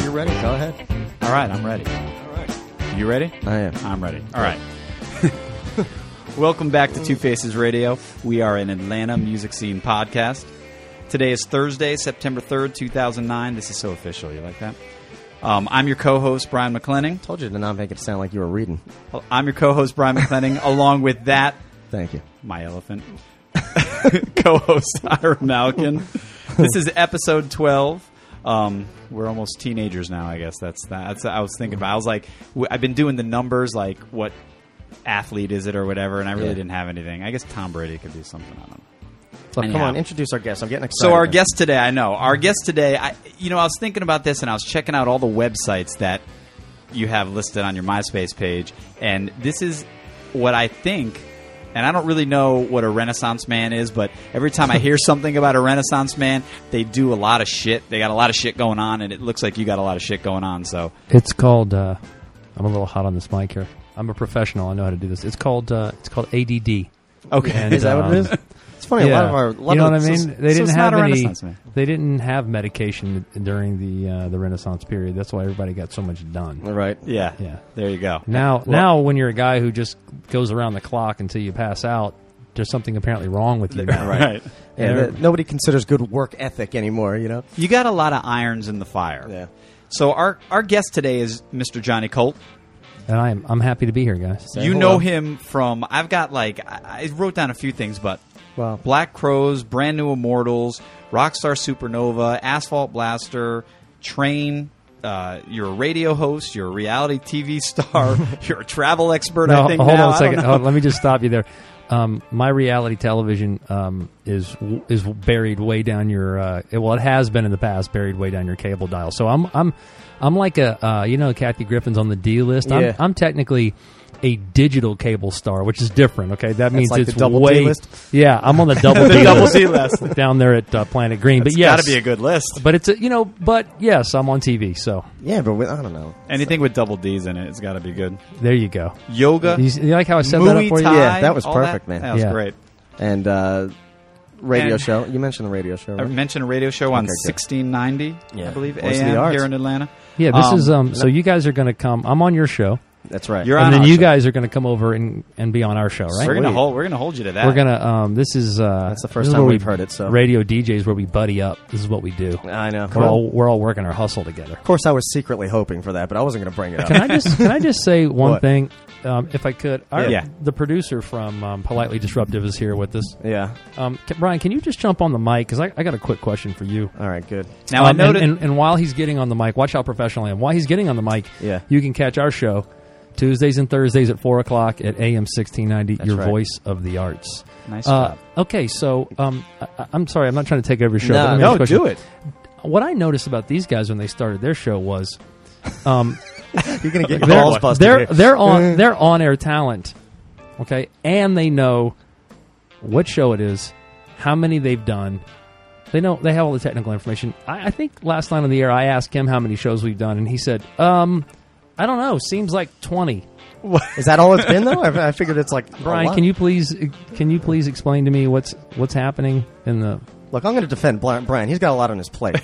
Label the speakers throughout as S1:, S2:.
S1: ahead.
S2: All right, I'm ready.
S1: All right.
S2: You ready?
S3: I am.
S2: I'm ready. Um, All right. Welcome back to Two Faces Radio. We are an Atlanta music scene podcast. Today is Thursday, September 3rd, 2009. This is so official. You like that? Um, I'm your co host, Brian McClenning.
S3: Told you to not make it sound like you were reading.
S2: I'm your co host, Brian McClenning. Along with that,
S3: Thank you.
S2: my elephant, co host, Ira Malkin. This is episode 12. Um, we're almost teenagers now, I guess. That's that's I was thinking about. I was like, w- I've been doing the numbers, like what athlete is it or whatever, and I really
S3: Yeah.
S2: didn't have anything. I guess Tom Brady could do something. I don't know.
S3: Look, come
S2: Anyhow.
S3: on, introduce our guest. I'm getting excited.
S2: So our
S3: now.
S2: guest today, I know our guest today. I, you know, I was thinking about this, and I was checking out all the websites that you have listed on your MySpace page, and this is what I think. And I don't really know what a Renaissance man is, but every time I hear something about a Renaissance man, they do a lot of shit. They got a lot of shit going on, and it looks like you got a lot of shit going on. So
S4: It's called. Uh, I'm a little hot on this mic here. I'm a professional. I know how to do this. It's called. Uh, it's called ADD.
S2: okay,
S4: And,
S3: Is that what it
S4: um,
S3: is? It's funny. A lot
S4: yeah.
S3: of our. a lot
S4: you know
S3: of-
S4: what I mean?
S3: so-
S4: they
S2: so
S4: didn't
S2: it's not
S4: have
S2: a
S4: any.
S2: Renaissance man.
S4: They didn't have medication during the uh, the Renaissance period. That's why everybody got so much done.
S3: Right.
S2: yeah,
S4: Yeah.
S2: there you go.
S4: Now,
S2: Well-
S4: now when you're a guy who just goes around the clock until you pass out, there's something apparently wrong with you. now.
S2: right.
S3: Yeah,
S4: Yeah.
S3: that- nobody considers good work ethic anymore, you know?
S2: You got a lot of irons in the fire.
S3: Yeah.
S2: So our our guest today is Mr. Johnny Colt.
S4: And I'm I'm happy to be here, guys.
S3: Say
S2: you
S3: hello.
S2: know him from I've got like I, I wrote down a few things, but
S3: Wow.
S2: Black Crows, Brand New Immortals, Rockstar Supernova, Asphalt Blaster, Train. Uh, you're a radio host. You're a reality TV star. you're a travel expert.
S4: No,
S2: I think.
S4: hold
S2: now.
S4: on a
S2: I don't
S4: second.
S2: know.
S4: Hold- let me just stop you there. Um, my reality television um, is is buried way down your. Uh, it- well, it has been in the past buried way down your cable dial. So I'm I'm I'm like a uh, you know Kathy Griffin's on the D list.
S3: Yeah.
S4: I'm, I'm technically a digital cable star, which is different. Okay, that means
S3: like
S4: it's
S3: the double D
S4: way.
S3: list?
S4: Yeah, I'm on the double
S2: The
S4: D
S2: double
S4: list
S2: C list.
S4: down there at uh, Planet Green.
S2: It's
S4: but yes,
S2: got to be a good list.
S4: But it's a, you know, but yes, I'm on TV. So
S3: Yeah, but we, I don't know.
S2: Anything with double D's in it, it's got to be good.
S4: there you go.
S2: Yoga,
S4: You, s- you like how I set that up
S2: Uh, Muay
S4: for you?
S2: Thai.
S3: Yeah, that was
S2: all
S3: perfect, man.
S2: That was
S4: Yeah.
S2: great.
S3: And uh, radio
S2: And-
S3: show. You mentioned the radio show.
S2: I
S3: Right?
S2: mentioned a radio show on
S3: Okay, good.
S2: 1690, I
S3: Yeah.
S2: believe,
S3: Voice of the
S2: AM
S3: Arts.
S2: here in Atlanta.
S4: Yeah, this
S2: Um,
S4: is um. So you guys are going to come. I'm on your show,
S3: That's right.
S2: You're on
S4: and then
S2: our
S4: you
S2: show.
S4: guys are going to come over and, and be on our show, right?
S2: We're gonna
S3: Sweet.
S2: hold. We're gonna hold you to that.
S4: We're gonna. Um, this is uh,
S3: That's the first
S4: this is
S3: time
S4: where
S3: we've
S4: we,
S3: heard it, so-
S4: radio DJs where we buddy up. This is what we do.
S3: I know.
S4: We're all we're all working our hustle together.
S3: of course, I was secretly hoping for that, but I wasn't going to bring it up.
S4: Can I just can I just say one
S3: What?
S4: thing, um, if I could? Our-
S2: Yeah.
S4: The producer from um, Politely Disruptive is here with us.
S3: yeah.
S4: Um, can, Brian, can you just jump on the mic? Because I, I got a quick question for you.
S3: All right, good.
S2: now. I
S4: Um, and,
S2: noticed.
S4: and, and while he's getting on the mic, watch how professional I am. While he's getting on the mic,
S3: Yeah.
S4: you can catch our show Tuesdays and Thursdays at four o'clock at AM sixteen ninety. Your
S3: right.
S4: voice of the arts.
S2: Nice
S4: Uh,
S2: job.
S4: okay, so um, I- I, I'm sorry, I'm not trying to take over your show.
S3: No,
S4: but let me
S2: no,
S4: ask you a
S2: do
S4: question.
S2: it.
S4: What I noticed about these guys when they started their show was, um,
S3: You're going to get
S4: they're,
S3: balls busted.
S4: they're
S3: here.
S4: they're
S3: Eh.
S4: on they're on air talent, okay, and they know what show it is, how many they've done. They know they have all the technical information. I, I think last night on the air, I asked him how many shows we've done, and he said, um, "I don't know. Seems like 20.
S3: Is that all it's been though? I, I figured it's like a
S4: Brian,
S3: lot.
S4: can you please can you please explain to me what's what's happening in the?
S3: look? I'm going to defend Bri- Brian. He's got a lot on his plate.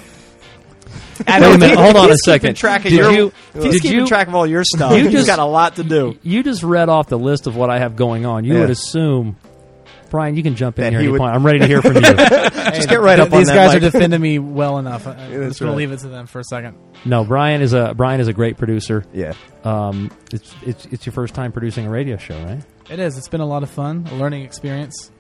S2: I
S4: Wait a
S2: know,
S4: minute,
S2: he's-
S4: hold on
S2: he's
S4: a second.
S2: Keeping track of
S4: Did
S2: your,
S4: you-
S2: he's
S4: did
S2: keeping
S4: you-
S2: track of all your stuff.
S4: You
S2: He's
S4: just-
S2: got a lot to do.
S4: You just read off the list of what I have going on. You
S3: Yeah.
S4: would assume, Brian. You can jump in
S3: That
S4: here at
S3: he
S4: any
S3: would-
S4: point. I'm ready to hear from you.
S3: Just get right
S5: Th-
S3: up on
S5: These
S3: that.
S5: guys
S3: mic.
S5: are defending me well enough. I- I'm
S3: that's
S5: just gonna
S3: right.
S5: leave it to them for a second.
S4: no, Brian is a Brian is a great producer.
S3: yeah.
S4: Um, it's it's it's your first time producing a radio show, right?
S5: It is. It's been a lot of fun, a learning experience.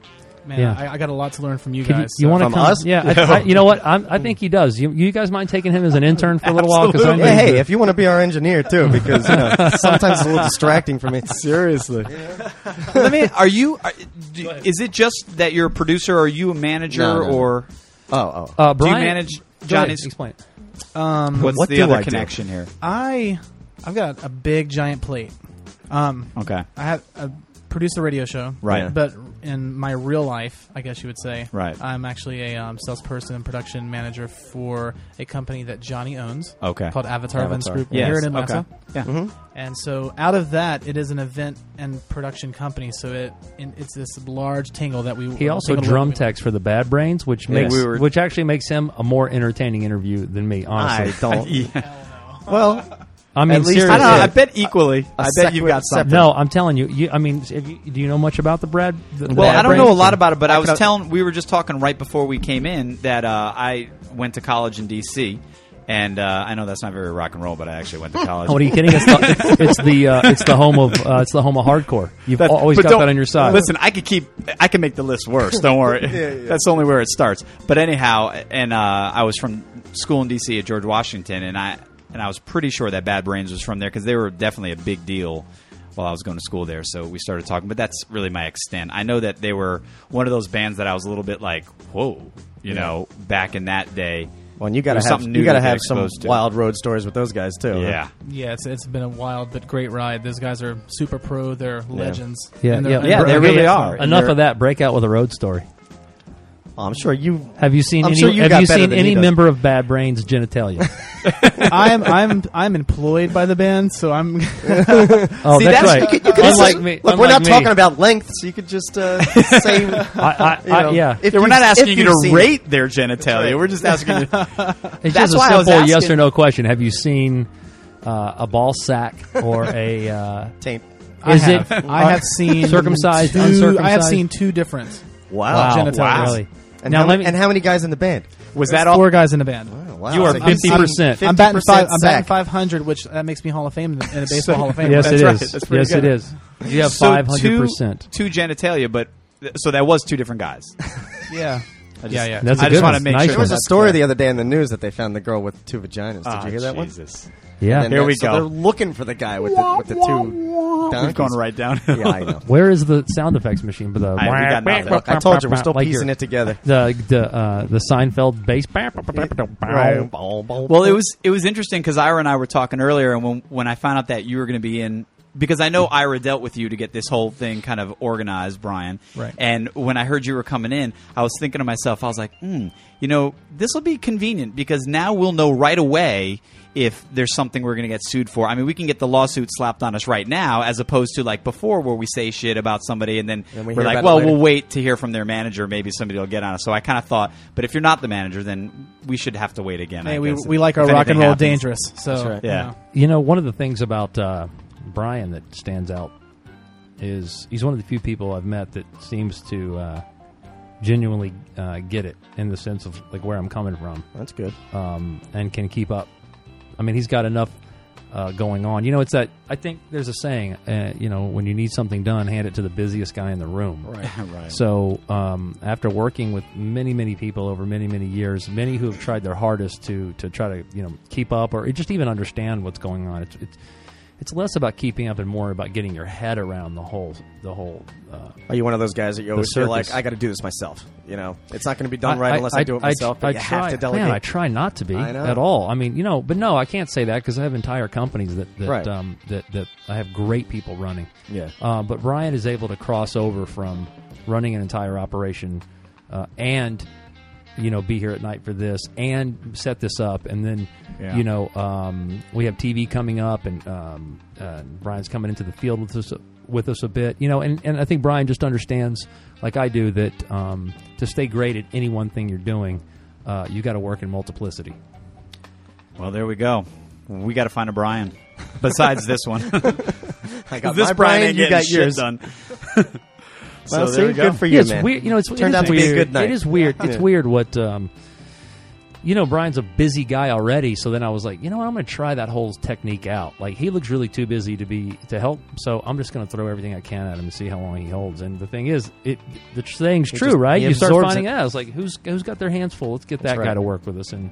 S5: Man,
S4: Yeah.
S5: I, I got a lot to learn from you
S4: Could
S5: guys.
S4: you, you want to
S3: From
S4: come?
S3: us?
S4: Yeah, I, I, you know what? I'm, I think he does. You, you guys mind taking him as an intern for a little while? Because I
S3: Yeah,
S4: need
S3: hey,
S4: to-
S3: if you want to be our engineer too, because you know, sometimes it's a little distracting for me. Seriously,
S2: Let me. Are you? Are, do, is it just that you're a producer? Or are you a manager?
S3: No, no.
S2: Or
S3: Oh, oh.
S4: uh,
S2: do you
S4: Brian,
S2: manage
S4: go
S2: Johnny's?
S4: ahead, explain.
S5: so, um,
S2: What's
S3: What
S2: the
S3: do
S2: other
S3: I do?
S2: connection here?
S5: I I've got a big giant plate. Um,
S2: Okay.
S5: I have I produced a radio show,
S2: Right.
S5: But in my real life, I guess you would say,
S2: Right.
S5: I'm actually a um, salesperson and production manager for a company that Johnny owns.
S2: Okay.
S5: Called Avatar, Events
S3: Avatar.
S5: Group. We're
S2: Yes.
S5: Here in Atlanta.
S2: Okay. Yeah.
S5: And so out of that, it is an event and production company. So it in, it's this large tangle that we.
S4: He also
S5: tangle
S4: drum
S5: that we-
S4: techs for the Bad Brains,
S3: Yes.
S4: which makes
S3: We
S2: were-
S4: which actually makes him a more entertaining interview than me. Honestly,
S3: I don't.
S2: Oh, Yeah.
S3: Well,
S4: I mean,
S3: At least-
S4: seriously.
S2: I don't know.
S3: Yeah.
S2: I bet equally. I bet
S3: separate-
S2: you've got something.
S4: no, I'm telling you. you I mean, if you, do you know much about the bread? The- the
S2: Well, I don't
S4: bread?
S2: know a lot about it, but I,
S3: I
S2: was
S3: could-
S2: telling. We were just talking right before we came in that uh, I went to college in D.C. And uh, I know that's not very rock and roll, but I actually went to college.
S4: Oh, what are you kidding? It's the, it's the uh, it's the home of uh, it's the home of hardcore. You've
S2: That-
S4: always
S2: but
S4: got
S2: don't-
S4: that on your side.
S2: Listen, I could keep, I can make the list worse. Don't worry. That's only where it starts. But anyhow, and uh, I was from school in D.C. at George Washington, and I and I was pretty sure that Bad Brains was from there because they were definitely a big deal while I was going to school there. So we started talking, but that's really my extent. I know that they were one of those bands that I was a little bit like, whoa, you know, back in that day.
S3: well, and you gotta
S2: There's
S3: have
S2: something new
S3: you gotta
S2: to get
S3: have some
S2: exposed to.
S3: wild road stories with those guys too. huh?
S2: Yeah.
S5: Yeah, it's, it's been a wild but great ride. Those guys are super pro. They're legends.
S4: yeah,
S5: And they're-
S4: yeah,
S5: and
S2: Yeah,
S5: they're-
S2: they really are. And
S4: Enough
S2: they're-
S4: of that. Break out with a road story.
S3: Oh, I'm sure you.
S4: Have you seen
S3: I'm
S4: any?
S3: sure you
S4: have
S3: got
S4: you
S3: better
S4: seen
S3: than he
S4: any
S3: does.
S4: member of Bad Brains genitalia?
S5: I'm I'm I'm employed by the band, so I'm
S4: Oh,
S2: See,
S4: that's,
S2: that's-
S4: right.
S2: you could- you
S3: could
S4: unlike
S3: just-
S4: me,
S3: Look, we're
S4: unlike
S3: not
S4: me.
S3: talking about length, so you could just uh, say. you
S4: I, I, I,
S3: know,
S4: yeah,
S3: if
S2: Yeah, we're
S3: you've-
S2: not
S3: if
S2: asking you
S3: you've
S2: to
S3: seen-
S2: rate their genitalia. We're just asking you.
S4: it's
S2: that's
S4: just a
S2: why I was
S4: simple yes
S2: asking-
S4: or no question. Have you seen uh, a ball sack or a? Uh,
S3: Tape.
S4: is
S5: I have,
S4: it?
S5: I have seen
S4: Circumcised,
S5: two- I have
S4: uncircumcised?
S5: seen two different.
S4: wow,
S5: genitalia.
S4: wow. Really?
S3: And,
S4: now
S3: how,
S4: let me.
S3: and how many guys in the band?
S2: Was
S5: There's
S2: that all?
S5: Four guys in a band.
S3: Oh, wow.
S4: You are
S3: So he's-
S4: 50%.
S5: I'm batting
S3: 50%
S5: five. I'm batting
S3: sack.
S5: five hundred, which that makes me Hall of Fame in the, in the baseball Hall of Fame.
S4: yes, it is.
S2: That's right. That's pretty
S4: yes,
S2: good.
S4: it is. You have
S2: So
S4: five hundred percent.
S2: Two two genitalia, but th- so that was two different guys.
S5: Yeah, yeah, yeah.
S4: That's a
S2: I
S4: good
S2: just want to
S4: one.
S2: make
S4: Nice
S2: sure.
S3: There was a
S4: That's
S3: story the other day in the news that they found the girl with two vaginas. Did
S2: Ah,
S3: you hear that one?
S2: Jesus.
S4: Yeah.
S3: And
S2: Here
S3: that-
S2: we
S3: so
S2: go.
S3: They're looking for the guy with the, with the two.
S2: We've
S3: donkeys.
S2: gone right down.
S3: Yeah, I know.
S4: Where is the sound effects machine? But the
S2: I- we got nothing.
S3: Look, I told you we're still
S4: Like
S3: piecing
S4: your-
S3: it together.
S4: the the uh, the Seinfeld bass.
S3: Well,
S2: Well, it was it was interesting because Ira and I were talking earlier, and when when I found out that you were going to be in, because I know Ira dealt with you to get this whole thing kind of organized, Brian.
S5: Right.
S2: And when I heard you were coming in, I was thinking to myself, I was like, hmm, you know, this will be convenient because now we'll know right away if there's something we're going to get sued for. I mean, we can get the lawsuit slapped on us right now, as opposed to like before where we say shit about somebody and then
S3: Then
S2: we
S3: we
S2: are
S3: hear about
S2: like,
S3: it
S2: well,
S3: later."
S2: we'll wait to hear from their manager. Maybe somebody will get on us. So I kind of thought, but if you're not the manager, then we should have to wait again. I
S5: Hey, we,
S2: guess,
S5: we like
S2: if
S5: our rock
S2: anything
S5: and roll
S2: happens.
S5: dangerous. So
S3: right.
S5: you
S2: Yeah.
S5: know.
S4: You know, one of the things about uh, Brian that stands out is he's one of the few people I've met that seems to uh, genuinely uh, get it in the sense of like where I'm coming from
S3: That's good.
S4: um, and can keep up. I mean, he's got enough uh, going on. You know, it's that I think there's a saying. Uh, you know, when you need something done, hand it to the busiest guy in the room. Right.
S2: right.
S4: So, um, after working with many, many people over many, many years, many who have tried their hardest to to try to you know keep up or just even understand what's going on, it's it's, it's less about keeping up and more about getting your head around the whole the whole. Uh,
S3: Are you one of those guys that you always feel
S4: circus.
S3: like I got to do this myself? You know, it's not going to be done right unless I, do it
S4: I-
S3: myself. but
S4: I
S3: you
S4: try,
S3: have to delegate.
S4: Man, I try not to be
S3: I know.
S4: at all. I mean, you know, but no, I can't say that because I have entire companies that that,
S3: Right.
S4: um, that that I have great people running.
S3: Yeah.
S4: Uh, but Brian is able to cross over from running an entire operation uh, and you know be here at night for this and set this up and then
S2: Yeah.
S4: you know um, we have TV coming up and um, uh, Brian's coming into the field with us with us a bit you know and, and I think Brian just understands like I do that um, to stay great at any one thing you're doing uh, you got to work in multiplicity
S2: Well, there we go. We got to find a Brian. Besides this one,
S3: I got
S2: this
S3: my
S2: Brian, ain't
S3: you
S2: getting
S3: got
S2: shit
S3: yours.
S2: done. so
S3: Well,
S2: there
S3: see,
S2: we go.
S3: good for
S4: Yeah,
S3: you,
S4: it's
S3: man.
S4: weird. You know, it's
S3: Turned
S4: it
S3: out
S4: is
S3: to be a
S4: weird.
S3: good night.
S4: It is weird. It's
S3: Yeah.
S4: weird what um, you know. Brian's a busy guy already, so then I was like, you know what, I'm going to try that whole technique out. Like he looks really too busy to be to help, so I'm just going to throw everything I can at him and see how long he holds. And the thing is, it the saying's true,
S3: just-
S4: right?
S3: he
S4: You start
S3: absorbs
S4: finding
S3: it.
S4: out. It's like who's who's got their hands full. Let's get that
S3: That's
S4: guy
S3: right.
S4: to work with us. And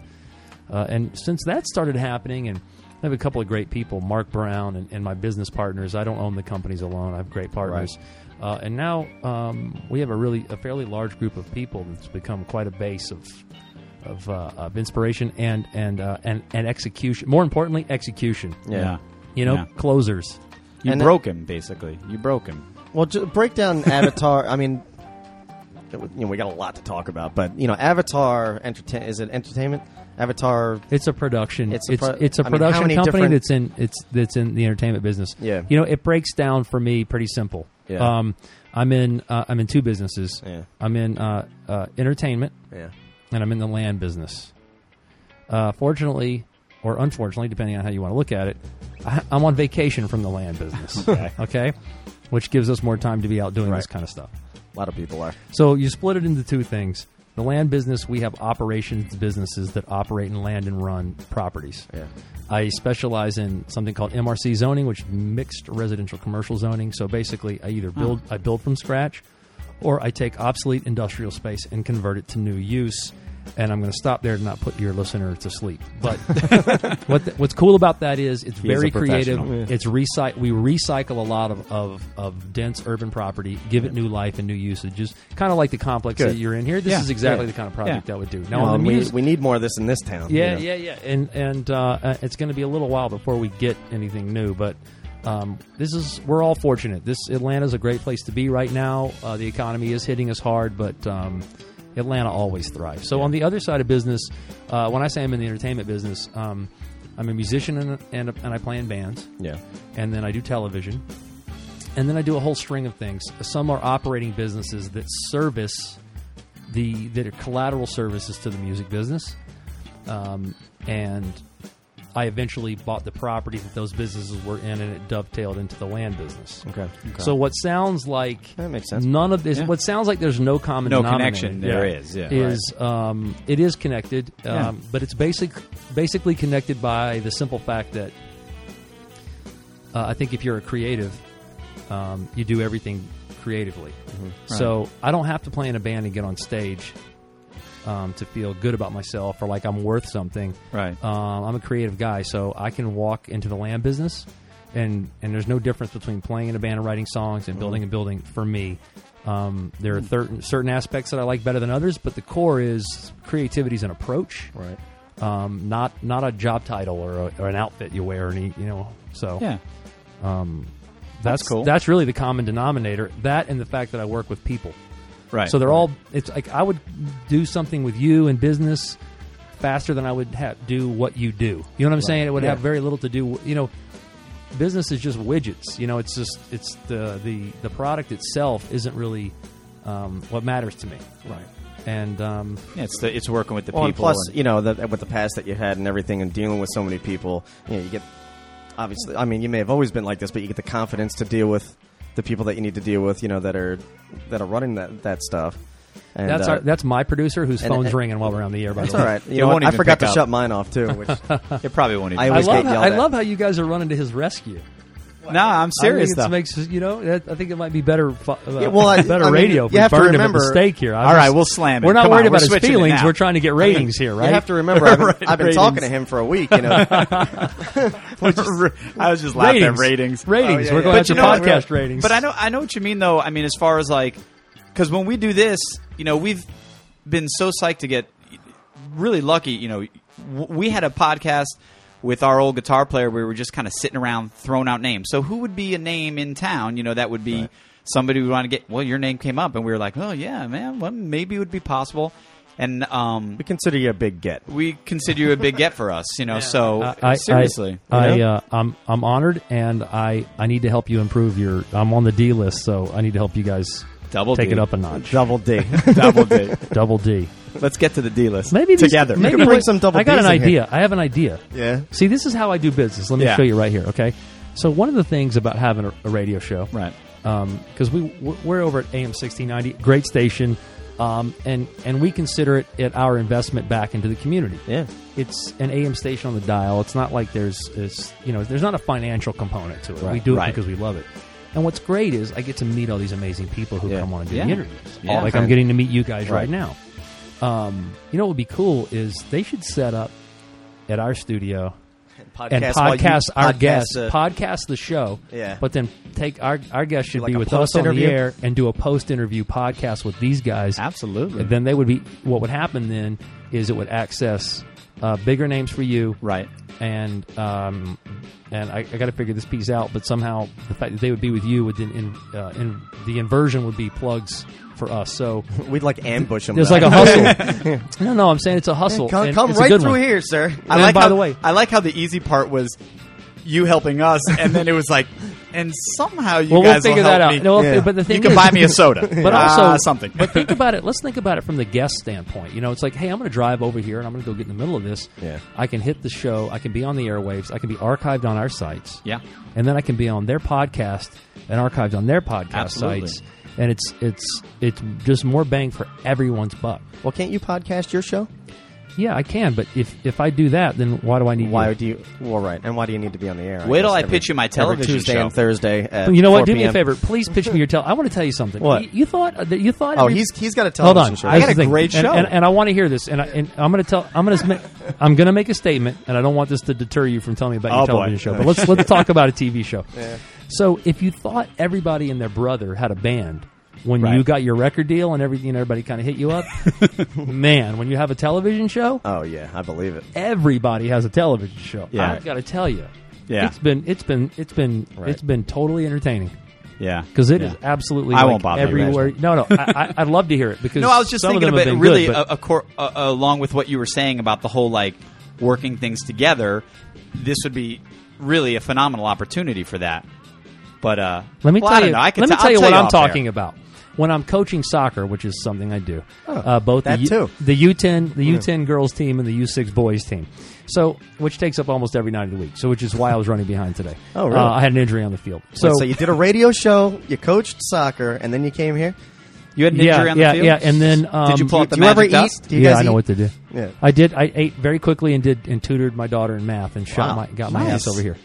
S4: uh, and since that started happening and. I have a couple of great people, Mark Brown and, and my business partners. I don't own the companies alone. I have great partners, uh, and now um, we have a really a fairly large group of people that's become quite a base of of, uh, of inspiration and and uh, and and execution. More importantly, execution.
S2: Yeah.
S4: You know,
S2: Yeah.
S4: closers.
S2: You
S3: And-
S2: broke him, basically. You broke him.
S3: Well, ju- break down Avatar. I mean, you know, we got a lot to talk about, but you know, Avatar entertain is it entertainment? Avatar.
S4: It's a production. It's
S3: It's
S4: a
S3: a
S4: it's,
S3: pro-
S4: a
S3: I mean, how
S4: production
S3: many
S4: company
S3: different-
S4: that's in it's that's in the entertainment business.
S3: Yeah.
S4: You know, it breaks down for me pretty simple.
S3: Yeah.
S4: Um, I'm in uh, I'm in two businesses.
S3: Yeah.
S4: I'm in uh, uh, entertainment
S3: Yeah.
S4: and I'm in the land business. Uh, fortunately, or unfortunately, depending on how you want to look at it, I, I'm on vacation from the land business. okay. Which gives us more time to be out doing this
S3: Right.
S4: kind of stuff.
S3: A lot of people are.
S4: So you split it into two things. The land business, we have operations businesses that operate and land and run properties.
S3: Yeah.
S4: I specialize in something called MRC zoning, which is mixed residential commercial zoning. So basically, I either build I build from scratch, or I take obsolete industrial space and convert it to new use. And I'm going to stop there to not put your listener to sleep. But what the, what's cool about that is it's
S2: is
S4: very
S2: a professional.
S4: creative. It's recycle. We recycle a lot of, of, of dense urban property, give it new life and new usages. Kind of like the complex
S2: Good.
S4: that you're in here. This
S2: Yeah.
S4: is exactly
S2: Yeah.
S4: the kind of project
S2: Yeah.
S4: that would do. Now
S3: Um,
S4: on the
S3: we,
S4: music,
S3: we need more of this in this town.
S4: yeah,
S3: you know.
S4: yeah, yeah, and and uh, uh, it's going to be a little while before we get anything new, but um, this is we're all fortunate. This Atlanta's a great place to be right now. Uh, the economy is hitting us hard, but um, Atlanta always thrives. So on the other side of business, uh, when I say I'm in the entertainment business, um, I'm a musician and and, and I play in bands
S3: yeah.
S4: and then I do television, and then I do a whole string of things. Some are operating businesses that service the that are collateral services to the music business, um, and I eventually bought the property that those businesses were in, and it dovetailed into the land business.
S3: Okay.
S4: So what sounds like
S3: That makes sense.
S4: None of this.
S2: Yeah.
S4: What sounds like there's no common
S2: No
S4: denominator
S2: connection there is, yeah.
S4: is um, it is connected, um,
S2: Yeah.
S4: but it's basic basically connected by the simple fact that uh, I think if you're a creative, um, you do everything creatively. So I don't have to play in a band and get on stage um, to feel good about myself or like I'm worth something.
S2: Right.
S4: Um, I'm a creative guy, so I can walk into the land business, and and there's no difference between playing in a band and writing songs
S2: Mm-hmm.
S4: and building a building for me. Um, there are thir- certain aspects that I like better than others, but the core is creativity is an approach,
S3: Right.
S4: um, not not a job title or, a, or an outfit you wear, or any you know. So
S2: yeah.
S4: that's,
S2: that's cool.
S4: That's really the common denominator. That and the fact that I work with people.
S2: Right.
S4: So they're all. It's like I would do something with you in business faster than I would ha- do what you do. You know what I'm saying? It would have very little to do. You know, business is just widgets. You know, it's just it's the the the product itself isn't really um, what matters to me.
S3: Right.
S4: And um,
S2: Yeah, it's the, it's working with the
S3: Well, and
S2: people.
S3: plus,
S2: and-
S3: you know, the, with the past that you had and everything, and dealing with so many people, you know, you get obviously. I mean, you may have always been like this, but you get the confidence to deal with the people that you need to deal with. You know, that are that are running that that stuff. And,
S4: that's
S3: uh,
S4: our, that's my producer whose
S3: and-
S4: phone's
S3: and-
S4: ringing while we're on the air. By
S3: It's
S4: the
S3: all
S4: way.
S3: right. You
S2: It
S3: know,
S2: won't
S3: what? I
S2: even
S3: forgot
S2: pick
S3: to
S2: up.
S3: shut mine off too. Which
S2: it probably won't even.
S3: I
S4: I
S3: always
S4: love,
S3: get
S4: how,
S3: yelled
S4: I
S3: at.
S4: love how you guys are running to his rescue.
S2: no, I'm serious
S4: I think
S2: though.
S4: it makes you know. that- I think it might be better. fu- Uh,
S3: Yeah, well, I-
S4: better
S3: I mean,
S4: radio.
S3: you
S4: if we
S3: have to
S4: burned him
S3: remember-
S4: at the stake here. I
S2: all
S4: just-
S2: right, we'll slam it.
S4: We're not
S2: Come on,
S4: worried
S2: we're
S4: about his
S2: switching it
S4: feelings.
S2: now.
S4: We're trying to get ratings here, right?
S3: You have to remember, I've been, I've been
S2: ratings.
S3: talking to him for a week. You know,
S2: I was just laughing
S4: ratings,
S2: at ratings.
S4: ratings.
S3: Oh, yeah,
S4: we're
S3: yeah.
S4: going
S3: But
S4: after
S3: you know what?
S4: podcast ratings.
S2: But I know I know what you mean though. I mean, as far as like, because when we do this, you know, we've been so psyched to get really lucky. You know, w- we had a podcast with our old guitar player. where We were just kind of sitting around throwing out names. So who would be a name in town? You know, that would be somebody we want to get. Well, your name came up, and we were like, oh yeah, man. Well, maybe it would be possible. And um,
S3: we consider you a big get.
S2: we consider you a big get for us. You know, so seriously.
S4: I,
S3: you know?
S4: uh, I'm I'm honored, and I I need to help you improve your. I'm on the D list, so I need to help you guys
S2: Double
S4: take
S2: D.
S4: it up a notch.
S3: Double D.
S2: double D.
S4: Double D.
S2: Let's get to the D list.
S4: Maybe these-
S2: together.
S4: Maybe
S3: bring
S4: what-
S3: some double
S4: I got
S3: Ds
S4: an
S3: in here.
S4: idea. I have an idea.
S3: yeah.
S4: See, this is how I do business. Let me
S2: Yeah.
S4: show you right here. Okay. So one of the things about having a, a radio show,
S2: Right.
S4: because we we're over at AM sixteen ninety, great station, um, and and we consider it, it our investment back into the community.
S3: Yeah.
S4: It's an AM station on the dial. It's not like there's it's, you know there's not a financial component to it. We
S3: Right,
S4: do it
S2: right.
S4: because we love it. And what's great is I get to meet all these amazing people who
S3: Yeah.
S4: come on and do
S2: Yeah.
S4: the interviews.
S2: Yeah.
S4: Like I'm getting to meet you guys right, now. Um, you know what would be cool is they should set up at our studio
S3: Podcast
S4: and
S3: while you uh,
S4: podcast our guests,
S3: the-
S4: podcast the show.
S3: Yeah.
S4: But then take our our guest should
S3: like
S4: be
S3: a
S4: with us on the
S3: post-interview?
S4: air and do a post interview podcast with these guys.
S2: Absolutely.
S4: And Then they would be. What would happen then is it would access uh, bigger names for you,
S2: Right.
S4: and um, and I, I got to figure this piece out. But somehow the fact that they would be with you would then in, uh, in the inversion would be plugs for us. So
S3: We'd like ambush him.
S4: there's like a hustle. no, no, I'm saying it's a hustle.
S3: come,
S4: and
S3: come
S4: it's a
S3: right
S4: good
S3: through
S4: one.
S3: here, sir.
S4: And
S2: like
S4: by
S2: how,
S4: the way-
S2: I like how the easy part was you helping us, and then it was like, and somehow you
S4: well, we'll
S2: guys
S4: figure
S2: will
S4: that
S2: help
S4: out.
S2: me.
S4: No,
S3: Yeah.
S4: but the thing
S2: you can
S4: is-
S2: buy me a soda,
S4: but
S2: Ah,
S4: also
S2: something.
S4: but think about it. Let's think about it from the guest standpoint. You know, it's like, hey, I'm going to drive over here and I'm going to go get in the middle of this.
S3: Yeah.
S4: I can hit the show. I can be on the airwaves. I can be archived on our sites.
S2: Yeah.
S4: and then I can be on their podcast and archived on their podcast
S2: Absolutely.
S4: sites. And it's it's it's just more bang for everyone's buck.
S3: Well, can't you podcast your show?
S4: Yeah, I can, but if if I do that, then why do I need
S3: Why
S4: you?
S3: do you? Well, right. And why do you need to be on the air?
S2: Wait till
S3: guess
S2: I
S3: every-
S2: pitch you my
S3: every
S2: television
S3: Tuesday
S2: show.
S3: and Thursday. At
S4: You know what?
S3: 4
S4: Do me a
S3: PM.
S4: favor. Please pitch me your tell. I want to tell you something.
S3: What?
S4: You, you thought that you thought.
S3: Oh,
S4: every-
S3: he's he's got a
S4: Hold
S3: television
S4: on.
S3: show.
S4: This
S2: got
S4: is
S2: a
S4: the thing.
S2: great
S4: And-
S2: show.
S4: and, and I want to hear this. And, I, and I'm going to tell. I'm going to. I'm going to make a statement, and I don't want this to deter you from telling me about
S2: Oh,
S4: your
S2: boy.
S4: television show. But let's let's talk about a TV show. So, if you thought everybody and their brother had a band when
S2: Right.
S4: you got your record deal and everything, and everybody kind of hit you up, man, when you have a television show,
S2: Uh,
S3: Oh yeah, I believe it.
S4: everybody has a television show.
S2: Yeah.
S4: I've got to tell you,
S2: Yeah.
S4: it's been it's been it's been
S3: Right.
S4: it's been totally entertaining
S2: yeah,
S4: because it
S2: Yeah.
S4: is absolutely.
S2: I
S4: like,
S2: won't bother you,
S4: everywhere. no, no, I, I, I'd love to hear it because
S2: No, I was just
S4: some
S2: thinking
S4: of them
S2: about
S4: have been
S2: really
S4: good, but-
S2: a, a cor- uh, along with what you were saying about the whole like working things together. This would be really a phenomenal opportunity for that. But uh,
S4: Let me
S2: well, I
S4: tell
S2: don't
S4: you.
S2: know. I can
S4: let me
S2: tell-
S4: tell
S2: I'll
S4: you what I'm
S2: off air.
S4: talking about. When I'm coaching soccer, which is something I do, uh, both
S3: that
S4: the, U-
S3: too.
S4: the U10
S2: Hmm.
S4: the U10 girls team and the U6 boys team, so which takes up almost every night of the week. So which is why I was running behind today.
S3: Oh, really?
S4: Uh, I had an injury on the field. So,
S3: So, you did a radio show, you coached soccer, and then you came here.
S2: You had an
S4: yeah,
S2: injury on the
S4: yeah,
S2: field,
S4: yeah. And then um,
S2: did you pull out the
S3: do you ever
S2: magic
S3: eat?
S2: dust?
S3: Do you
S4: yeah,
S3: guys
S4: I know
S3: eat?
S4: what to do.
S3: Yeah.
S4: I did. I ate very quickly and did and tutored my daughter in math and shot
S3: Wow.
S4: my got my
S3: Nice.
S4: ass over here.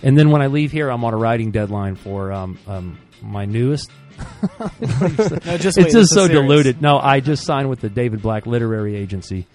S4: And then when I leave here, I'm on a writing deadline for um, um, my newest
S5: No, just wait,
S4: it's
S5: this
S4: just
S5: is
S4: so
S5: serious.
S4: diluted. No, I just signed with the David Black Literary Agency.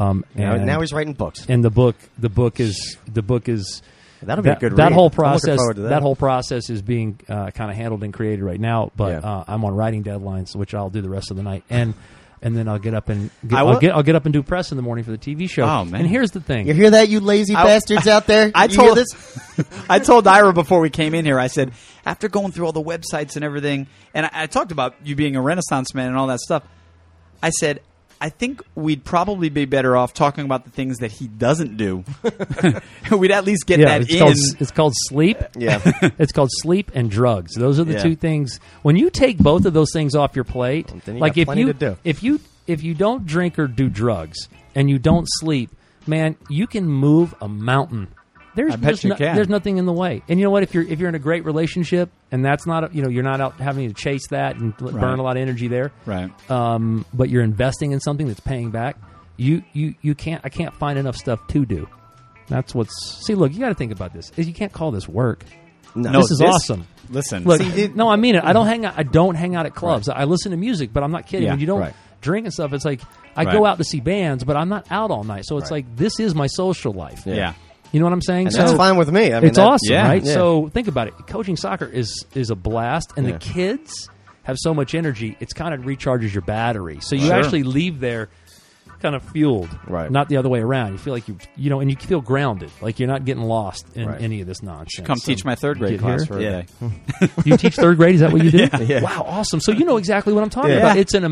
S4: Um,
S3: Now,
S4: and,
S3: now he's writing books.
S4: and the book the book is the book is
S3: That'll be a
S4: that,
S3: good
S4: that
S3: read. I'm
S4: whole
S3: looking
S4: process
S3: forward to that.
S4: whole process is being uh, kind of handled and created right now. But
S3: Yeah.
S4: uh, I'm on writing deadlines, which I'll do the rest of the night and. And then I'll get up and get,
S2: I
S4: I'll
S2: will-
S4: get I'll get up and do press in the morning for the TV show.
S2: Oh, man.
S4: And here's the thing:
S3: You hear that, you lazy
S2: I-
S3: bastards out there?
S2: I
S3: you
S2: told
S3: hear this.
S2: I told Ira before we came in here. I said after going through all the websites and everything, and I, I talked about you being a Renaissance man and all that stuff. I said I think we'd probably be better off talking about the things that he doesn't do. we'd at least get
S4: yeah,
S2: that
S4: it's
S2: in.
S4: called it's called sleep.
S3: Yeah.
S4: it's called sleep and drugs. Those are the
S2: Yeah.
S4: two things. When you take both of those things off your plate,
S3: then you
S4: like
S3: got
S4: if
S3: plenty
S4: you
S3: to do.
S4: if you if you don't drink or do drugs and you don't sleep, man, you can move a mountain. There's
S2: I bet
S4: there's
S2: you
S4: no-
S2: can.
S4: there's nothing in the way. And you know what? If you're if you're in a great relationship and that's not a, you know you're not out having to chase that and l- burn a lot of energy there,
S2: Right.
S4: Um, but you're investing in something that's paying back. You you you can't. I can't find enough stuff to do. That's what's. See, look, you got to think about this. Is you can't call this work.
S2: No,
S4: this is awesome.
S2: Listen,
S4: Look,
S2: see,
S3: it-
S4: no, I mean it. I don't hang out. I don't hang out at clubs. I listen to music, but I'm not kidding.
S2: Yeah,
S4: when you don't
S2: right.
S4: drink and stuff, it's like I
S2: Right.
S4: go out to see bands, but I'm not out all night. So it's
S3: Right.
S4: like this is my social life.
S2: yeah.
S4: You know what I'm saying?
S3: And
S4: so
S3: that's fine with me. I mean,
S4: it's
S3: that-
S4: awesome,
S2: yeah.
S4: right?
S3: Yeah.
S4: So think about it. Coaching soccer is is a blast, and
S3: Yeah.
S4: the kids have so much energy. It's kind of recharges your battery. So you
S2: Sure.
S4: actually leave there kind of fueled,
S3: Right.
S4: Not the other way around. You feel like you you know, and you feel grounded, like you're not getting lost in
S3: Right.
S4: any of this nonsense.
S2: Come
S4: So
S2: teach my third grade
S4: get
S2: class
S4: here.
S2: for a
S3: Yeah.
S2: day.
S4: You teach third grade? Is that what you do?
S3: yeah.
S4: Wow, awesome. So you know exactly what I'm talking
S3: Yeah.
S4: about. It's an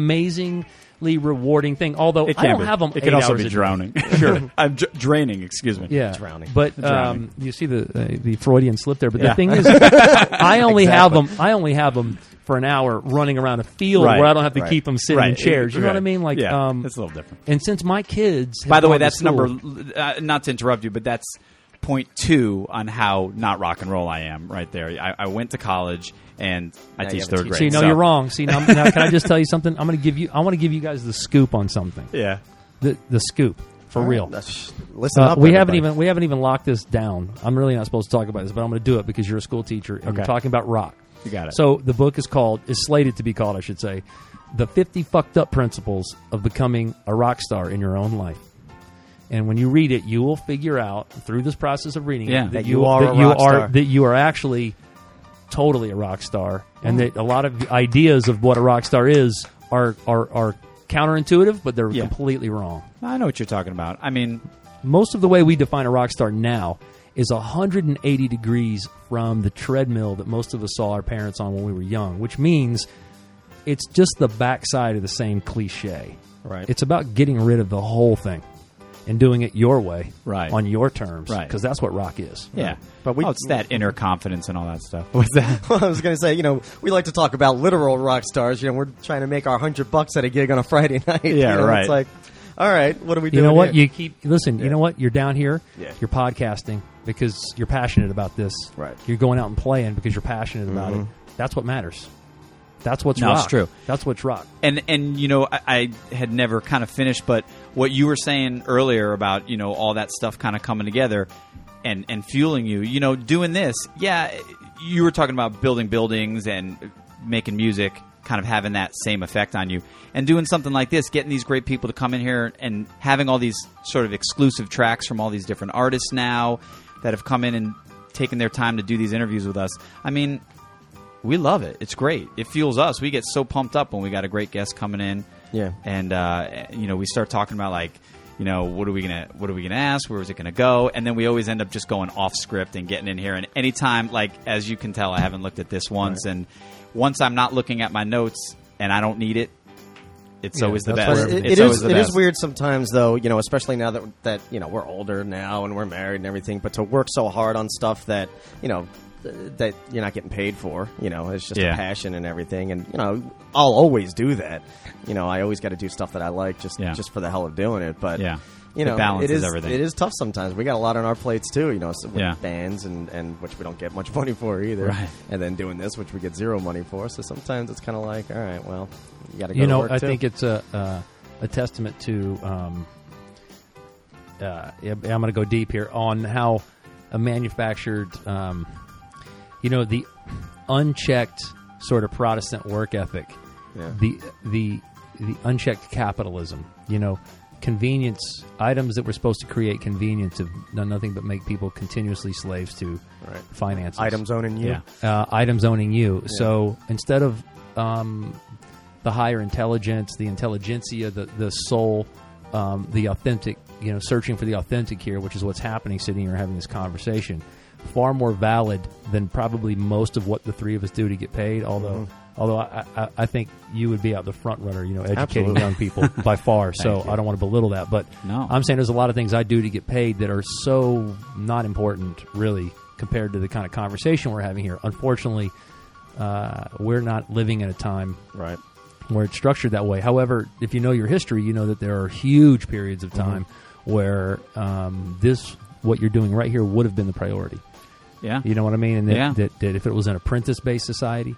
S4: amazingly rewarding thing. Although
S2: It
S4: I
S2: can
S4: don't
S2: be.
S4: have them.
S2: It can
S4: eight
S2: also
S4: hours
S2: be
S4: a day.
S2: drowning. Sure, I'm dr- draining. Excuse me.
S4: Yeah,
S3: drowning.
S4: But
S2: Drowning.
S4: um, you see the uh, the Freudian slip there. But
S2: Yeah.
S4: the thing is, I only have 'em have them. I only have them for an hour running around a field
S2: Right.
S4: where I don't have to
S3: Right.
S4: keep them sitting in
S2: Right.
S4: chairs. You know what I
S2: Right.
S4: mean? Like,
S2: yeah,
S4: um,
S2: it's a little different.
S4: and since my kids, have
S2: By the way,
S4: gone to
S2: that's
S4: school-
S2: number. Uh, not to interrupt you, but that's point two on how not rock and roll I am. Right there, I, I went to college and I
S3: Now you
S2: teach
S3: have a
S2: third
S3: teacher.
S2: grade.
S4: See, no,
S2: so-
S4: you're wrong. See, now, now can I just tell you something? I'm going to give you. I want to give you guys the scoop on something.
S2: Yeah,
S4: The the scoop for real.
S3: That's- Listen
S4: Uh,
S3: up.
S4: we haven't
S3: everybody.
S4: even we haven't even locked this down. I'm really not supposed to talk about this, but I'm going to do it because you're a school teacher and we're
S2: Okay.
S4: talking about rock.
S2: You got it.
S4: So the book is called is slated to be called, I should say, "The 50 Fucked Up Principles of Becoming a Rock Star in Your Own Life." And when you read it, you will figure out through this process of reading
S2: Yeah.
S4: it
S3: That you are
S4: that
S3: a
S4: you
S3: rock
S4: are
S3: star.
S4: that you are actually totally a rock star, and that a lot of the ideas of what a rock star is are are, are counterintuitive, but they're
S2: Yeah.
S4: completely wrong
S2: I know what you're talking about. I mean,
S4: most of the way we define a rock star now is 180 degrees from the treadmill that most of us saw our parents on when we were young, which means it's just the backside of the same cliche.
S3: Right.
S4: It's about getting rid of the whole thing. and doing it your way,
S2: Right.
S4: on your terms,
S2: Right.
S4: Because that's what rock is.
S2: Yeah,
S3: But we-
S2: oh, it's that inner confidence and all that stuff.
S3: What's that? I was going to say, you know, we like to talk about literal rock stars. You know, we're trying to make our hundred bucks at a gig on a Friday night. you know,
S2: right.
S3: It's like, all right, what are we
S4: You
S3: doing?
S4: know what?
S3: here?
S4: You keep listen. You know what? You're down here.
S3: Yeah.
S4: You're podcasting because you're passionate about this.
S3: Right.
S4: You're going out and playing because you're passionate about it. That's what matters. That's what's
S2: No,
S4: rock.
S2: it's true.
S4: That's what's rock.
S2: and and you know I, I had never kind of finished but what you were saying earlier about you know all that stuff kind of coming together and and fueling you you know doing this yeah you were talking about building buildings and making music kind of having that same effect on you and doing something like this getting these great people to come in here and having all these sort of exclusive tracks from all these different artists now that have come in and taken their time to do these interviews with us i mean we love it. It's great. It fuels us. We get so pumped up when we got a great guest coming in.
S3: Yeah.
S2: And uh, you know, we start talking about like, you know, what are we gonna what are we gonna ask? Where is it gonna go? And then we always end up just going off script and getting in here. And anytime, like as you can tell, I haven't looked at this once. And once I'm not looking at my notes and I don't need it, it's
S4: Yeah,
S2: always the
S4: that's
S2: best.
S4: where-
S3: It-
S2: It's
S3: it
S2: always
S3: is.
S2: the
S3: It is
S2: best.
S3: weird sometimes, though. You know, especially now that that you know we're older now and we're married and everything. But to work so hard on stuff that you know th- that you're not getting paid for. You know, it's just
S2: Yeah.
S3: a passion and everything. And you know, I'll always do that. You know, I always got to do stuff that I like just
S2: Yeah.
S3: just for the hell of doing it. But
S2: Yeah.
S3: You
S2: The
S3: know,
S2: balance
S3: it
S2: is
S3: is
S2: everything.
S3: It is tough sometimes. We got a lot on our plates too. You know, so with
S2: Yeah.
S3: bands and and which we don't get much money for either.
S2: Right.
S3: And then doing this, which we get zero money for. So sometimes it's kind of like, all right, well, you got to go.
S4: you
S3: to
S4: know,
S3: work
S4: I
S3: too.
S4: think it's a uh, a testament to. Um, uh, yeah, I'm going to go deep here on how a manufactured, um, you know, the unchecked sort of Protestant work ethic,
S3: Yeah.
S4: the the the unchecked capitalism, you know, convenience items that were supposed to create convenience have done nothing but make people continuously slaves to
S3: Right.
S4: finances
S3: items owning you.
S2: Yeah.
S4: uh, items owning you. So instead of um, the higher intelligence, the intelligentsia, the the soul, um, the authentic, you know, searching for the authentic here, which is what's happening sitting here having this conversation, far more valid than probably most of what the three of us do to get paid. Although.
S3: Mm-hmm.
S4: Although I, I, I think you would be out the front runner, you know, educating
S3: Absolutely.
S4: young people by far. so
S2: you.
S4: I don't want to belittle that, but
S2: No.
S4: I'm saying there's a lot of things I do to get paid that are so not important, really, compared to the kind of conversation we're having here. Unfortunately, uh, we're not living in a time
S3: Right.
S4: where it's structured that way. However, if you know your history, you know that there are huge periods
S2: Mm-hmm.
S4: of time where um, this, what you're doing right here, would have been the priority.
S2: Yeah.
S4: You know what I mean? And that,
S2: Yeah. Mm-hmm.
S4: that, that if it was an apprentice based society,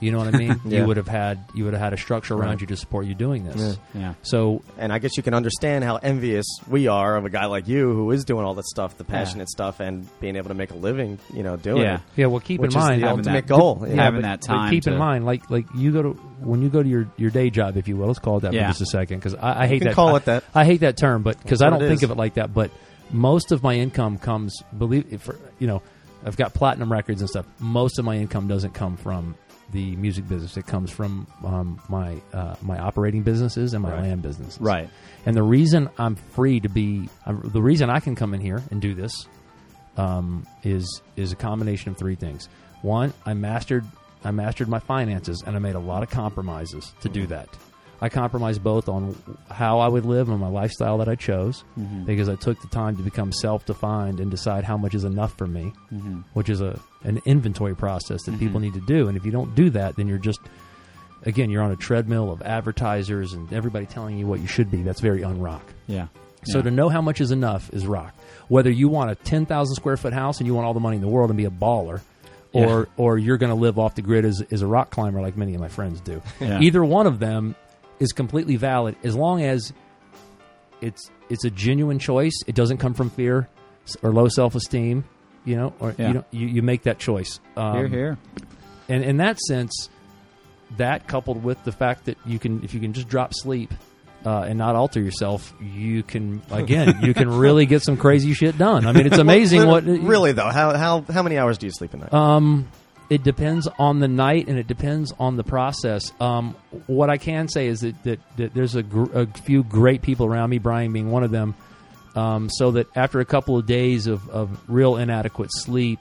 S4: you know what I mean?
S3: Yeah.
S4: You would have had you would have had a structure around you to support you doing this.
S2: Yeah. Yeah.
S4: So
S3: And I guess you can understand how envious we are of a guy like you who is doing all that stuff, the passionate stuff, and being able to make a living, you know, doing
S2: Yeah.
S3: it.
S4: yeah, well keep
S3: Which
S4: in
S3: is
S4: mind
S3: the
S2: Having
S3: ultimate
S2: that-
S3: goal.
S2: Yeah, having
S4: but-
S2: that
S4: but
S2: time
S4: keep in
S2: to-
S4: mind, like like you go to when you go to your, your day job, if you will, let's call it that
S2: Yeah.
S4: for just a second because I, I hate
S3: can
S4: that.
S3: call
S4: I,
S3: it that.
S4: I hate that term, but because I
S3: what
S4: don't
S3: it
S4: think
S3: is.
S4: of it like that. But most of my income comes believe if, you know I've got platinum records and stuff. Most of my income doesn't come from the music business. It comes from um, my uh, my operating businesses and my
S3: Right.
S4: land businesses.
S2: Right.
S4: And the reason I'm free to be, I'm, the reason I can come in here and do this um, is is a combination of three things. One, I mastered I mastered my finances and I made a lot of compromises to do that. I compromised both on how I would live and my lifestyle that I chose because I took the time to become self-defined and decide how much is enough for me,
S2: Mm-hmm.
S4: which is a an inventory process that people need to do. And if you don't do that, then you're just again you're on a treadmill of advertisers and everybody telling you what you should be. That's very unrock.
S2: Yeah.
S4: So to know how much is enough is rock. Whether you want a ten thousand square foot house and you want all the money in the world and be a baller, or or you're going to live off the grid as, as a rock climber like many of my friends do.
S2: Yeah.
S4: Either one of them is completely valid as long as it's it's a genuine choice. It doesn't come from fear s- or low self esteem. You know, or
S2: Yeah.
S4: you, don't, you you make that choice. Um,
S2: here, here.
S4: and in that sense, that coupled with the fact that you can, if you can just drop sleep uh, and not alter yourself, you can again, you can really get some crazy shit done. I mean, it's amazing
S3: Well,
S4: what
S3: really though? How how how many hours do you sleep a night?
S4: Um, it depends on the night and it depends on the process. Um, what I can say is that that, that there's a, gr- a few great people around me, Brian being one of them. Um, so that after a couple of days of, of real inadequate sleep,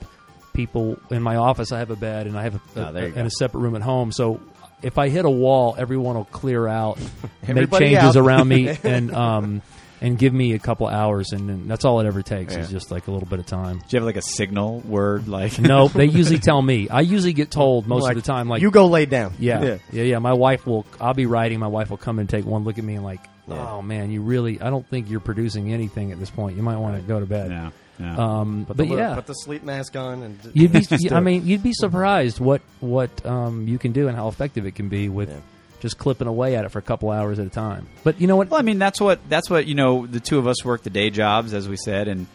S4: people in my office, I have a bed and I have a,
S3: Ah, there you go.
S4: and a separate room at home. So if I hit a wall, everyone will clear out, make
S3: Everybody out.
S4: changes around me, and um, and give me a couple hours, and, and that's all it ever takes is
S2: Yeah.
S4: just like a little bit of time.
S2: Do you have like a signal word? Like
S4: No, they usually tell me. I usually get told most
S3: Like,
S4: of the time, like
S3: you go lay down.
S4: yeah, yeah, yeah, My wife will. I'll be writing. My wife will come and take one look at me and like,
S3: Yeah.
S4: oh man, you really. I don't think you're producing anything at this point. You might want to go to bed.
S2: Yeah, yeah.
S4: Um,
S3: Put
S4: but
S3: the, lid-
S4: yeah,
S3: put the sleep mask on, and d-
S4: you'd be.
S3: just do
S4: I
S3: it.
S4: mean, you'd be surprised what what um, you can do and how effective it can be with
S3: Yeah.
S4: just clipping away at it for a couple hours at a time. But you know what?
S2: Well, I mean, that's what that's what you know. The two of us work the day jobs, as we said, and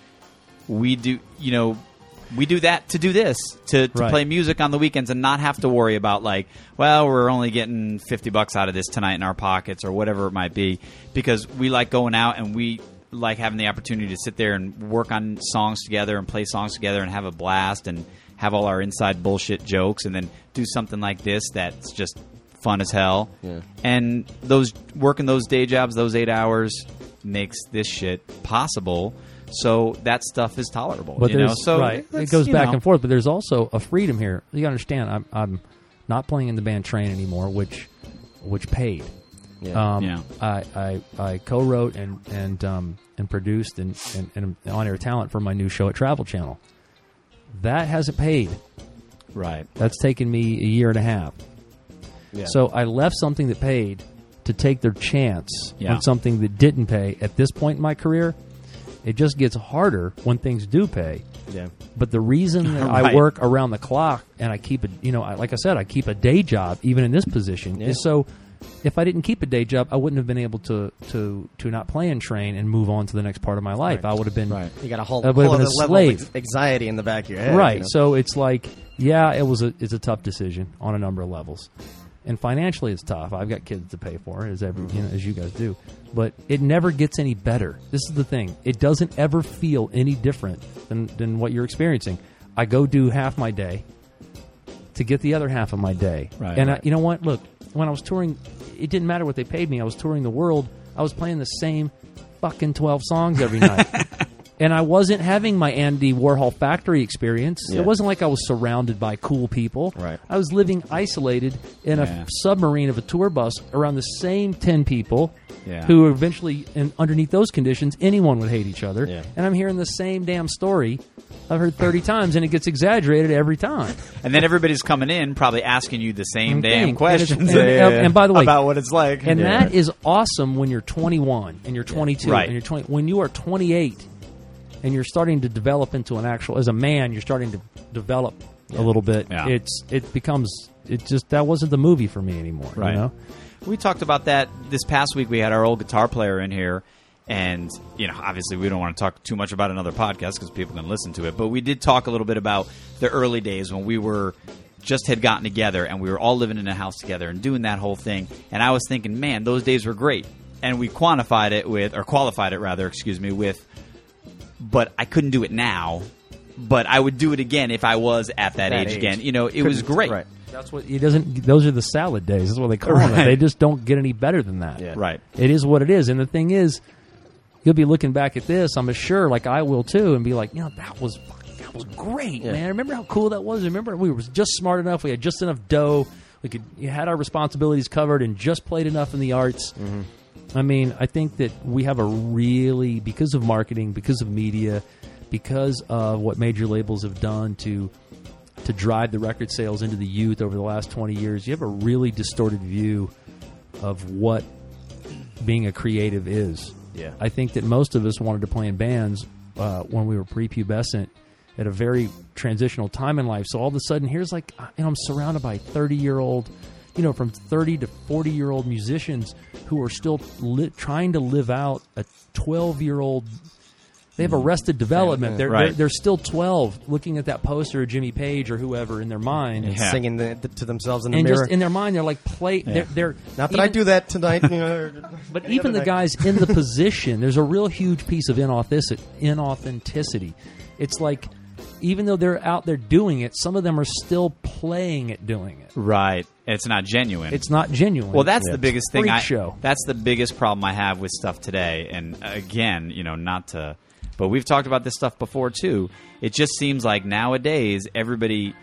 S2: we do. You know, we do that to do this to, to
S4: Right.
S2: play music on the weekends and not have to worry about like, well, we're only getting fifty bucks out of this tonight in our pockets or whatever it might be, because we like going out and we like having the opportunity to sit there and work on songs together and play songs together and have a blast and have all our inside bullshit jokes and then do something like this that's just fun as hell
S3: Yeah.
S2: and those working those day jobs those eight hours makes this shit possible so that stuff is tolerable
S4: But
S2: you
S4: there's
S2: know so
S4: right, it
S2: that's,
S4: goes
S2: you
S4: back
S2: know.
S4: and forth. But there's also a freedom here. You understand? I'm, I'm not playing in the band Train anymore, which which paid.
S3: Yeah.
S4: Um,
S2: Yeah.
S4: I, I I co-wrote and and um, and produced and and, and on-air talent for my new show at Travel Channel. That hasn't paid.
S2: right
S4: That's taken me a year and a half.
S3: Yeah.
S4: So I left something that paid to take their chance
S2: Yeah.
S4: on something that didn't pay. At this point in my career, it just gets harder when things do pay.
S3: yeah,
S4: But the reason that I
S2: Right.
S4: work around the clock and I keep a you know, I, like I said, I keep a day job even in this position is so if I didn't keep a day job, I wouldn't have been able to to to not play and train and move on to the next part of my life. I would have been
S3: you got a whole,
S4: I
S3: whole
S4: would've been
S3: other
S4: uh, a
S3: level of
S4: slave.
S3: ex- anxiety in the back of your head.
S4: right.
S3: you know?
S4: So it's like, yeah, it was a it's a tough decision on a number of levels, and financially it's tough. I've got kids to pay for, as every you know, as you guys do, but it never gets any better. This is the thing; it doesn't ever feel any different than than what you're experiencing. I go do half my day to get the other half of my day,
S2: Right,
S4: and I,
S2: right.
S4: you know what? Look, when I was touring, it didn't matter what they paid me. I was touring the world. I was playing the same fucking twelve songs every night. and I wasn't having my Andy Warhol factory experience.
S3: Yeah.
S4: It wasn't like I was surrounded by cool people.
S3: Right.
S4: I was living isolated in a
S2: Yeah.
S4: submarine of a tour bus around the same 10 people
S2: Yeah.
S4: who eventually, in, underneath those conditions, anyone would hate each other.
S3: Yeah.
S4: And I'm hearing the same damn story I've heard 30 times, and it gets exaggerated every time.
S2: and then everybody's coming in probably asking you the same
S4: Thing.
S2: damn
S4: And it's-
S2: questions
S4: and- and- and by the way-
S2: about what it's like
S4: And
S2: Yeah.
S4: that is awesome when you're 21 and you're 22
S2: Right.
S4: and you're 20. When you are 28 and you're starting to develop into an actual as a man, you're starting to develop a little bit.
S2: Yeah.
S4: It's it becomes it just that wasn't the movie for me anymore.
S2: Right.
S4: You know?
S2: We talked about that this past week. We had our old guitar player in here, and you know, obviously, we don't want to talk too much about another podcast because people can listen to it. But we did talk a little bit about the early days when we were just had gotten together and we were all living in a house together and doing that whole thing. And I was thinking, man, those days were great. And we quantified it with, or qualified it rather, excuse me, with but I couldn't do it now. But I would do it again if I was at that,
S3: That
S2: age,
S3: age.
S2: again. You know, it was
S3: Couldn't-
S2: great.
S3: Right.
S4: That's what it doesn't. Those are the salad days. That's what they call them.
S2: Right.
S4: They just don't get any better than that.
S3: Yeah.
S2: Right.
S4: It is what it is. And the thing is, you'll be looking back at this, I'm sure, like I will too, and be like, you know, that was fucking- that was great, man. Remember how cool that was? Remember we were just smart enough, we had just enough dough, we could you had our responsibilities covered and just played enough in the arts. I mean, I think that we have a really because of marketing, because of media, because of what major labels have done to to drive the record sales into the youth over the last 20 years, you have a really distorted view of what being a creative is.
S3: Yeah.
S4: I think that most of us wanted to play in bands uh, when we were prepubescent at a very transitional time in life. So all of a sudden, here's like, uh, you know, I'm surrounded by 30 year old, you know, from 30 to 40 year old musicians who are still li- trying to live out a 12 year old. They have arrested development. They're,
S2: Right.
S4: they're, they're still 12 looking at that poster of Jimmy Page or whoever in their mind.
S3: And
S2: Yeah.
S3: Singing the, to themselves in the
S4: And
S3: mirror.
S4: just in their mind, they're like, play. They're, they're
S3: Not that I
S4: even-
S3: do that tonight. you know, or-
S4: but
S3: any
S4: even
S3: other
S4: the
S3: night.
S4: guys in the position, there's a real huge piece of inauthentic, inauthenticity. It's like, even though they're out there doing it, some of them are still playing at doing it.
S2: Right. It's not genuine.
S4: It's not genuine.
S2: Well, that's
S3: Yeah.
S2: the biggest
S4: Freak
S2: thing. I,
S4: show.
S2: That's the biggest problem I have with stuff today. And again, you know, not to, but we've talked about this stuff before too. It just seems like nowadays everybody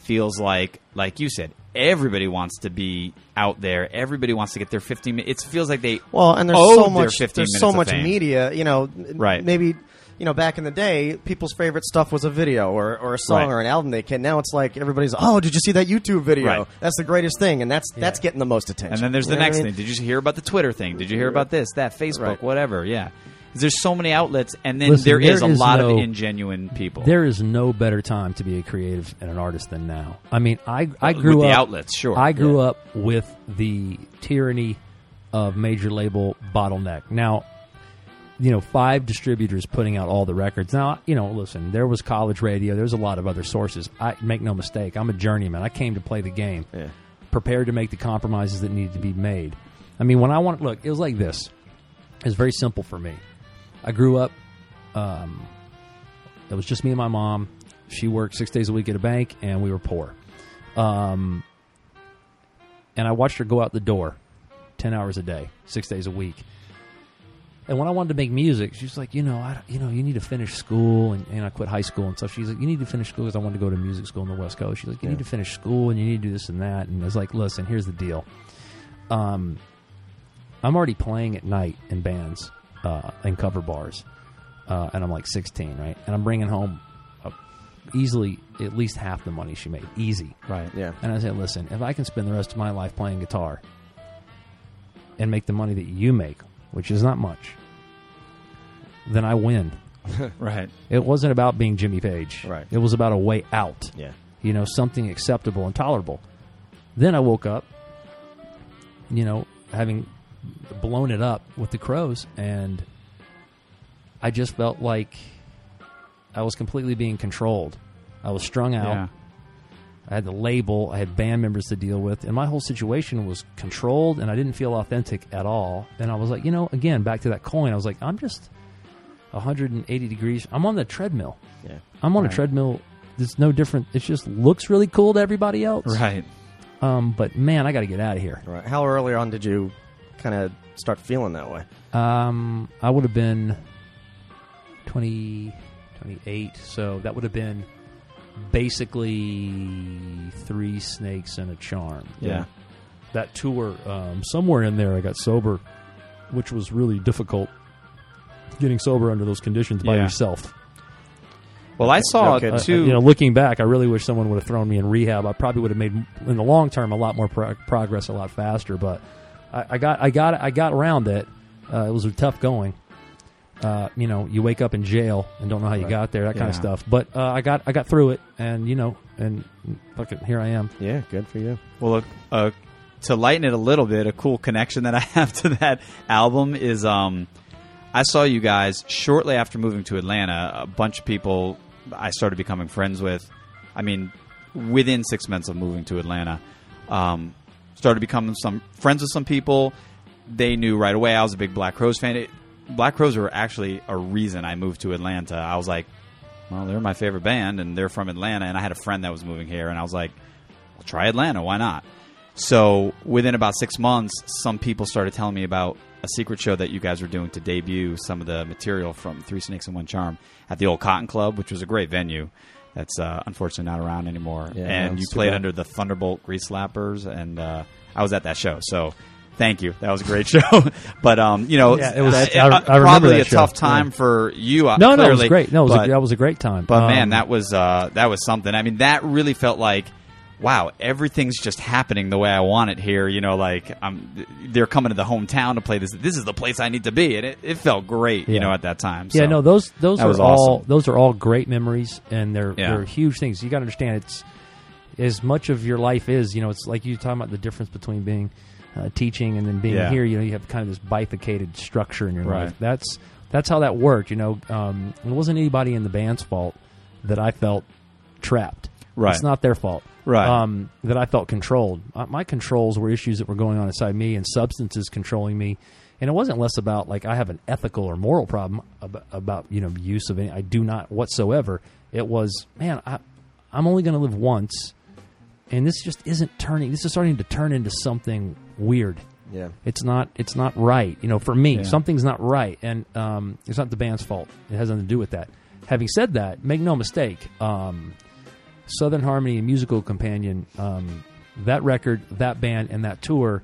S2: feels like, like you said, everybody wants to be out there. Everybody wants to get their 15 minutes. It feels like they
S3: Well, and there's
S2: owe
S3: so
S2: their
S3: much
S2: 15
S3: there's
S2: minutes
S3: so
S2: of
S3: much
S2: fame.
S3: media, you know, m-
S2: Right.
S3: maybe you know, back in the day, people's favorite stuff was a video or, or a song
S2: Right.
S3: or an album they can. Now it's like everybody's, "Oh, did you see that YouTube video?"
S2: Right.
S3: That's the greatest thing, and that's that's getting the most attention.
S2: And then there's
S3: You
S2: the
S3: know what I
S2: next
S3: mean?
S2: thing. Did you hear about the Twitter thing? Did you hear about this, that, Facebook,
S3: Right.
S2: whatever? Yeah. There's so many outlets, and then
S4: Listen,
S2: there
S4: there
S2: is a
S4: is
S2: lot
S4: no-
S2: of ingenuine people.
S4: There is no better time to be a creative and an artist than now. I mean, I I
S2: With
S4: grew
S2: the
S4: up
S2: outlets, sure.
S4: I grew up with the tyranny of major label bottleneck. Now, you know, five distributors putting out all the records. Now, you know, listen, there was college radio, there's a lot of other sources. I make no mistake, I'm a journeyman. I came to play the game. Prepared to make the compromises that needed to be made. I mean, when I want look, it was like this. It's very simple for me. I grew up um, it was just me and my mom. She worked six days a week at a bank, and we were poor. Um, and I watched her go out the door 10 hours a day, six days a week. And when I wanted to make music, she's like, you know, I, you know, you need to finish school, and, and I quit high school and stuff. She's like, you need to finish school because I wanted to go to music school in the West Coast. She's like, you need to finish school and you need to do this and that. And I was like, listen, here's the deal. Um, I'm already playing at night in bands uh, and cover bars, uh, and I'm like 16, right? And I'm bringing home uh easily at least half the money she made, easy.
S2: right.
S3: Yeah.
S4: And I said, listen, if I can spend the rest of my life playing guitar and make the money that you make, which is not much, then I win.
S2: Right.
S4: It wasn't about being Jimmy Page.
S3: Right.
S4: It was about a way out
S3: Yeah.
S4: you know, something acceptable and tolerable. Then I woke up, you know, having blown it up with the crows, and I just felt like I was completely being controlled. I was strung out.
S2: Yeah.
S4: I had the label, I had band members to deal with, and my whole situation was controlled, and I didn't feel authentic at all. And I was like, you know, again, back to that coin, I was like, I'm just 180 degrees. I'm on the treadmill.
S3: Yeah.
S4: I'm on
S2: Right.
S4: a treadmill. It's no different. It just looks really cool to everybody else.
S2: Right.
S4: Um, but man, I got to get out of here.
S3: Right. How early on did you kind of start feeling that way?
S4: Um, I would have been 20, 28. So that would have been basically three snakes and a charm.
S2: Yeah.
S4: That tour, um, somewhere in there, I got sober, which was really difficult. Getting sober under those conditions by
S2: Yeah.
S4: yourself.
S2: Well, I saw
S3: Okay.
S2: it
S4: Uh,
S2: too.
S4: you know, looking back, I really wish someone would have thrown me in rehab. I probably would have made, in the long term, a lot more pro- progress, a lot faster. But I, I got, I got, I got around it. Uh, it was tough going. Uh, you know, you wake up in jail and don't know how you got there, that kind of
S2: Yeah.
S4: stuff. But uh, I got, I got through it, and you know, and fucking here I am.
S3: Yeah, good for you.
S2: Well, a, a, to lighten it a little bit, a cool connection that I have to that album is um, I saw you guys shortly after moving to Atlanta. A bunch of people I started becoming friends with. I mean, within six months of moving to Atlanta, um, started becoming some friends with some people. They knew right away I was a big Black Crows fan. It, Black Crows were actually a reason I moved to Atlanta. I was like, well, they're my favorite band, and they're from Atlanta. And I had a friend that was moving here, and I was like, well, try Atlanta. Why not? So within about six months, some people started telling me about a secret show that you guys were doing to debut some of the material from Three Snakes and One Charm at the Old Cotton Club, which was a great venue. That's uh, unfortunately not around anymore.
S3: Yeah,
S2: and
S3: that's
S2: you
S3: too
S2: played
S3: bad.
S2: under the Thunderbolt Grease Slappers, and uh, I was at that show. So thank you. That was a great show. but um, you know,
S4: Yeah, it was-
S2: that- uh,
S4: I- I remember
S2: probably
S4: that
S2: a
S4: show.
S2: tough time for you. uh,
S4: No, no, it was
S2: clearly,
S4: great. No, it was
S2: but-
S4: a, that was a great time.
S2: but
S4: Um,
S2: man, that was uh, that was something. I mean, that really felt like, wow, everything's just happening the way I want it here. You know, like I'm, they're coming to the hometown to play this. This is the place I need to be, and it, it felt great. You
S4: Yeah.
S2: know, at that time.
S4: Yeah,
S2: So,
S4: no, those those
S2: That
S4: are
S2: was
S4: all
S2: awesome.
S4: those are all great memories, and they're
S2: Yeah.
S4: they're huge things. You got to understand, it's as much of your life is. You know, it's like you talking about the difference between being uh, teaching and then being
S2: Yeah.
S4: here. You know, you have kind of this bifurcated structure in your
S2: Right.
S4: life. That's that's how that worked. You know, um, it wasn't anybody in the band's fault that I felt trapped.
S2: Right.
S4: it's not their fault.
S2: Right.
S4: um, that I felt controlled. Uh, my controls were issues that were going on inside me, and substances controlling me. And it wasn't less about like I have an ethical or moral problem ab- about you know use of any. I do not whatsoever. It was man, I, I'm only going to live once, and this just isn't turning. This is starting to turn into something weird.
S3: Yeah.
S4: It's not. It's not right. You know, for me,
S2: Yeah.
S4: something's not right, and um, it's not the band's fault. It has nothing to do with that. Having said that, make no mistake. Um, Southern Harmony and Musical Companion, um, that record, that band, and that tour,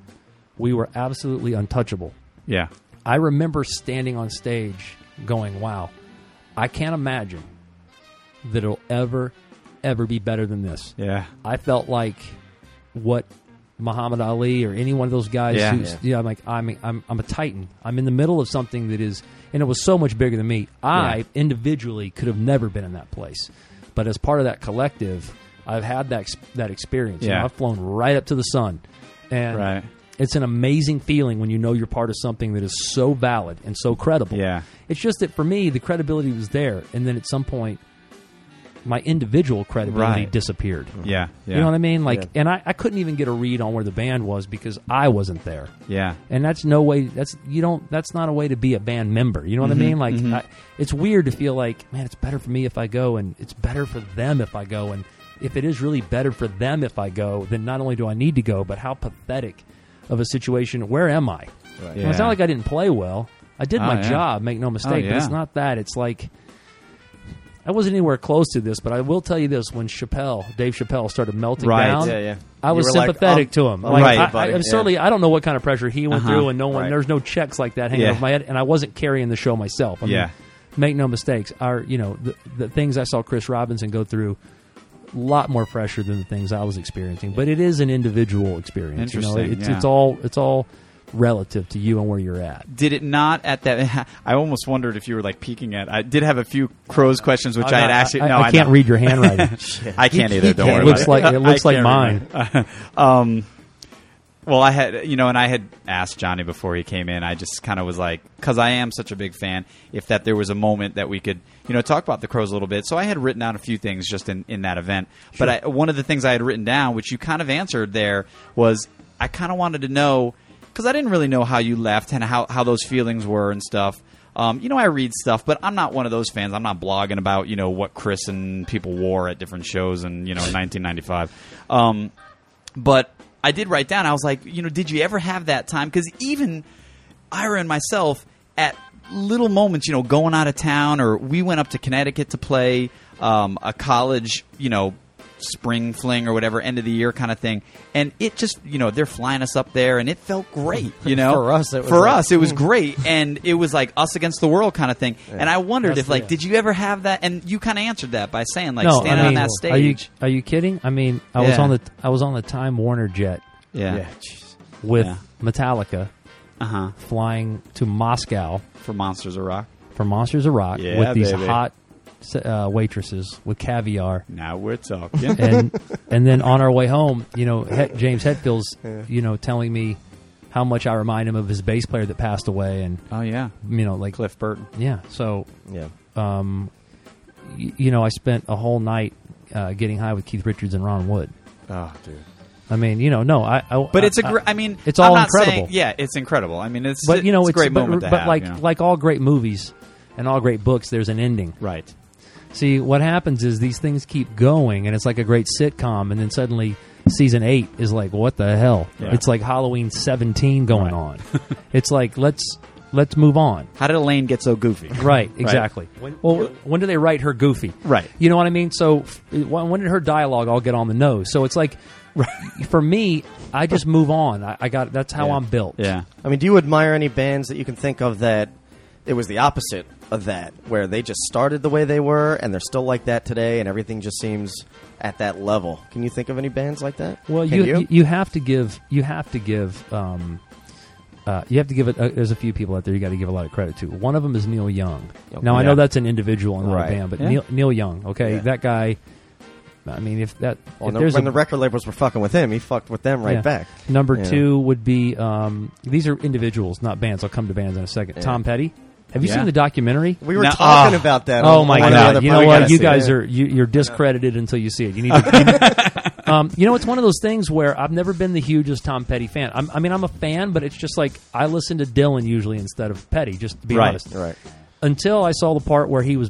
S4: we were absolutely untouchable.
S2: Yeah.
S4: I remember standing on stage going, wow, I can't imagine that it'll ever, ever be better than this.
S2: Yeah.
S4: I felt like what Muhammad Ali or any one of those guys
S2: Yeah.
S4: who's, yeah. I'm like, I'm, I'm, I'm a titan. I'm in the middle of something that is, and it was so much bigger than me. I
S2: Yeah.
S4: individually could have never been in that place. But as part of that collective, I've had that, ex- that experience. You know,
S2: Yeah.
S4: I've flown right up to the sun. And
S2: Right.
S4: it's an amazing feeling when you know you're part of something that is so valid and so credible.
S2: Yeah.
S4: It's just that for me, the credibility was there, and then at some point, my individual credibility
S2: Right. Mm-hmm.
S4: disappeared.
S2: Yeah. Yeah.
S4: You know what I mean? Like,
S3: Yeah.
S4: and I, I couldn't even get a read on where the band was because I wasn't there.
S2: Yeah.
S4: And that's no way. That's you don't. That's not a way to be a band member. You know what I mean? Like, I, it's weird to feel like, man, it's better for me if I go, and it's better for them if I go, and if it is really better for them if I go, then not only do I need to go, but how pathetic of a situation. Where am I?
S2: Yeah.
S4: Well, it's not like I didn't play well. I did
S2: Oh,
S4: my
S2: yeah.
S4: job, make no mistake. But
S2: yeah.
S4: it's not that. It's like I wasn't anywhere close to this, but I will tell you this: when Chappelle, Dave Chappelle, started melting
S2: Right.
S4: down,
S3: Yeah, yeah.
S4: I
S3: You
S4: was
S3: were like, "Oh,
S4: sympathetic
S3: I'm-
S4: to him.
S3: I'm
S4: Like,
S2: right,
S4: I- I,
S3: buddy.
S4: am
S3: Yeah.
S4: certainly, I don't know what kind of pressure he went
S2: Uh-huh.
S4: through, and no one,
S3: Right.
S4: there's no checks like that hanging
S2: Yeah.
S4: off my head, and I wasn't carrying the show myself. I mean,
S2: Yeah.
S4: make no mistakes. Our, you know, the, the things I saw Chris Robinson go through. A lot more pressure than the things I was experiencing, but it is an individual experience. You know,
S2: Interesting,
S4: it's
S2: yeah.
S4: it's all it's all relative to you and where you're at.
S2: did it not at that? I almost wondered if you were like peeking at. I did have a few crows questions, which I, had asked you. No,
S4: Oh, I, can't
S2: know.
S4: read your handwriting.
S2: I can't either. Don't
S4: It
S2: worry.
S4: looks
S2: about
S4: like- it looks
S2: I
S4: like
S2: can't
S4: mine.
S2: read um, well, I had you know, and I had asked Johnny before he came in. I just kind of was like, because I am such a big fan. If that there was a moment that we could you know talk about the crows a little bit, so I had written down a few things just in in that event. But I, one of the things I had written down, which you kind of answered there, was I kind of wanted to know because I didn't really know how you left and how how those feelings were and stuff. Um, you know, I read stuff, but I'm not one of those fans. I'm not blogging about you know what Chris and people wore at different shows and you know 1995. Um, but I did write down. I was like, you know, did you ever have that time? Because even Ira and myself at little moments, you know, going out of town, or we went up to Connecticut to play um, a college, you know, spring fling or whatever, end of the year kind of thing, and it just, you know, they're flying us up there, and it felt great, you know,
S3: For us, it was
S2: for
S3: like-
S2: us, it was great, and it was like us against the world kind of thing. And I wondered if, like,
S4: yeah.
S2: did you ever have that? And you kind of answered that by saying, like,
S4: no,
S2: standing
S4: I mean,
S2: on that
S4: Are you,
S2: stage,
S4: are you kidding? I mean, I was
S2: Yeah.
S4: on the I was on the Time Warner jet
S2: yeah,
S3: Yeah, jeez.
S4: with
S2: Yeah.
S4: Metallica
S2: uh huh,
S4: flying to Moscow
S2: for Monsters of Rock.
S4: for Monsters of Rock
S2: Yeah,
S4: with these
S2: baby.
S4: hot uh, waitresses with caviar.
S2: Now we're talking.
S4: and and then on our way home, you know, he- James Hetfield's, you know, telling me how much I remind him of his bass player that passed away, and
S2: oh yeah,
S4: you know, like
S2: Cliff Burton.
S4: yeah. So
S3: Yeah.
S4: um, y- you know, I spent a whole night uh, getting high with Keith Richards and Ron Wood.
S3: Oh, dude.
S4: I mean, you know, no, I. I
S2: But it's a
S4: I-
S2: great. I mean,
S4: Uh, it's
S2: I'm
S4: all
S2: not
S4: incredible.
S2: Saying, yeah, it's incredible. I mean, it's
S4: but you know,
S2: it's,
S4: it's,
S2: a great
S4: but,
S2: moment. to
S4: but
S2: have,
S4: like
S2: you know.
S4: like all great movies and all great books, there's an ending.
S2: right,
S4: See, what happens is these things keep going, and it's like a great sitcom, and then suddenly season eight is like, what the hell?
S2: Yeah.
S4: It's like Halloween seventeen going on. it's like let's let's move on.
S2: how did Elaine get so goofy?
S4: Right, exactly. well, when do they write her goofy?
S2: Right.
S4: You know what I mean? So f- when when did her dialogue all get on the nose? So it's like, for me, I just move on. I, I got that's how
S3: Yeah.
S4: I'm built.
S2: Yeah,
S3: I mean, do you admire any bands that you can think of that it was the opposite of that, where they just started the way they were and they're still like that today, and everything just seems at that level? Can you think of any bands like that?
S4: Well,
S3: Can
S4: you, you you have to give you have to give um, uh, you have to give it. Uh, there's a few people out there you got to give a lot of credit to. One of them is Neil Young.
S3: Okay.
S4: Now I know
S3: Oh, Yeah.
S4: that's an individual and not
S3: Right.
S4: a band, but
S2: Yeah.
S4: Neil, Neil Young. Okay,
S3: Yeah.
S4: that guy. I mean, if that
S3: Well,
S4: if
S3: no-
S4: there's
S3: when the
S4: a,
S3: record labels were fucking with him, he fucked with them right
S4: yeah.
S3: back.
S4: Number
S3: Yeah.
S4: two would be um, these are individuals, not bands. I'll come to bands in a second.
S3: Yeah.
S4: Tom Petty. Have you
S2: Yeah.
S4: seen the documentary?
S3: We were
S2: Now-
S3: talking
S2: ah.
S3: about that.
S4: Oh
S3: on
S4: my
S3: one of the
S4: god!
S3: other
S4: You know
S3: podcasts.
S4: what? You
S3: Yeah.
S4: guys are you, you're discredited until you see it. You need. To, you, need- um, you know, it's one of those things where I've never been the hugest Tom Petty fan. I'm, I mean, I'm a fan, but it's just like I listen to Dylan usually instead of Petty. Just to be
S2: Right,
S4: honest,
S3: right.
S4: Until I saw the part where he was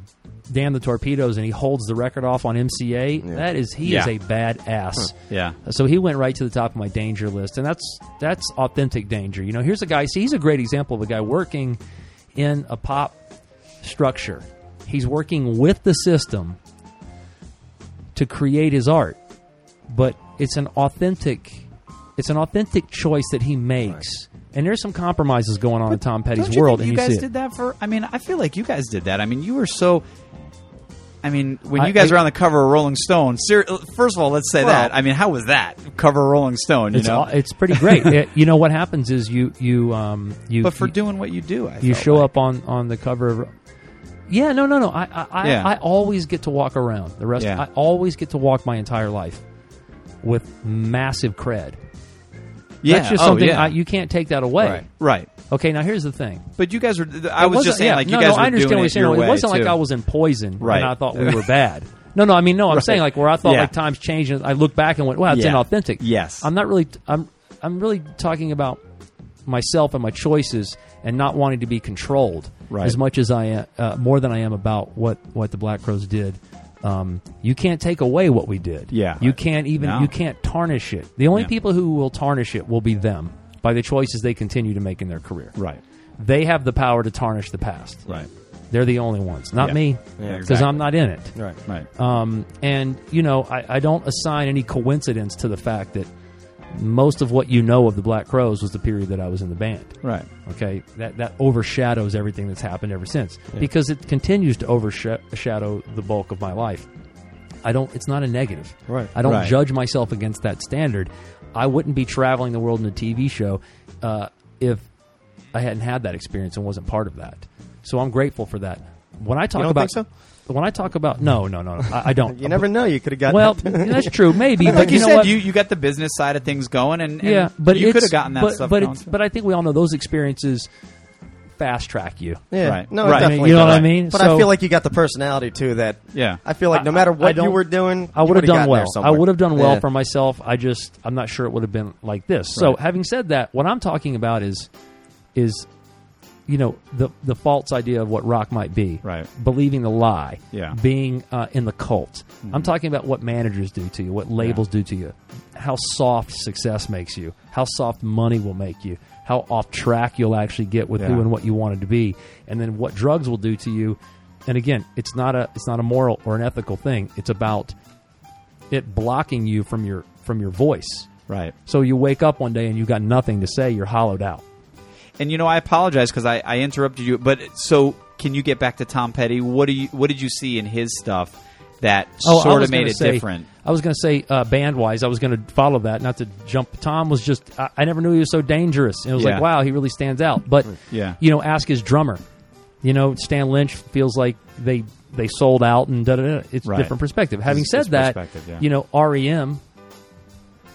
S4: damn the torpedoes and he holds the record off on MCA.
S3: Yeah.
S4: That is, he
S2: Yeah.
S4: is a badass.
S2: yeah,
S4: So he went right to the top of my danger list, and that's that's authentic danger. You know, here's a guy. See, he's a great example of a guy working in a pop structure. He's working with the system to create his art, but it's an authentic, it's an authentic choice that he makes. And there's some compromises going on in Tom Petty's
S2: Don't you
S4: world,
S2: think
S4: and
S2: you
S4: you
S2: guys
S4: see it.
S2: did that for. I mean, I feel like you guys did that. I mean, you were so. I mean, when
S4: I-
S2: you guys
S4: I-
S2: were on the cover of Rolling Stone, ser- first of all, let's say
S3: Well-
S2: that. I mean, how was that cover of Rolling Stone? You
S4: It's
S2: know,
S4: all- it's pretty great. It- you know what happens is you you um you
S2: but for
S4: you,
S2: doing what you do, I
S4: you
S2: felt
S4: show
S2: like.
S4: up on on the cover of. Yeah, no, no, no. I I, I,
S2: Yeah.
S4: I always get to walk around the rest.
S2: Yeah.
S4: I always get to walk my entire life with massive cred.
S2: Yeah,
S4: That's just
S2: oh,
S4: something
S2: yeah.
S4: I, you can't take that away.
S2: right, right.
S4: Okay, now here's the thing.
S2: But you guys were. I
S4: It
S2: was just
S4: wasn't-
S2: saying,
S4: yeah,
S2: like
S4: no,
S2: you guys
S4: no, I
S2: were
S4: understand
S2: doing
S4: what you're
S2: it
S4: saying.
S2: your
S4: it
S2: way,
S4: wasn't like
S2: too.
S4: I was in poison
S2: Right.
S4: and I thought we were bad. No, no, I mean no. I'm saying like where I thought
S2: Yeah.
S4: like times changed. and I looked back and went, wow, it's
S2: Yeah.
S4: inauthentic.
S2: Yes.
S4: I'm not really. I'm I'm really talking about myself and my choices and not wanting to be controlled
S2: Right.
S4: as much as I am, uh, more than I am about what what the Black Crows did. Um, you can't take away what we did.
S2: Yeah.
S4: you can't even
S2: No.
S4: you can't tarnish it. The only
S2: Yeah.
S4: people who will tarnish it will be them by the choices they continue to make in their career
S2: Right,
S4: they have the power to tarnish the past.
S2: right,
S4: They're the only ones, not
S2: Yeah.
S4: me,
S2: Yeah,
S4: because
S2: exactly.
S4: I'm not in it.
S3: Right.
S2: right.
S4: Um, and you know, I, I don't assign any coincidence to the fact that most of what you know of the Black Crows was the period that I was in the band.
S2: Right.
S4: Okay, that that overshadows everything that's happened ever since because it continues to overshadow the bulk of my life. I don't. It's not a negative.
S3: Right.
S4: I don't
S2: Right.
S4: judge myself against that standard. I wouldn't be traveling the world in a TV show uh, if I hadn't had that experience and wasn't part of that. So I'm grateful for that. When I talk
S3: don't
S4: about
S3: think
S4: when I talk about no, no, no, no, I, I don't. Uh,
S3: You never know. You could have gotten.
S4: Well, that's true. Maybe, but
S2: Like you,
S4: know
S2: said,
S4: what?
S2: you you got the business side of things going, and, and
S4: yeah, but
S2: you could
S4: it's-
S2: have gotten that
S4: but,
S2: stuff.
S4: But
S2: going,
S4: it's,
S2: too.
S4: but I think we all know those experiences fast track you.
S3: yeah.
S2: Right.
S3: No,
S2: Right.
S3: it
S2: I mean,
S3: definitely
S4: you know what
S3: does.
S4: I mean?
S3: But
S4: So-
S3: I feel like you got the personality too. That
S2: Yeah.
S3: I feel like no
S4: I-
S3: matter
S4: I- I
S3: what you
S4: don't-
S3: were doing,
S4: I would have done well. I would have done well
S3: for
S4: for myself. I just I'm not sure it would have been like this. So
S3: Right.
S4: having said that, what I'm talking about is is you know the the false idea of what rock might be,
S2: Right.
S4: Believing the lie,
S2: Yeah.
S4: Being uh, in the cult. I'm talking about what managers do to you, what labels do to you, how soft success makes you, how soft money will make you, how off track you'll actually get with
S2: Yeah.
S4: who and what you wanted to be, and then what drugs will do to you. And again, it's not a it's not a moral or an ethical thing. It's about it blocking you from your from your voice.
S2: right.
S4: So you wake up one day and you got nothing to say. You're hollowed out.
S2: And you know, I apologize because I, I interrupted you. But so, can you get back to Tom Petty? What do you What did you see in his stuff that
S4: Oh, I
S2: sort
S4: was
S2: of made
S4: gonna
S2: it
S4: say-
S2: different?
S4: I was going to say uh, band wise. I was going to follow that, not to jump. Tom was just. I, I never knew he was so dangerous. And it was
S2: Yeah.
S4: like, wow, he really stands out. But
S2: Yeah.
S4: you know, ask his drummer. You know, Stan Lynch feels like they they sold out and da da da. It's
S2: Right.
S4: a different perspective. Having
S2: It's-
S4: said
S2: it's
S4: that,
S2: perspective, yeah.
S4: you know, REM.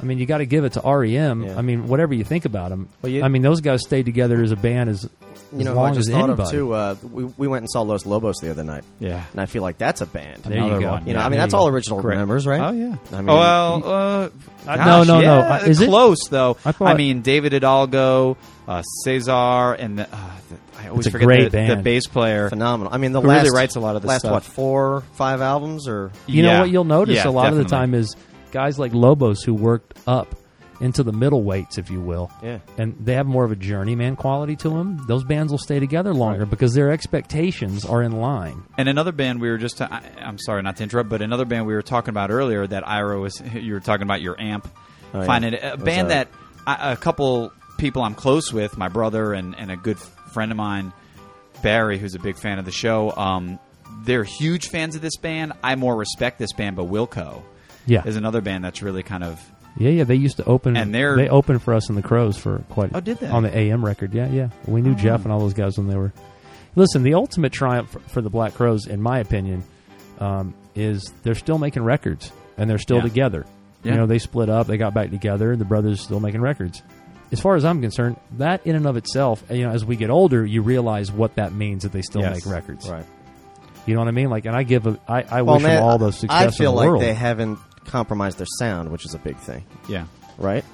S4: I mean, you got to give it to REM.
S3: Yeah.
S4: I mean, whatever you think about them.
S3: Well, you-
S4: I mean, those guys stayed together as a band as
S3: you
S4: as
S3: know. who
S4: long
S3: I just
S4: as
S3: thought
S4: anybody.
S3: of too. Uh, we we went and saw Los Lobos the other night.
S2: Yeah.
S3: and I feel like that's a band.
S4: There you
S2: Another
S4: go.
S2: one.
S3: You know,
S2: Yeah,
S3: I mean,
S4: there
S3: that's
S4: you
S3: all
S4: go.
S3: original members, right?
S2: Oh yeah.
S3: I mean,
S2: well, uh,
S4: I-
S2: gosh,
S4: no, no,
S2: yeah,
S4: no. Uh, is it-
S2: close though?
S4: I
S2: I,
S4: thought-
S2: mean, David Hidalgo, uh, Cesar, and the, uh, the, I always
S4: It's a
S2: forget
S4: great
S2: the, the
S4: band.
S2: bass player.
S3: phenomenal. I mean, the
S2: Who
S3: last
S2: really writes a lot of this
S3: last
S2: stuff.
S3: what four, five albums or
S4: You know
S2: Yeah.
S4: what you'll notice
S2: Yeah,
S4: a lot of the
S2: definitely.
S4: time is guys like Lobos who worked up into the middle weights, if you will.
S3: Yeah.
S4: And they have more of a journeyman quality to them. Those bands will stay together longer because their expectations are in line.
S2: And another band we were just, I, I'm sorry not to interrupt, but another band we were talking about earlier that Ira was, you were talking about your amp.
S3: Oh, yeah.
S2: Finding a
S3: It was,
S2: band
S3: uh,
S2: that I, a couple people I'm close with, my brother and, and a good friend of mine, Barry, who's a big fan of the show, um, they're huge fans of this band. I more respect this band, but Wilco
S4: Yeah.
S2: is another band that's really kind of,
S4: Yeah, yeah. They used to open
S2: And they're-
S4: they opened for us in the Crows for quite
S2: Oh, did they? Oh.
S4: on the AM record. Yeah, yeah. We knew Jeff and all those guys when they were. Listen, the ultimate triumph for, for the Black Crows, in my opinion, um, is they're still making records and they're still
S2: Yeah.
S4: together.
S2: Yeah.
S4: You know, they split up, they got back together, and the brothers still making records. As far as I'm concerned, that in and of itself, you know, as we get older, you realize what that means that they still
S2: Yes.
S4: make records. You know what I mean? Like, and I give, a, I, I
S3: Well,
S4: wish
S3: man,
S4: them all the success
S3: I feel
S4: in the
S3: like
S4: world.
S3: they haven't compromised their sound, which is a big thing,
S2: yeah.
S3: right?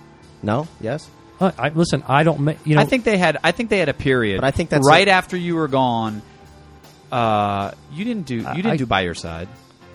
S3: No, yes,
S4: Uh, I, listen, I don't, ma- you know,
S2: I think they had. I think they had a period.
S3: But I think that's
S2: right
S3: a-
S2: after you were gone. Uh, you didn't do. You didn't
S4: I-
S2: do by your side.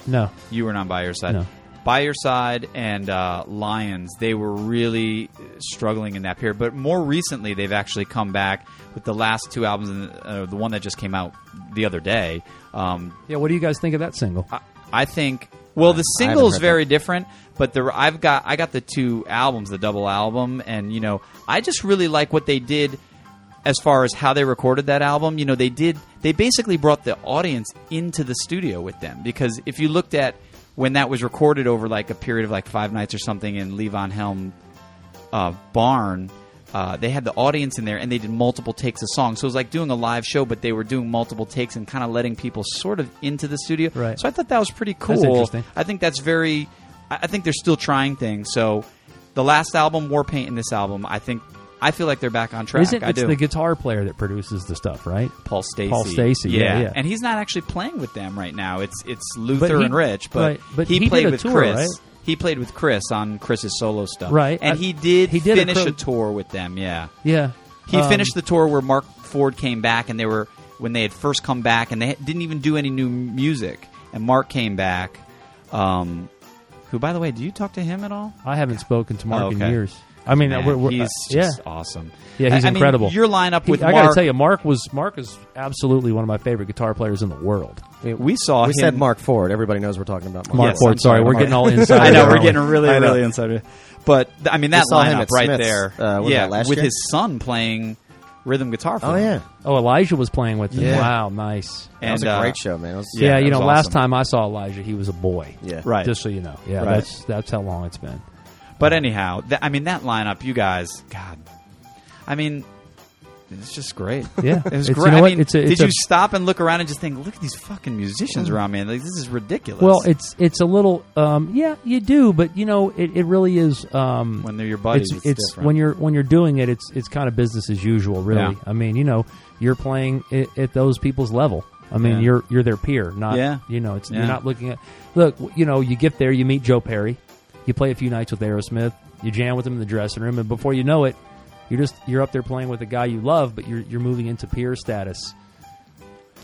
S4: no,
S2: You were not by your side.
S4: No.
S2: By your side and uh, Lions, they were really struggling in that period. But more recently, they've actually come back with the last two albums, and uh, the one that just came out the other day. Um, Uh,
S4: yeah. What do you guys think of that single?
S2: I, I think Well, the
S3: I haven't
S2: single's
S3: heard
S2: very different, but the I've got I got the two albums, the double album, and you know I just really like what they did as far as how they recorded that album. You know, they did they basically brought the audience into the studio with them because if you looked at when that was recorded over like a period of like five nights or something in Levon Helm uh, barn. Uh, they had the audience in there and they did multiple takes of songs. So it was like doing a live show, but they were doing multiple takes and kind of letting people sort of into the studio.
S4: Right.
S2: So I thought that was pretty cool.
S4: interesting.
S2: I think that's very. I I think they're still trying things. So the last album, War Paint, and this album, I think I feel like they're back on track.
S4: Isn't
S2: I
S4: it's
S2: do.
S4: the guitar player that produces the stuff, right?
S2: Paul Stacy.
S4: Paul Stacey, yeah, yeah.
S2: And he's not actually playing with them right now. It's it's
S4: But
S2: Luther
S4: he-
S2: and Rich, but,
S4: right, but he did
S2: played
S4: a
S2: with
S4: tour,
S2: Chris.
S4: right?
S2: He played with Chris on Chris's solo stuff.
S4: Right.
S2: And
S4: I-
S2: he did
S4: he did a
S2: finish
S4: cro-
S2: a tour with them, yeah.
S4: Yeah.
S2: He
S4: Um,
S2: finished the tour where Mark Ford came back, and they were when they had first come back, and they didn't even do any new music. And Mark came back, um, who, by the way, do you talk to him at all?
S4: I haven't spoken to Mark
S2: Oh,
S4: in
S2: okay.
S4: years. I mean, uh,
S2: Man,
S4: we're, we're,
S2: he's
S4: yeah,
S2: just awesome.
S4: yeah, he's
S2: I- I mean,
S4: incredible.
S2: your lineup
S4: He-
S2: with
S4: I
S2: Mark,
S4: gotta tell you, Mark was Mark is absolutely one of my favorite guitar players in the world.
S2: we saw
S3: we
S2: him.
S3: said Mark Ford. Everybody knows we're talking about Mark.
S4: Mark
S2: Yes,
S4: Ford.
S2: I'm
S4: sorry,
S2: sorry,
S4: we're
S2: Mark.
S4: getting all inside.
S2: I know
S4: here,
S2: we're
S4: aren't we?
S2: getting really,
S3: I know.
S2: really inside. of it. But th- I mean that
S3: saw him
S2: lineup
S3: at
S2: right
S3: Smith's,
S2: there,
S3: uh, what was
S2: yeah,
S3: that, last
S2: with
S3: year?
S2: his son playing rhythm guitar. For
S3: Oh
S2: him.
S3: yeah,
S4: Oh, Elijah was playing with them.
S3: Yeah.
S4: Wow, nice.
S3: that was
S2: And,
S3: a
S2: uh,
S3: great show, man. It was-
S2: Yeah,
S4: Yeah,
S2: that
S4: you know,
S2: was
S4: last
S2: awesome.
S4: time I saw Elijah, he was a boy.
S3: yeah,
S2: right.
S4: Just so you know. Yeah,
S2: Right.
S4: that's that's how long it's been.
S2: But anyhow, th- I mean that lineup, you guys, God, I mean, it's just great.
S4: Yeah,
S2: It was
S4: It's-
S2: great.
S4: You know
S2: I
S4: what?
S2: mean,
S4: it's a,
S2: did
S4: it's
S2: you
S4: a-
S2: stop and look around and just think, look at these fucking musicians around me? Like, this is ridiculous.
S4: well, it's it's a little. Um, yeah, you do, but you know, it, it really is. Um,
S2: when they're your buddies,
S4: it's,
S2: it's,
S4: it's
S2: different.
S4: when you're when you're doing it, it's it's kind of business as usual, really.
S2: Yeah.
S4: I mean, you know, you're playing at, at those people's level. I mean,
S2: Yeah.
S4: you're you're their peer, not
S2: Yeah.
S4: you know, it's you're
S2: Yeah.
S4: not looking at. Look, w- you know, you get there, you meet Joe Perry, you play a few nights with Aerosmith, you jam with him in the dressing room, and before you know it, you're just you're up there playing with a guy you love, but you're you're moving into peer status.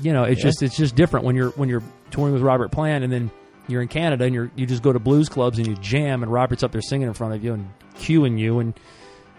S4: You know, it's just it's just different when you're when you're touring with Robert Plant, and then you're in Canada and you're you just go to blues clubs and you jam, and Robert's up there singing in front of you and cueing you, and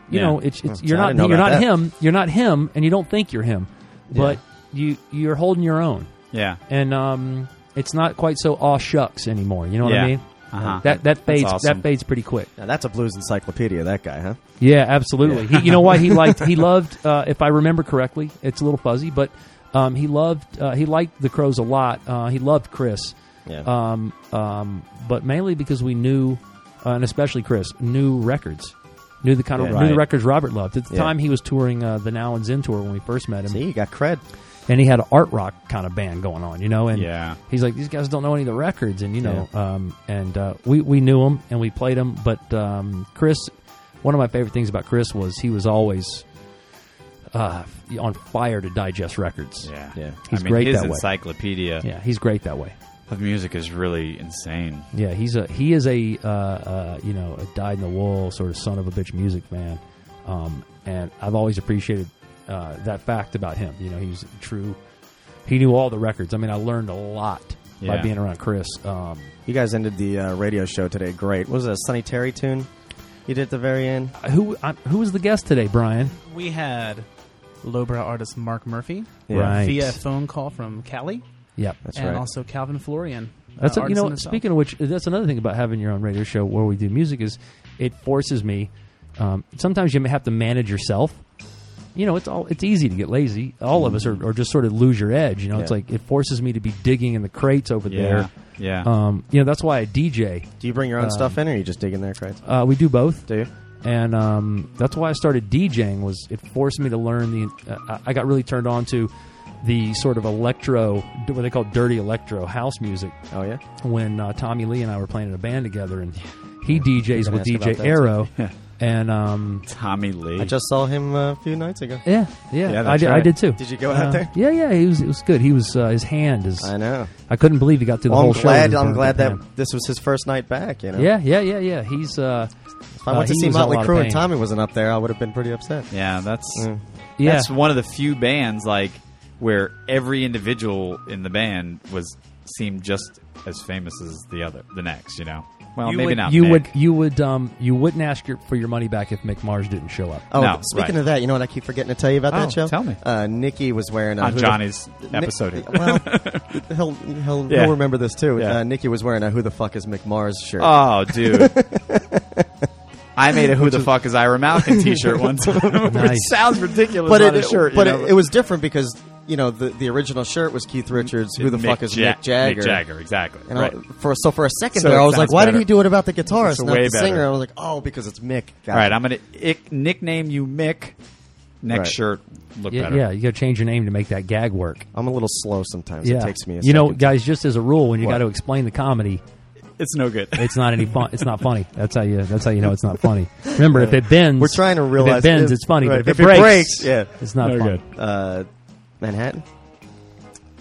S4: you
S2: Yeah.
S4: know it's, it's
S3: Hmm.
S4: you're
S3: I
S4: not
S3: didn't know
S4: you're
S3: about
S4: not
S3: that.
S4: him, you're not him, and you don't think you're him, but you you're holding your own,
S2: yeah,
S4: and um, it's not quite so aw shucks anymore. You know what
S2: Yeah.
S4: I mean?
S2: Uh-huh.
S4: That that fades
S2: awesome.
S4: that fades pretty quick.
S3: Now, that's a blues encyclopedia. That guy, huh?
S4: Yeah, absolutely. He, you know why he liked he loved uh, if I remember correctly, it's a little fuzzy, but um, he loved uh, he liked the Crows a lot. Uh, he loved Chris,
S3: Yeah.
S4: um, um, but mainly because we knew, uh, and especially Chris knew records, knew the kind of
S3: Yeah.
S4: knew the
S3: Right.
S4: records Robert loved. At the
S3: Yeah.
S4: time, he was touring uh, the Now and Zen tour when we first met him,
S3: See, you got cred.
S4: and he had an art rock kind of band going on, you know, and
S2: yeah.
S4: he's like, these guys don't know any of the records, and you know, um, and uh, we we knew him and we played him, but um, Chris, one of my favorite things about Chris was he was always uh, on fire to digest records.
S2: Yeah,
S3: Yeah.
S4: He's
S2: I mean,
S4: great
S2: his
S4: that way.
S2: encyclopedia
S4: Yeah, he's great that way.
S2: of music is really insane.
S4: Yeah, he's a he is a uh, uh, you know a dyed in the wool sort of son of a bitch music man, um, and I've always appreciated uh, that fact about him. You know, he was true. He knew all the records. I mean, I learned a lot by
S2: Yeah.
S4: being around Chris. Um,
S3: You guys ended the uh, radio show today. Great. What was that Sonny Terry tune you did at the very end?
S4: who I, who was the guest today, Brian?
S5: We had lowbrow artist Mark Murphy
S3: Yeah.
S4: Right.
S5: via a phone call from Cali,
S4: Yep.
S3: That's
S5: and
S3: right.
S5: also Calvin Florian.
S4: That's a, you
S5: uh, artist
S4: know.
S5: in the
S4: what,
S5: South.
S4: Speaking of which, that's another thing about having your own radio show where we do music is it forces me. Um, sometimes you may have to manage yourself. You know, it's all it's easy to get lazy. All of us are, or just sort of lose your edge. You know, it's
S3: Yeah.
S4: like it forces me to be digging in the crates over
S2: Yeah,
S4: there.
S2: yeah.
S4: Um, you know, that's why I DJ.
S3: Do you bring your own stuff in, or you just dig in there, cred?
S4: Uh, we do both.
S3: Do you?
S4: and um, that's why I started DJing. Was it forced me to learn the? Uh, I got really turned on to the sort of electro, what they call dirty electro house music.
S3: Oh yeah.
S4: When uh, Tommy Lee and I were playing in a band together, and he DJs
S3: gonna
S4: with
S3: ask about
S4: DJ
S3: that,
S4: Arrow, and um,
S2: Tommy Lee.
S3: I just saw him uh, a few nights ago.
S4: yeah, yeah,
S2: Yeah,
S4: I,
S2: that's
S4: did, I
S2: right.
S4: did too.
S3: Did you go
S4: Uh,
S3: out there?
S4: Yeah, yeah, he was. It was good. He was. Uh, his hand is.
S3: I know.
S4: I couldn't believe he got through the
S3: Well, I'm
S4: whole show.
S3: glad.
S4: with
S3: I'm
S4: his
S3: glad that
S4: hand.
S3: this was his first night back. You know.
S4: Yeah, yeah, yeah, yeah. He's. Uh,
S3: If I
S4: uh,
S3: went to
S4: he
S3: see
S4: was in a
S3: Motley
S4: lot of
S3: Crue
S4: pain.
S3: and Tommy wasn't up there, I would have been pretty upset.
S2: yeah, that's
S3: Mm.
S4: yeah.
S2: that's one of the few bands like where every individual in the band was seemed just as famous as the other, the next. You know, Well,
S4: you
S2: maybe
S4: would,
S2: not.
S4: You
S2: Mick.
S4: would you would um you wouldn't ask your, for your money back if Mick Mars didn't show up.
S3: Oh,
S2: No,
S3: speaking
S2: right.
S3: of that, you know what I keep forgetting to tell you about
S2: Oh,
S3: that show?
S2: tell me.
S3: Uh, Nikki was wearing a
S2: on
S3: Who the-
S2: Johnny's
S3: Nick-
S2: episode. here.
S3: well, he'll he'll,
S2: Yeah.
S3: he'll remember this too.
S2: Yeah.
S3: Uh, Nikki was wearing a "Who the fuck is McMars" shirt.
S2: Oh, dude. I made a "Who the fuck is Ira Malkin" T-shirt once, which
S4: Nice.
S2: sounds ridiculous
S3: but
S2: on
S3: it,
S2: a shirt.
S3: but
S2: you know?
S3: it, it was different because you know the, the original shirt was Keith Richards. Who the
S2: Mick
S3: fuck is
S2: Ja-
S3: Mick Jagger?
S2: Mick Jagger, exactly.
S3: And
S2: right.
S3: I, for so for a second
S2: So
S3: there,
S2: it
S3: I was like,
S2: sounds
S3: why did
S2: better.
S3: he do it about the guitarist,
S2: It's
S3: not
S2: way
S3: the
S2: better.
S3: singer? I was like, oh, because it's Mick.
S2: All right, I'm gonna ick, nickname you Mick. Next
S3: Right.
S2: shirt look
S4: Yeah,
S2: better.
S4: yeah, you got to change your name to make that gag work.
S3: I'm a little slow sometimes.
S4: Yeah,
S3: It takes me. A
S4: you know,
S3: second.
S4: guys. Just as a rule, when you
S3: What?
S4: got to explain the comedy,
S2: It's no good.
S4: it's not any fun. It's not funny. That's how you. That's how you know it's not funny. Remember, if it bends,
S3: We're trying to
S4: if
S3: realize
S4: it bends.
S3: if-
S4: it's funny,
S3: right,
S4: but if,
S3: if
S4: it
S3: it
S4: breaks,
S3: breaks, yeah.
S4: it's not
S2: No
S4: funny.
S2: good.
S3: uh, Manhattan.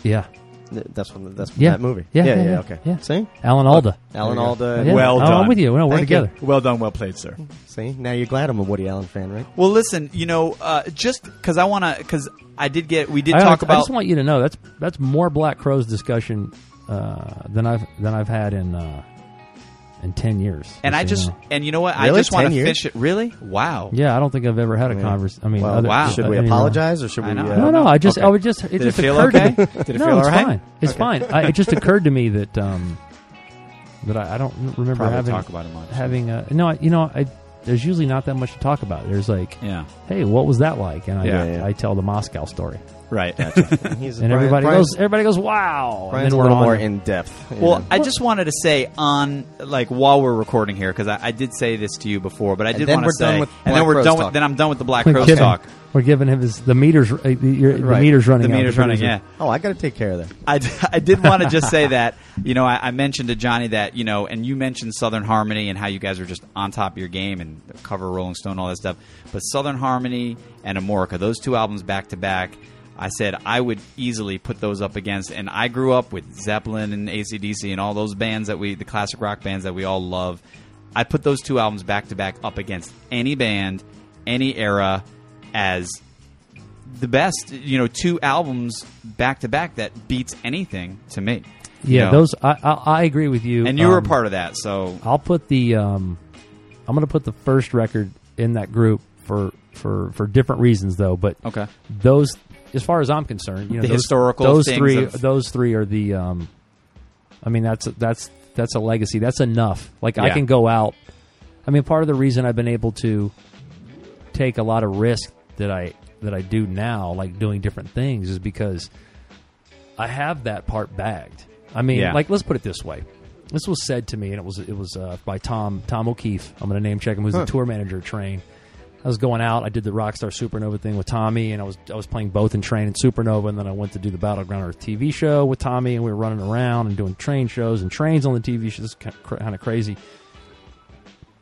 S4: Yeah,
S3: Th- That's from the, that's from
S4: Yeah.
S3: that movie.
S4: Yeah,
S3: yeah,
S4: yeah,
S3: yeah.
S4: yeah.
S3: okay.
S4: Yeah.
S3: See,
S4: Alan Alda.
S3: Alan
S4: There you
S3: Alda.
S4: go.
S3: and-
S4: Yeah.
S2: Well
S4: Oh, I'm
S2: done.
S4: with you. No, we're
S3: Thank you.
S4: together.
S2: Well done, well played, sir.
S3: See, now you're glad I'm a Woody Allen fan, right?
S2: Well, listen, you know, uh, just because I want to, because I did get, we did
S4: I,
S2: talk
S4: I
S2: about.
S4: just want you to know that's that's more Black Crowes discussion uh, than I've than I've had in uh, in ten years.
S2: and I
S4: you
S2: just,
S4: know.
S2: and you know what? I
S3: Really?
S2: just want to
S3: 10 years?
S2: finish it. Really? Wow.
S4: yeah, I don't think I've ever had a conversation. I mean,
S3: Well,
S4: other,
S2: wow.
S3: Should we
S4: I mean, uh,
S3: apologize or should
S2: I
S3: we?
S2: know.
S3: uh,
S4: No, no. I just,
S2: Okay.
S4: I was just. It
S2: Did it
S4: just
S2: feel
S4: occurred
S2: okay?
S4: to me.
S2: Did it
S4: no,
S2: feel
S4: it's
S2: all right?
S4: fine. It's fine. I, it just occurred to me that um, that I, I don't remember
S2: Probably
S4: having
S2: talk about it much.
S4: having a no. I- You know, I there's usually not that much to talk about. There's like,
S2: Yeah.
S4: hey, what was that like? And I,
S2: Yeah,
S3: yeah.
S4: I tell the Moscow story,
S2: Right.
S3: He's
S4: and
S3: Brian-
S4: everybody
S3: Brian's-
S4: goes, everybody goes, wow.
S3: Brian's
S4: and then
S3: a
S4: we're
S3: little
S4: on
S3: more
S4: to-
S3: in depth.
S2: Well, I just wanted to say on like while we're recording here because I, I did say this to you before, but I did
S3: then
S2: want to
S3: we're done
S2: say,
S3: with
S2: and
S3: Black
S2: then we're
S3: Crowes
S2: done.
S3: talk.
S2: With, then I'm done with the Black
S4: we're
S2: Crowes
S4: giving,
S2: talk.
S4: We're giving him his the meters. Uh, the, your, the
S3: Right.
S4: meters running.
S2: The
S4: out.
S2: meter's running. Yeah,
S3: oh, I got to take care of that.
S2: I, d- I did want to just say that you know I, I mentioned to Johnny that you know, and you mentioned Southern Harmony and how you guys are just on top of your game and cover Rolling Stone, all that stuff. But Southern Harmony and Amorica, those two albums back to back. I said I would easily put those up against, and I grew up with Zeppelin and ACDC and all those bands that we, the classic rock bands that we all love. I put those two albums back to back up against any band, any era, as the best, you know, two albums back to back that beats anything to me. you
S4: Yeah,
S2: know?
S4: those. I, I I agree with you.
S2: And you were a
S4: Um,
S2: part of that, so
S4: I'll put the um, I'm going to put the first record in that group for for for different reasons though. But
S2: Okay.
S4: those as far as I'm concerned, you know,
S2: The
S4: those,
S2: historical
S4: those
S2: things
S4: three
S2: of-
S4: those three are the um, I mean that's that's that's a legacy. That's enough. Like I
S2: Yeah.
S4: can go out. I mean, part of the reason I've been able to take a lot of risk that I that I do now, like doing different things, is because I have that part bagged. I mean,
S2: Yeah.
S4: like let's put it this way: this was said to me, and it was it was uh, by Tom Tom O'Keefe. I'm going to name check him. Who's the tour manager at Train? I was going out. I did the Rockstar Supernova thing with Tommy, and I was I was playing both in Train and Supernova, and then I went to do the Battleground Earth TV show with Tommy, and we were running around and doing train shows and trains on the TV show. This is kind of crazy.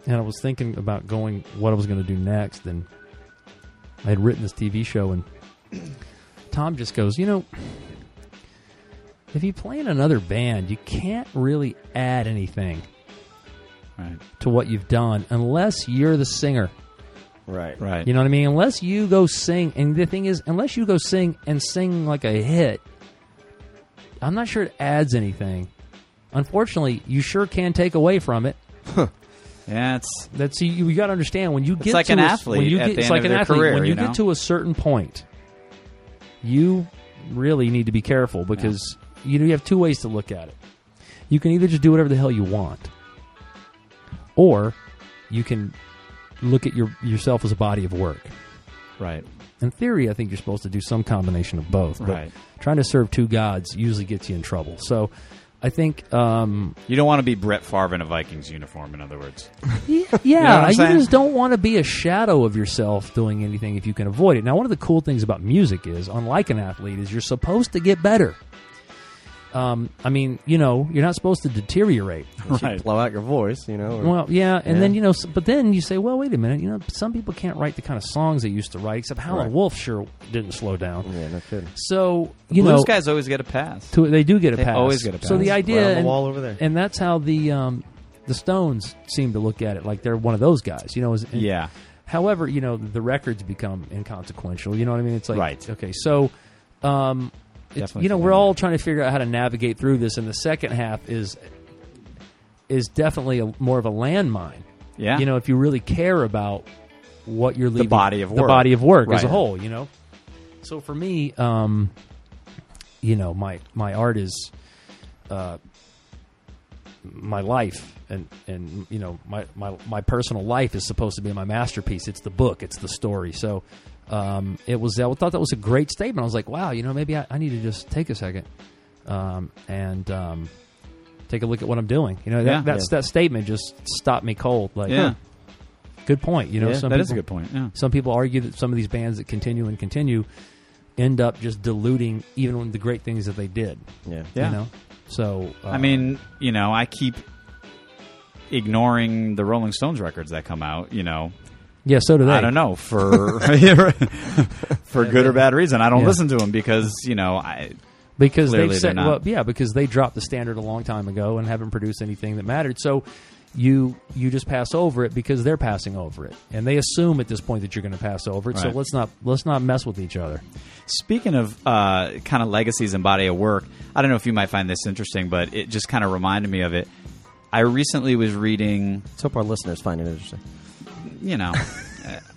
S4: And I was thinking about going what I was going to do next, and I had written this TV show, and Tom just goes, you know, if you play in another band, you can't really add anything
S2: right,
S4: to what you've done unless you're the singer.
S3: Right,
S2: right,
S4: You know what I mean? Unless you go sing, and the thing is, unless you go sing and sing like a hit, I'm not sure it adds anything. Unfortunately, you sure can take away from it.
S2: yeah, it's
S4: That's you, you got to understand when you get
S2: like
S4: to
S2: an
S4: a-
S2: athlete
S4: When you
S2: at
S4: get,
S2: the
S4: it's
S2: end
S4: like
S2: of
S4: an
S2: their
S4: athlete
S2: career,
S4: when you,
S2: you know?
S4: get to a certain point, you really need to be careful because you know you have two ways to look at it. You can either just do whatever the hell you want, or you can look at your yourself as a body of work.
S2: right,
S4: In theory, I think you're supposed to do some combination of both. But
S2: right.
S4: trying to serve two gods usually gets you in trouble. So, I think um,
S2: You don't want to be Brett Favre in a Vikings uniform. In other words, know
S4: Yeah,
S2: what I'm
S4: you
S2: saying?
S4: just don't want to be a shadow of yourself doing anything if you can avoid it. Now, one of the cool things about music is, unlike an athlete, is you're supposed to get better. Um, I mean, you know, you're not supposed to deteriorate.
S2: Right.
S3: Blow out your voice, you know. or-
S4: Well, yeah, and
S3: Yeah.
S4: then you know, s- but then you say, well, wait a minute, you know, some people can't write the kind of songs they used to write. Except Howlin'
S3: Right.
S4: Wolf sure didn't slow down.
S3: yeah, no kidding.
S4: So you
S2: blues
S4: know,
S2: guys always get a pass.
S4: to, they do get a
S2: They
S4: pass.
S2: always get a
S4: So
S2: pass.
S4: the idea,
S3: Right on the
S4: and-
S3: wall over there.
S4: and that's how the um, the Stones seem to look at it. Like they're one of those guys, you know. Is, and-
S2: Yeah,
S4: However, you know the records become inconsequential. You know what I mean? It's like
S2: Right.
S4: Okay, so um, it's,
S2: Definitely
S4: you know
S2: feel
S4: we're
S2: that.
S4: all trying to figure out how to navigate through this, and the second half is is definitely a, more of a landmine.
S2: Yeah.
S4: You know, if you really care about what you're leaving,
S2: body of
S4: the
S2: work.
S4: body of work as a
S2: Right.
S4: whole. You know. So for me, um, you know, my my art is uh, my life, and and you know, my my my personal life is supposed to be my masterpiece. It's the book. It's the story. So. Um, it was. I thought that was a great statement. I was like, "Wow, you know, maybe I, I need to just take a second um, and um, take a look at what I'm doing." You know, that,
S2: Yeah.
S4: that's that statement just stopped me cold. Like,
S2: yeah,
S4: huh, good point. You know,
S2: Yeah,
S4: some
S2: that
S4: people,
S2: is a good point. Yeah.
S4: Some people argue that some of these bands that continue and continue end up just diluting even when the great things that they did.
S3: Yeah.
S2: Yeah.
S4: You know, so uh,
S2: I mean, you know, I keep ignoring the Rolling Stones records that come out. You know,
S4: yeah. So do they.
S2: I don't know for for good or bad reason. I don't
S4: Yeah.
S2: listen to them because you know I
S4: because
S2: Clearly
S4: they
S2: they're
S4: said,
S2: not.
S4: well, yeah, because they dropped the standard a long time ago and haven't produced anything that mattered. So you you just pass over it because they're passing over it, and they assume at this point that you're going to pass over it. So
S2: Right.
S4: let's not let's not mess with each other.
S2: Speaking of uh, kind of legacies and body of work, I don't know if you might find this interesting, but it just kind of reminded me of it. I recently was reading,
S3: Let's hope our listeners find it interesting.
S2: you know,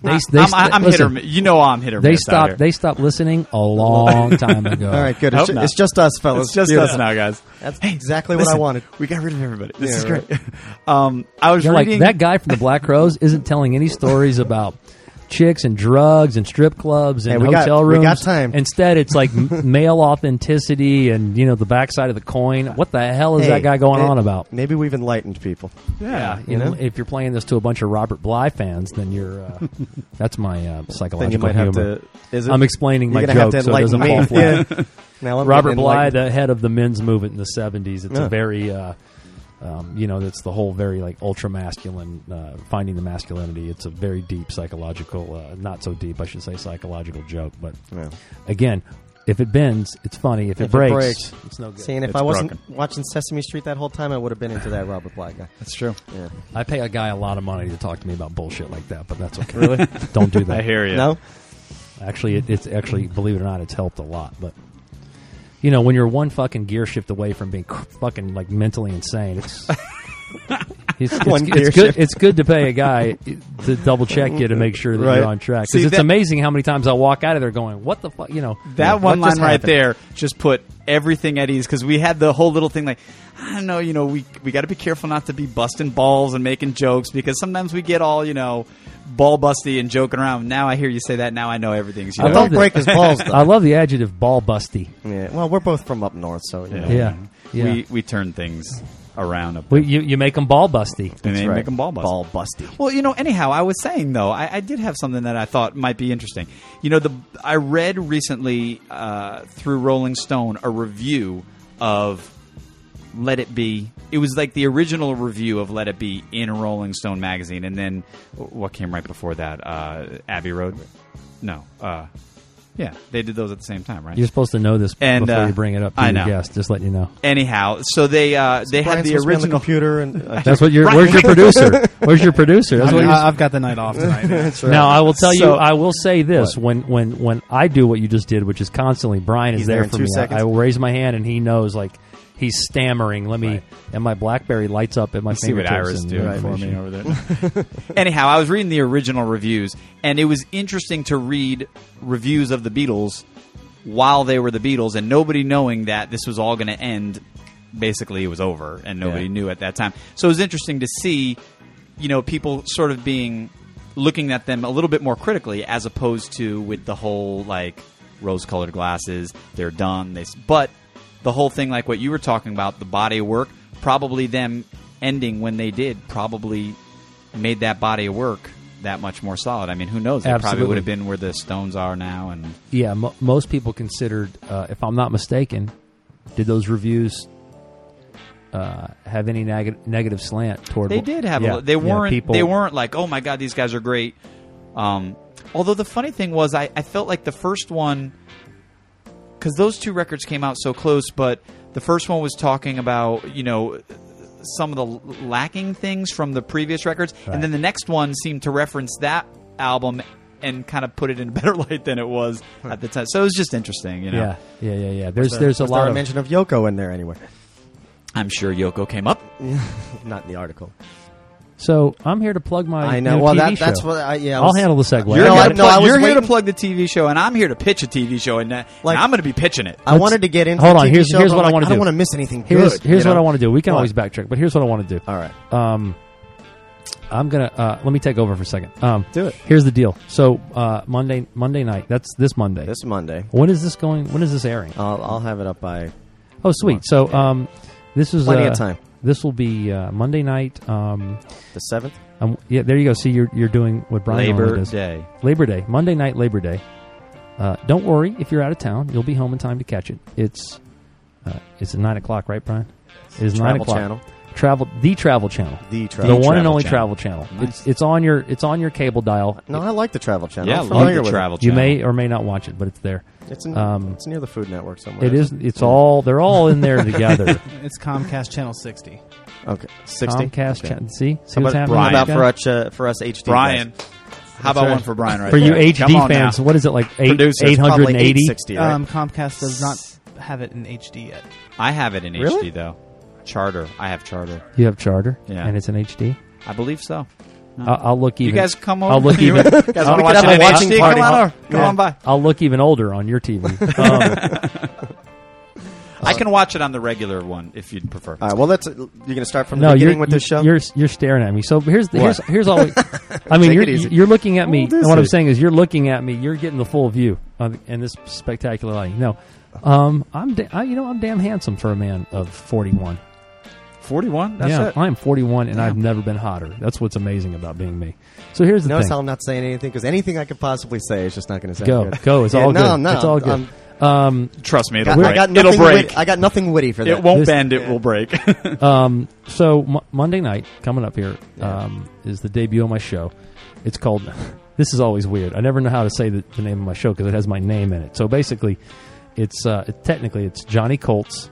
S4: They,
S2: I,
S4: they
S2: am
S4: st-
S2: I'm hit or
S4: listen,
S2: mi- you know I'm hit or
S4: They
S2: miss out
S4: stopped.
S2: here.
S4: They stopped listening a long time ago.
S3: All right, good.
S2: I
S3: It's,
S2: hope
S3: ju-
S2: not.
S3: it's just us, fellas.
S2: It's just
S3: Yeah.
S2: us now, guys.
S3: That's
S2: Hey,
S3: exactly what
S2: listen,
S3: I wanted.
S2: We got rid of everybody. This
S3: Yeah,
S2: is
S3: right.
S2: great. um, I was
S4: You're like
S2: reading
S4: that guy from the Black Crows isn't telling any stories about chicks and drugs and strip clubs and
S3: Hey, we got-
S4: hotel
S3: we
S4: rooms.
S3: got time.
S4: Instead, it's like m- male authenticity and you know the backside of the coin. What the hell is
S3: Hey,
S4: that guy going
S3: hey,
S4: on about?
S3: Maybe we've enlightened people.
S2: Yeah,
S4: You
S3: know?
S4: know, if you're playing this to a bunch of Robert Bly fans, then you're. Uh, that's my uh,
S3: Then you
S4: psychological
S3: might have
S4: humor.
S3: to. Is it,
S4: I'm explaining
S3: you're
S4: my
S3: gonna have
S4: joke
S3: to
S4: so it doesn't fall
S3: enlighten
S4: flat.
S3: me. Yeah. Now I'm
S4: Robert
S3: getting
S4: Bly,
S3: enlightened.
S4: the head of the men's movement in the '70s. It's
S3: Yeah.
S4: a very, uh, um, you know, that's the whole very like ultra masculine, uh, finding the masculinity. It's a very deep psychological, uh, not so deep, I should say, psychological joke. But
S3: Yeah.
S4: again, if it bends, it's funny. If it,
S3: If it
S4: breaks,
S3: breaks,
S4: it's no good.
S3: Seeing if
S2: It's
S3: I wasn't watching Sesame Street that whole time, I would have been into that Robert Bly guy.
S2: that's true.
S3: Yeah.
S4: I pay a guy a lot of money to talk to me about bullshit like that, but that's okay. really? Don't do
S2: I
S4: that.
S2: hear you.
S3: No,
S4: Actually, it, it's actually believe it or not, it's helped a lot. But you know, when you're one fucking gear shift away from being cr- fucking like mentally insane, it's it's, it's,
S3: One
S4: it's
S3: gear
S4: good.
S3: shift.
S4: It's good to pay a guy to double check you to make sure that
S3: Right.
S4: you're on track.
S2: See,
S4: Because it's
S2: that-
S4: amazing how many times I walk out of there going, "What the fuck?" You know,
S2: That
S3: What
S2: one line
S3: just
S2: right
S3: happened?
S2: there just put everything at ease because we had the whole little thing like I don't know, you know, we we got to be careful not to be busting balls and making jokes because sometimes we get all you know ball busty and joking around. Now I hear you say that. Now I know everything's. You
S4: I
S2: know,
S4: love
S3: don't
S4: that-
S3: break his balls
S4: I
S3: though.
S4: love the adjective "ball busty."
S3: yeah. Well, we're both from up north, so you know.
S4: Yeah, yeah.
S2: We we turn things around. Up
S4: Well, you you make them ball busty.
S2: and they
S3: Right.
S2: make them ball busty.
S3: Ball busty.
S2: Well, you know, anyhow, I was saying though, I, I did have something that I thought might be interesting. You know, the I read recently uh, through Rolling Stone a review of Let It Be. It was like the original review of Let It Be in Rolling Stone magazine, and then what came right before that? Uh, Abbey Road. No, uh, yeah, they did those at the same time, right?
S4: You're supposed to know this
S2: And,
S4: before
S2: uh,
S4: you bring it up to
S2: I
S4: your
S2: know.
S4: guest. Just letting you know.
S2: Anyhow, so they uh, they had
S3: Brian's supposed
S2: the
S3: to be on
S2: original.
S3: computer and uh,
S4: That's what your. Where's your producer? Where's your producer? That's
S5: I
S4: what you're
S5: have got the night off tonight.
S4: Now I will tell
S2: So-
S4: you. I will say this: when when when I do what you just did, which is constantly, Brian
S3: He's
S4: is
S3: there
S4: there,
S3: in
S4: for
S3: two
S4: me. I-
S3: seconds.
S4: I will raise my hand, and he knows. Like he's stammering. Let me. And my BlackBerry lights up at my
S2: see what
S4: fingertips.
S2: Ira's
S4: and-
S2: doing
S4: and-
S2: for me over there. Anyhow, I was reading the original reviews, and it was interesting to read reviews of the Beatles while they were the Beatles, and nobody knowing that this was all going to end. Basically, it was over, and nobody
S3: Yeah.
S2: knew at that time. So it was interesting to see, you know, people sort of being looking at them a little bit more critically, as opposed to with the whole like rose-colored glasses. They're done. They, s- but the whole thing, like what you were talking about, the body of work, probably them ending when they did probably made that body of work that much more solid. I mean, who knows? They probably
S4: Absolutely.
S2: would have been where the Stones are now, and
S4: Yeah, mo most people considered, uh, if I'm not mistaken, did those reviews uh, have any neg- negative slant toward?
S2: they did have.
S4: Yeah,
S2: a, they
S4: yeah,
S2: weren't.
S4: people,
S2: They weren't like, oh my god, these guys are great. Um, although the funny thing was, I, I felt like the first one because those two records came out so close, but the first one was talking about you know some of the l- lacking things from the previous records,
S4: Right.
S2: and then the next one seemed to reference that album and kind of put it in a better light than it was at the time. So it was just interesting, you know.
S4: Yeah, yeah, yeah, yeah. There's there's a
S3: was there
S4: lot
S3: a
S4: of
S3: mention of Yoko in there anywhere.
S2: I'm sure Yoko came up.
S3: Not in the article.
S4: So I'm here to plug my.
S3: I know.
S4: Oh, new
S3: well,
S4: TV
S3: that,
S4: show.
S3: that's what. uh, I, yeah, I
S4: I'll
S3: was-
S4: handle the segue.
S2: You're,
S3: No,
S2: here,
S3: I-
S2: to
S3: no,
S2: plug-
S3: I was
S2: you're here to
S3: waiting-
S2: plug the TV show, and I'm here to pitch a TV show, and, that,
S3: Like-
S2: and I'm going to be pitching it.
S3: I wanted to get into.
S4: Hold
S3: the
S4: on,
S3: TV
S4: here's-
S3: show,
S4: here's
S3: but
S4: what I
S3: I'm like,
S4: wanna
S3: I don't
S4: do.
S3: want to miss anything.
S4: Here's
S3: good,
S4: here's
S3: you
S4: what
S3: know?
S4: I want to do. We can
S3: What?
S4: always backtrack, but here's what I want to do.
S3: All right.
S4: Um, I'm gonna uh, let me take over for a second. Um,
S3: Do it.
S4: Here's the deal. So uh, Monday Monday night. That's this Monday.
S3: This Oh. Monday,
S4: When is this going? When is this airing?
S3: I'll, I'll have it up by.
S4: Oh, sweet. So um, this is
S3: Plenty of
S4: uh,
S3: time.
S4: This will be uh, Monday night. Um,
S3: The seventh.
S4: um, yeah, there you go. See, you're you're doing what Brian normally
S2: Labor
S4: does.
S2: Day.
S4: Labor Day, Monday night Labor Day. Uh, don't worry if you're out of town; you'll be home in time to catch it. It's uh, it's at nine o'clock, right, Brian? It is nine
S3: Travel
S4: o'clock.
S3: Channel.
S4: Travel the Travel Channel,
S3: The
S4: the,
S3: Travel.
S4: one and
S2: Travel
S4: only
S2: Channel.
S4: Travel Channel.
S2: Nice.
S4: It's it's on your it's on your cable dial.
S3: no, I like the Travel Channel.
S2: Yeah,
S3: I'm
S2: love
S3: familiar
S2: the
S3: with
S2: travel
S4: you
S2: channel.
S4: may or may not watch it, but it's there.
S3: It. It's, in,
S4: Um,
S3: it's near the Food Network somewhere.
S4: It is.
S3: isn't
S4: It's all. They're all in there together.
S5: It's Comcast Channel 60.
S3: Okay. Sixty.
S4: Comcast.
S3: Okay.
S4: Chat. See, see
S3: How
S4: what's
S3: about,
S4: happening.
S3: how
S2: Brian?
S3: about
S4: Okay?
S3: for us, uh, for us HD
S2: Brian.
S3: guys?
S2: How about
S3: right.
S2: one for Brian right
S4: for you
S2: there? Come
S4: HD
S2: on
S4: fans,
S2: now.
S4: what is it like? Eight
S2: Producer,
S4: eight
S2: it's
S4: hundred
S3: Probably
S4: and eighty.
S3: 860, right?
S5: Um, Comcast does not have it in HD yet.
S2: I have it in
S3: Really?
S2: HD, though. Charter. I have Charter.
S4: You have Charter,
S2: Yeah.
S4: and it's an HD.
S2: I believe so.
S4: I'll, I'll look
S2: You
S4: even.
S2: guys come over.
S4: I'll look
S2: You
S4: even.
S2: guys wanna
S3: we could
S2: watch
S3: have
S2: it
S3: a
S2: in
S3: watching
S2: HD?
S3: party.
S2: Come on over. Come
S4: Yeah.
S2: on by.
S4: I'll look even older on your TV. Um,
S2: I can watch it on the regular one if you'd prefer.
S3: All right. Well, that's you're going to start from the
S4: no,
S3: beginning
S4: you're
S3: with this show.
S4: You're you're staring at me. So here's the,
S3: What?
S4: here's here's all. We, I mean,
S3: Take
S4: you're
S3: it easy.
S4: you're looking at me.
S3: Hold this
S4: and what I'm
S3: in.
S4: saying is, you're looking at me. You're getting the full view on, in this spectacular lighting. No, um, I'm da- I, you know I'm damn handsome for a man of 41.
S2: 41? That's
S4: yeah,
S2: it.
S4: I'm 41 and I've never been hotter. That's what's amazing about being me. So here's the
S3: Notice
S4: thing.
S3: how I'm not saying anything because anything I could possibly say is just not going to sound
S4: go
S3: good.
S4: go. It's
S3: Yeah,
S4: all
S3: no,
S4: good.
S3: No,
S4: it's all
S3: I'm-
S4: good. Um,
S2: Trust me, it'll
S3: got-
S2: break.
S3: I got nothing
S2: it'll break.
S3: Witty, I got nothing witty for that.
S2: it won't
S4: This-
S2: bend. It will break.
S4: Um, so m- Monday night coming up here um, is the debut of my show. It's called. this is always weird. I never know how to say the, the name of my show because it has my name in it. So basically, it's uh, it, technically it's Johnny Colts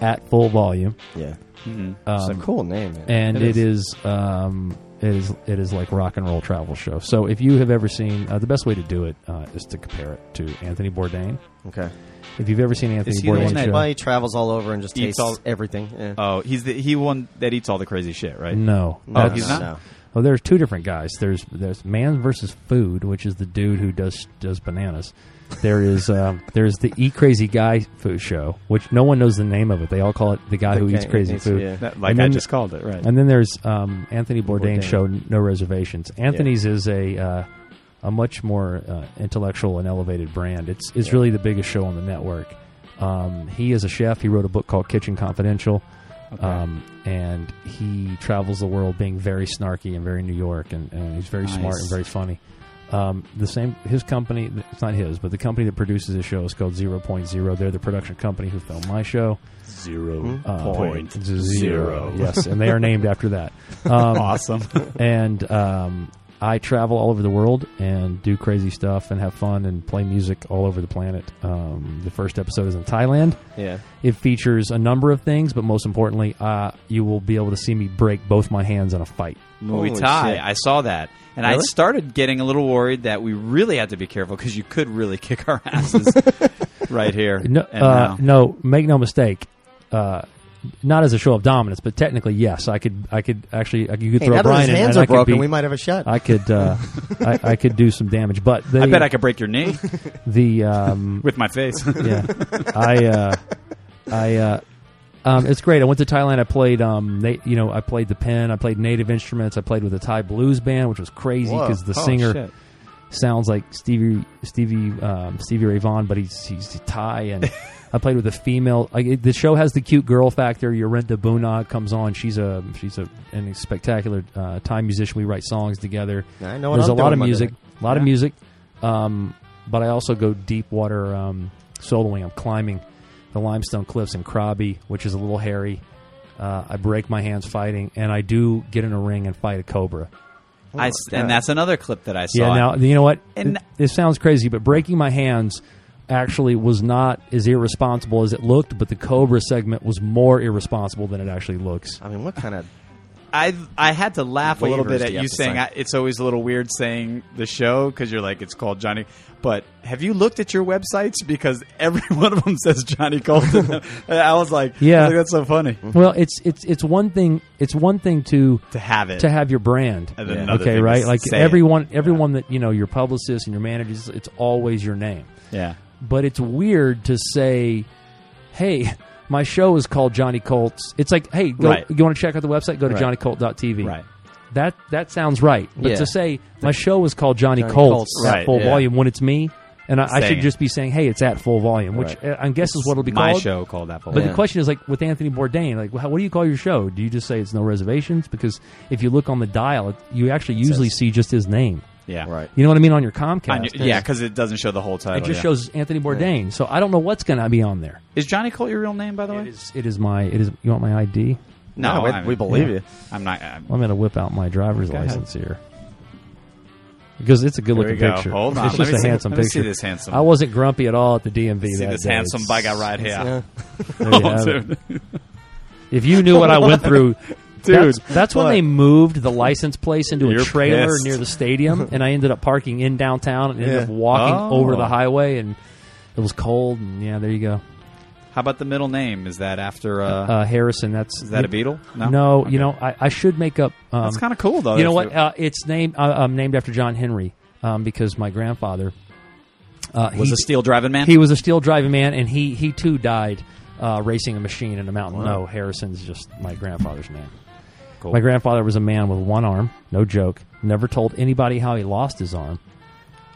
S4: at full volume,
S3: Yeah,
S4: um,
S2: Mm-hmm.
S3: it's a cool name. Man.
S4: and it is. um, it is it is like rock and roll travel show. So if you have ever seen uh, the best way to do it uh, is to compare it to Anthony Bourdain.
S3: okay.
S4: If you've ever seen Anthony
S2: he the
S4: Bourdain,
S2: one that-
S4: show,
S3: Everybody travels all over and just
S2: Eats
S3: tastes
S2: all-
S3: everything. Yeah.
S2: oh, he's the he one that eats all the crazy shit, right?
S4: no,
S3: No,
S2: Oh,
S4: That's-
S2: he's
S3: no,
S2: not?
S3: no.
S4: Well, there's two different guys. There's there's man versus food, which is the dude who does does bananas. There is um, there's the eat crazy guy food show, which no one knows the name of it. They all call it the guy who
S3: Okay,
S4: eats crazy
S3: it's-
S4: food.
S3: yeah.
S2: That- like
S4: And
S2: I
S4: then-
S2: just called it, right?
S4: And then there's um, Anthony Bourdain,
S3: Bourdain.
S4: show, No Reservations. Anthony's is a uh, a much more uh, intellectual and elevated brand. It's it's
S3: Yeah.
S4: really the biggest show on the network. Um, he is a chef. He wrote a book called Kitchen Confidential. Um, and he travels the world being very snarky and very New York, and, and he's very smart
S2: Nice.
S4: and very funny. Um, the same, his company, it's not his, but the company that produces his show is called Zero Point Zero. They're the production company who filmed my show.
S2: Zero
S4: Uh,
S2: point
S4: zero.
S2: zero.
S4: Yes, and they are named after that. Um,
S2: awesome.
S4: and um, I travel all over the world and do crazy stuff and have fun and play music all over the planet. Um, the first episode is in Thailand.
S3: Yeah.
S4: It features a number of things, but most importantly, uh, you will be able to see me break both my hands in a fight.
S2: Muay
S3: Holy
S2: Thai.
S3: shit.
S2: I saw that, and I
S3: Really?
S2: started getting a little worried that we really had to be careful because you could really kick our asses right here.
S4: No,
S2: and
S4: uh,
S2: now.
S4: no, make no mistake. Uh, not as a show of dominance, but technically, yes, I could. I could actually. I could, you could
S3: Hey,
S4: throw
S3: now that
S4: Brian
S3: his
S4: in,
S3: hands
S4: and
S3: are
S4: I could
S3: broken,
S4: beat-
S3: we might have a shot.
S4: I could. Uh, I, I could do some damage, but they,
S2: I bet I could break your knee
S4: the um,
S2: with my face.
S4: yeah. I uh, I uh, um, it's great. I went to Thailand. I played um, na- you know, I played the pen. I played native instruments. I played with a Thai blues band, which was crazy
S3: Whoa.
S4: because the
S2: Oh,
S4: singer
S2: shit.
S4: sounds like Stevie Stevie um, Stevie Ray Vaughan, but he's he's Thai. And I played with a female. I, it- the show has the cute girl factor. Yorinda Bunag comes on. She's a she's a, and a spectacular uh, Thai musician. We write songs together.
S3: I know what
S4: There's
S3: I'm
S4: a lot
S3: doing
S4: of
S3: Monday
S4: music,
S3: night.
S4: a lot of
S2: Yeah.
S4: music, um, but I also go deep water um, soloing. I'm climbing the limestone cliffs in Krabi, which is a little hairy. Uh, I break my hands fighting, and I do get in a ring and fight a cobra.
S2: I s and that's another clip that I saw.
S4: yeah, now you know what?
S2: And-
S4: Th- this sounds crazy, but breaking my hands actually was not as
S3: Uh-huh.
S4: irresponsible as it looked. But the cobra segment was more irresponsible than it actually looks.
S3: I mean, what kind of
S2: I I had to laugh a little
S3: Waivers
S2: bit
S3: to
S2: at you saying I,
S3: emphasize.
S2: it's always a little weird saying the show because you're like it's called Johnny. But have you looked at your websites because every one of them says Johnny Colton? And I was like, I
S4: Yeah. Mm-hmm.
S2: was like, that's so funny
S4: Well, it's it's it's one thing. It's one thing to
S2: to have it.
S4: to have your brand.
S2: And then
S3: Yeah.
S2: another
S4: okay,
S2: thing
S4: right?
S2: is
S4: Like
S2: say it.
S4: everyone, everyone that you know, your publicist and your managers, it's always your name.
S2: yeah,
S4: But it's weird to say, "Hey, my show is called Johnny Colts." It's like, "Hey, go,
S2: Right.
S4: you want to check out the website? Go to
S3: Right.
S4: johnnycolt.tv."
S2: right.
S4: That that sounds right. But
S3: Yeah.
S4: to say my show is called Johnny,
S3: Johnny
S4: Colts,
S3: Colts.
S4: at
S2: Right,
S4: full
S3: yeah.
S4: volume when it's me, and I, I
S2: Saying
S4: should
S2: it.
S4: just be saying, "Hey, it's at full volume," which
S3: Right.
S4: uh, I guess is what it'll be
S2: My
S4: called.
S2: show called that.
S4: But
S3: Yeah.
S4: the question is like with Anthony Bourdain, like wh- what do you call your show? Do you just say it's no reservations? Because if you look on the dial, it- you actually usually see just his name.
S2: yeah,
S3: Right.
S4: You know what I mean on your Comcast?
S2: On your- yeah, because it doesn't show the whole title.
S4: it just
S2: yeah.
S4: shows Anthony Bourdain. So I don't know what's going to be on there.
S2: Is Johnny Colt your real name, by the way?
S4: It is, it is my. It is. You want my ID?
S2: No,
S3: we,
S2: I mean-
S3: we believe
S4: yeah.
S3: you.
S2: I'm not. I'm,
S4: I'm going to whip out my driver's
S2: Go ahead.
S4: license here because it's a good
S2: here we
S4: looking
S2: go.
S4: picture.
S2: Hold on.
S4: it's
S2: let
S4: just
S2: me
S4: a
S2: see,
S4: handsome
S2: let me
S4: picture.
S2: See this handsome.
S4: I wasn't grumpy at all at the DMV
S2: see
S4: that
S2: this
S4: day.
S2: handsome
S4: It's-
S2: bug I right here. Oh,
S3: Yeah.
S4: there you have it. If you knew what I went through, That's, that's when
S2: what?
S4: they moved the license place into a
S2: You're
S4: trailer
S2: pissed.
S4: near the stadium, and I ended up parking in downtown and ended
S3: Yeah.
S4: up walking
S2: Oh.
S4: over the highway, and it was cold. And yeah, there you go,
S2: How about the middle name? Is that after? Uh,
S4: uh, Harrison. That's
S2: is that a Beatle?
S4: No,
S2: Okay.
S4: you know I, I should make up. Um,
S2: that's kind of cool though.
S4: you know
S2: if
S4: what? Uh, it's named uh, um, named after John Henry um, because my grandfather uh,
S2: was
S4: he,
S2: a steel driving man.
S4: he was a steel driving man, and he he too died uh, racing a machine in a mountain. No, Harrison's just my grandfather's name.
S2: Cool.
S4: My grandfather was a man with one arm, no joke. Never told anybody how he lost his arm,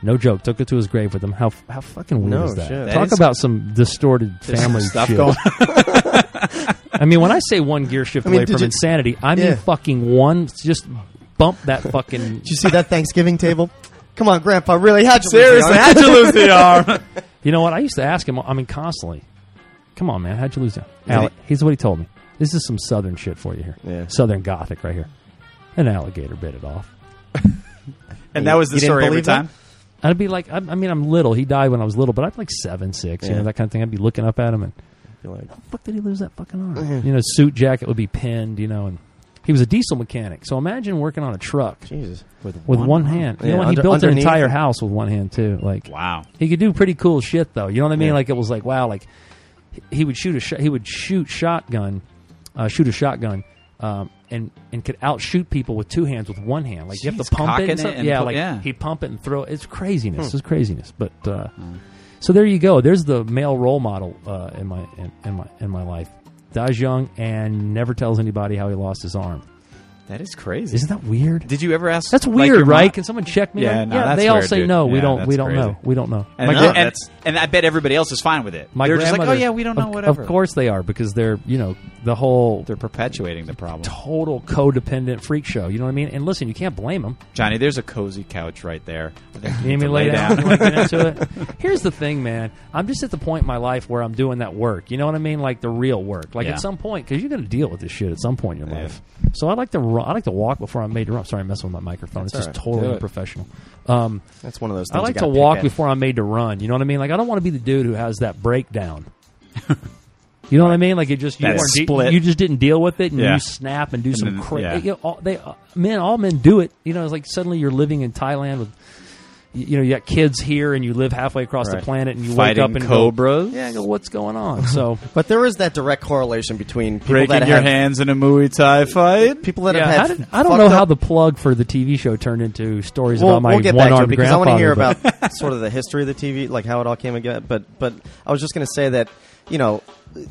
S4: no joke. Took it to his grave with him. How how fucking weird
S3: No
S4: is that?
S3: shit.
S2: That
S4: Talk
S2: is-
S4: about some distorted
S2: There's some
S4: family
S2: stuff
S4: shit.
S2: going.
S4: I mean, when I say one gear shift
S3: I mean,
S4: away
S3: did
S4: from
S3: you-
S4: insanity, I
S3: Yeah.
S4: mean fucking one. Just bump that fucking.
S3: Did you see that Thanksgiving table? Come on, Grandpa. Really? How'd you
S2: Seriously, how'd you lose the arm?
S4: You know what? I used to ask him. I mean, constantly. Come on, man. How'd you lose that? Alec, here's what he told me. This is some southern shit for you here.
S3: Yeah.
S4: Southern gothic right here. An alligator bit it off.
S2: and that was the
S3: You didn't
S2: story every
S3: believe that?
S2: time.
S4: I'd be like, I, I mean, I'm little. He died when I was little, but I'd like seven, six, you
S3: Yeah.
S4: know, that kind of thing. I'd be looking up at him and,
S3: Like,
S4: the fuck did he lose that fucking arm? You know, suit jacket would be pinned, you know, and he was a diesel mechanic. So imagine working on a truck
S3: Jesus. With
S4: with one hand. You
S3: Yeah,
S4: know, and
S3: under-
S4: he built an
S3: underneath.
S4: entire house with one hand too. Like,
S2: Wow.
S4: he could do pretty cool shit though. You know what I mean?
S3: Yeah.
S4: Like it was like wow, like he- he would shoot a sh- he would shoot shotgun, uh, shoot a shotgun, um, and and could outshoot people with two hands with one hand. Like you have
S2: Jeez,
S4: to pump
S2: cocking
S4: it,
S2: it
S4: and stuff.
S2: and
S4: yeah,
S2: pu-
S4: like
S2: yeah. Hmm.
S4: he'd pump it and throw it. It's craziness. It's craziness. But uh, so there you go. There's the male role model uh, in my in, in my in my life. Dies young and never tells anybody how he lost his arm.
S2: That is crazy.
S4: Isn't that weird?
S2: Did you ever ask?
S4: That's
S2: like,
S4: weird,
S2: your
S4: right?
S2: mom-
S4: Can someone check me?
S2: Yeah,
S4: on-
S2: no, that's
S4: they all
S2: weird,
S4: say
S2: dude.
S4: no. We
S2: Yeah,
S4: don't. We
S2: that's
S4: don't
S2: crazy.
S4: know. We don't know.
S2: And,
S4: My
S2: no,
S4: gra-
S3: grand-
S2: that's- and I bet everybody else is fine with it.
S4: My
S2: They're just like, oh
S4: grandmother's-
S2: yeah, we don't know
S4: of,
S2: whatever.
S4: Of course they are because they're you know the whole
S2: they're perpetuating the problem.
S4: total codependent freak show. You know what I mean? And listen, you can't blame them.
S2: Johnny, there's a cozy couch right there. I think
S4: You need me
S2: to
S4: to lay
S2: lay
S4: down?
S2: down.
S4: You wanna get into it? Here's the thing, man. I'm just at the point in my life where I'm doing that work. You know what I mean? Like the real work. Like
S2: Yeah.
S4: at some point, because you're going to deal with this shit at some point in your life. So I like to ru- I like to walk before I'm made to run. Sorry, I'm messing with my microphone. it's
S3: all
S4: just
S3: right.
S4: totally
S3: Do it.
S4: unprofessional. Um,
S3: That's one of those things.
S4: I
S3: you
S4: like to
S3: gotta
S4: walk
S3: pick at.
S4: before I'm made to run. You know what I mean? Like I don't want to be the dude who has that breakdown. you know what I mean? Like it just you,
S2: That
S4: weren't de-
S2: split.
S4: you just didn't deal with it, and
S2: Yeah.
S4: you snap and do some
S2: then-
S4: crazy.
S2: yeah.
S4: You know, all, they uh, men, all men do it. You know, it's like suddenly you're living in Thailand with. You you know, you got kids here, and you live halfway across
S3: Right.
S4: the planet, and you
S2: Fighting
S4: wake up and
S2: cobras?
S4: Go, yeah, I go, what's going on? So
S3: But there is that direct correlation between people
S2: Breaking
S3: that
S2: your
S3: have,
S2: hands in a Muay Thai fight.
S3: People that
S4: yeah,
S3: have
S4: how
S3: had.
S4: did- I don't
S3: fucked
S4: know
S3: up-
S4: how the plug for the TV show turned into stories
S3: We'll,
S4: about my
S3: we'll get back to it
S4: one-armed
S3: because I want to hear
S4: grandfather, but-
S3: about sort of the history of the TV, like how it all came again. But but I was just going to say that you know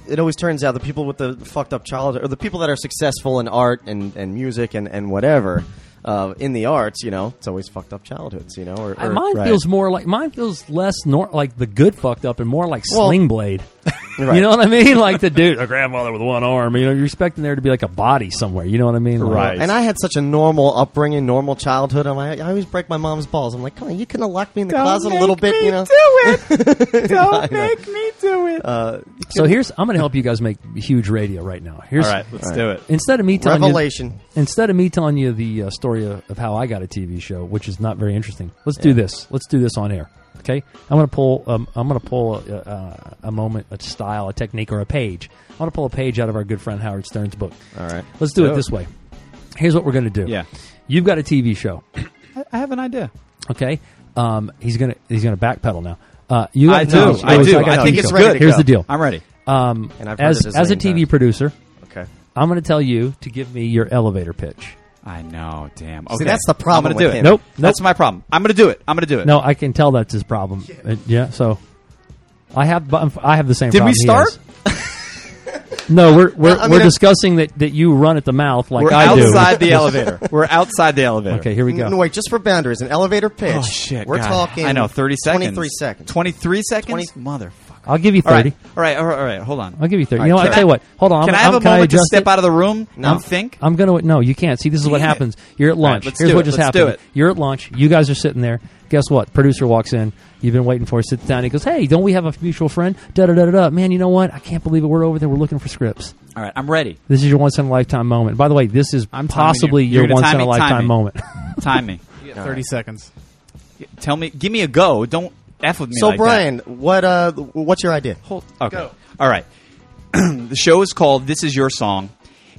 S3: it always turns out the people with the fucked up childhood or the people that are successful in art and, and music and and whatever uh, in the arts, you know, it's always fucked up childhoods, you know. Or,
S4: I-
S3: or-
S4: mine
S3: right.
S4: feels more like mine feels less nor like the good fucked up and more like
S3: Well-
S4: Sling Blade.
S3: Right.
S4: You know what I mean? Like the dude, a grandmother with one arm. You know, you're expecting there to be like a body somewhere. You know what I mean? Like,
S2: Right.
S3: And I had such a normal upbringing, normal childhood. I'm like, I always break my mom's balls. I'm like, come on, you couldn't have locked me in the closet a little bit, you know?
S2: do it. Don't make me do it.
S4: So here's I'm going to help you guys make huge radio right now. Here's
S2: all right, let's
S3: all
S2: do
S3: right.
S2: it.
S4: instead of me telling
S3: Revelation.
S4: you instead of me telling you the uh, story of, of how I got a TV show, which is not very interesting. Let's do this. Let's do this on air. Okay, I'm going to pull. Um, I'm going to pull a, a, a moment, a style, a technique, or a page. I'm going to pull a page out of our good friend Howard Stern's book.
S3: All right.
S4: Let's do
S3: So-
S4: it this way. Here's what we're going to do.
S2: Yeah.
S4: You've got a TV show.
S2: I, I have an idea.
S4: Okay. Um, he's gonna he's gonna backpedal now. Uh, you
S2: I
S4: got- no,
S2: do. I
S4: he's
S2: do.
S4: got a
S2: I
S4: TV
S2: think it's
S4: show.
S2: ready to
S4: Here's
S3: go.
S4: the deal.
S2: I'm ready.
S4: Um,
S3: And I've heard
S4: as
S3: it a
S4: as a
S3: zillion
S4: TV
S3: times.
S4: producer,
S3: Okay.
S4: I'm going to tell you to give me your elevator pitch.
S2: I know. Damn. Okay.
S3: that's the problem
S2: I'm gonna
S3: with
S2: do it.
S3: him.
S4: Nope,
S2: That's my problem. I'm gonna do it. I'm gonna do it.
S4: No, I can tell that's his problem. Uh, yeah. So I have bu- I have the same.
S2: Did
S4: problem
S2: we
S4: he
S2: start?
S4: has. No, we're we're,
S3: I mean,
S4: we're
S3: I'm-
S4: discussing that, that you run at the mouth like
S2: We're
S4: I
S2: outside the elevator. We're outside the elevator.
S4: do. Okay, here we go.
S3: No, wait, just for boundaries, an elevator pitch.
S2: Oh shit.
S3: We're
S2: God.
S3: talking.
S2: I know. Thirty seconds.
S3: Twenty-three seconds.
S2: Twenty-three seconds.
S3: 20
S2: Motherfucker.
S4: I'll give you
S2: All right.
S4: thirty.
S2: All right. All right. All right. Hold on.
S4: I'll give you thirty.
S3: All
S4: you know,
S3: right,
S4: what? I
S3: can
S4: tell you
S2: I-
S4: what. Hold on.
S2: Can
S4: I'm,
S2: I have
S4: I'm,
S2: a moment to
S4: adjust
S2: step
S4: it?
S2: out of the room
S3: No.
S2: and think?
S4: I'm gonna no, you can't. See, this is what
S2: Damn it.
S4: happens. You're at lunch.
S2: let's
S4: Here's
S2: do
S4: what
S2: it.
S4: just
S2: Let's do
S4: happened.
S2: it.
S4: You're at lunch. You guys are sitting there. Guess what? Producer walks in. You've been waiting for. Her, sits down. He goes, "Hey, don't we have a mutual friend?" Da da da da da. Man, you know what? I can't believe it. We're over there. We're looking for scripts.
S2: All right. I'm ready.
S4: This is your once in a lifetime moment. By the way, this is
S5: I'm timing
S4: possibly
S2: you. You're gonna
S4: your once
S2: time
S4: in
S2: me,
S4: a
S2: time
S4: lifetime
S2: me.
S4: moment.
S2: Time me.
S5: You get 30 seconds.
S2: Tell me. Give me a go. Don't f with me.
S3: So
S2: like that.
S3: Brian, what uh, what's your idea?
S2: Hold, okay. All right. the show is called This Is Your Song.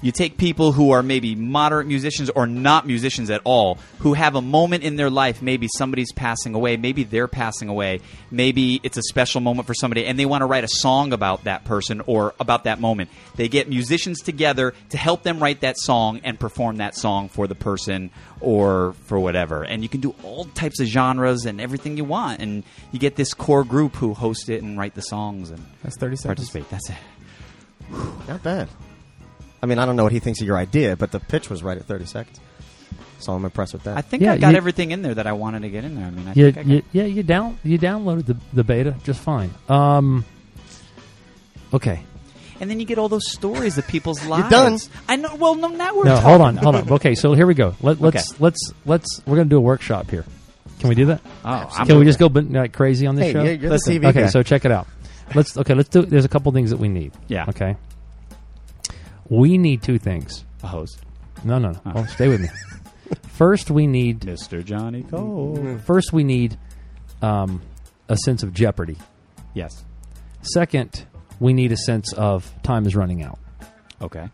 S2: You take people who are maybe moderate musicians or not musicians at all, who have a moment in their life, maybe somebody's passing away, maybe they're passing away, maybe it's a special moment for somebody, and they want to write a song about that person or about that moment. They get musicians together to help them write that song and perform that song for the person or for whatever. And you can do all types of genres and everything you want, and you get this core group who host it and write the songs and
S5: That's 30 seconds.
S2: participate. That's it.
S3: Oh, Not bad. I mean, I don't know what he thinks of your idea, but the pitch was right at 30 seconds. So I'm impressed with that.
S2: I think
S4: Yeah,
S2: I got
S4: you-
S2: everything in there that I wanted to get in there. I mean, I
S4: yeah,
S2: think I got,
S4: you, yeah. You down. You downloaded the, the beta just fine. Um. Okay.
S2: and then you get all those stories of people's lives.
S3: done.
S2: I know. Well, no, now we're
S4: No,
S2: talking.
S4: hold on, hold on. Okay, so here we go. Let, let's
S2: Okay.
S4: let's let's we're gonna do a workshop here. Can we do that?
S2: Oh, I'm
S4: Can we just go bin- like crazy on this
S3: Hey,
S4: show?
S3: you're- you're the
S4: Listen,
S3: CV
S4: okay,
S3: guy.
S4: so check it out. Let's okay. Let's do. There's a couple things that we need.
S2: Yeah.
S4: Okay. We need two things.
S2: a host,
S4: No, no, no.
S3: Oh.
S4: Well, stay with me. First, we need.
S2: Mr. Johnny Cole.
S4: First, we need um, a sense of jeopardy.
S2: Yes.
S4: Second, we need a sense of time is running out.
S2: Okay.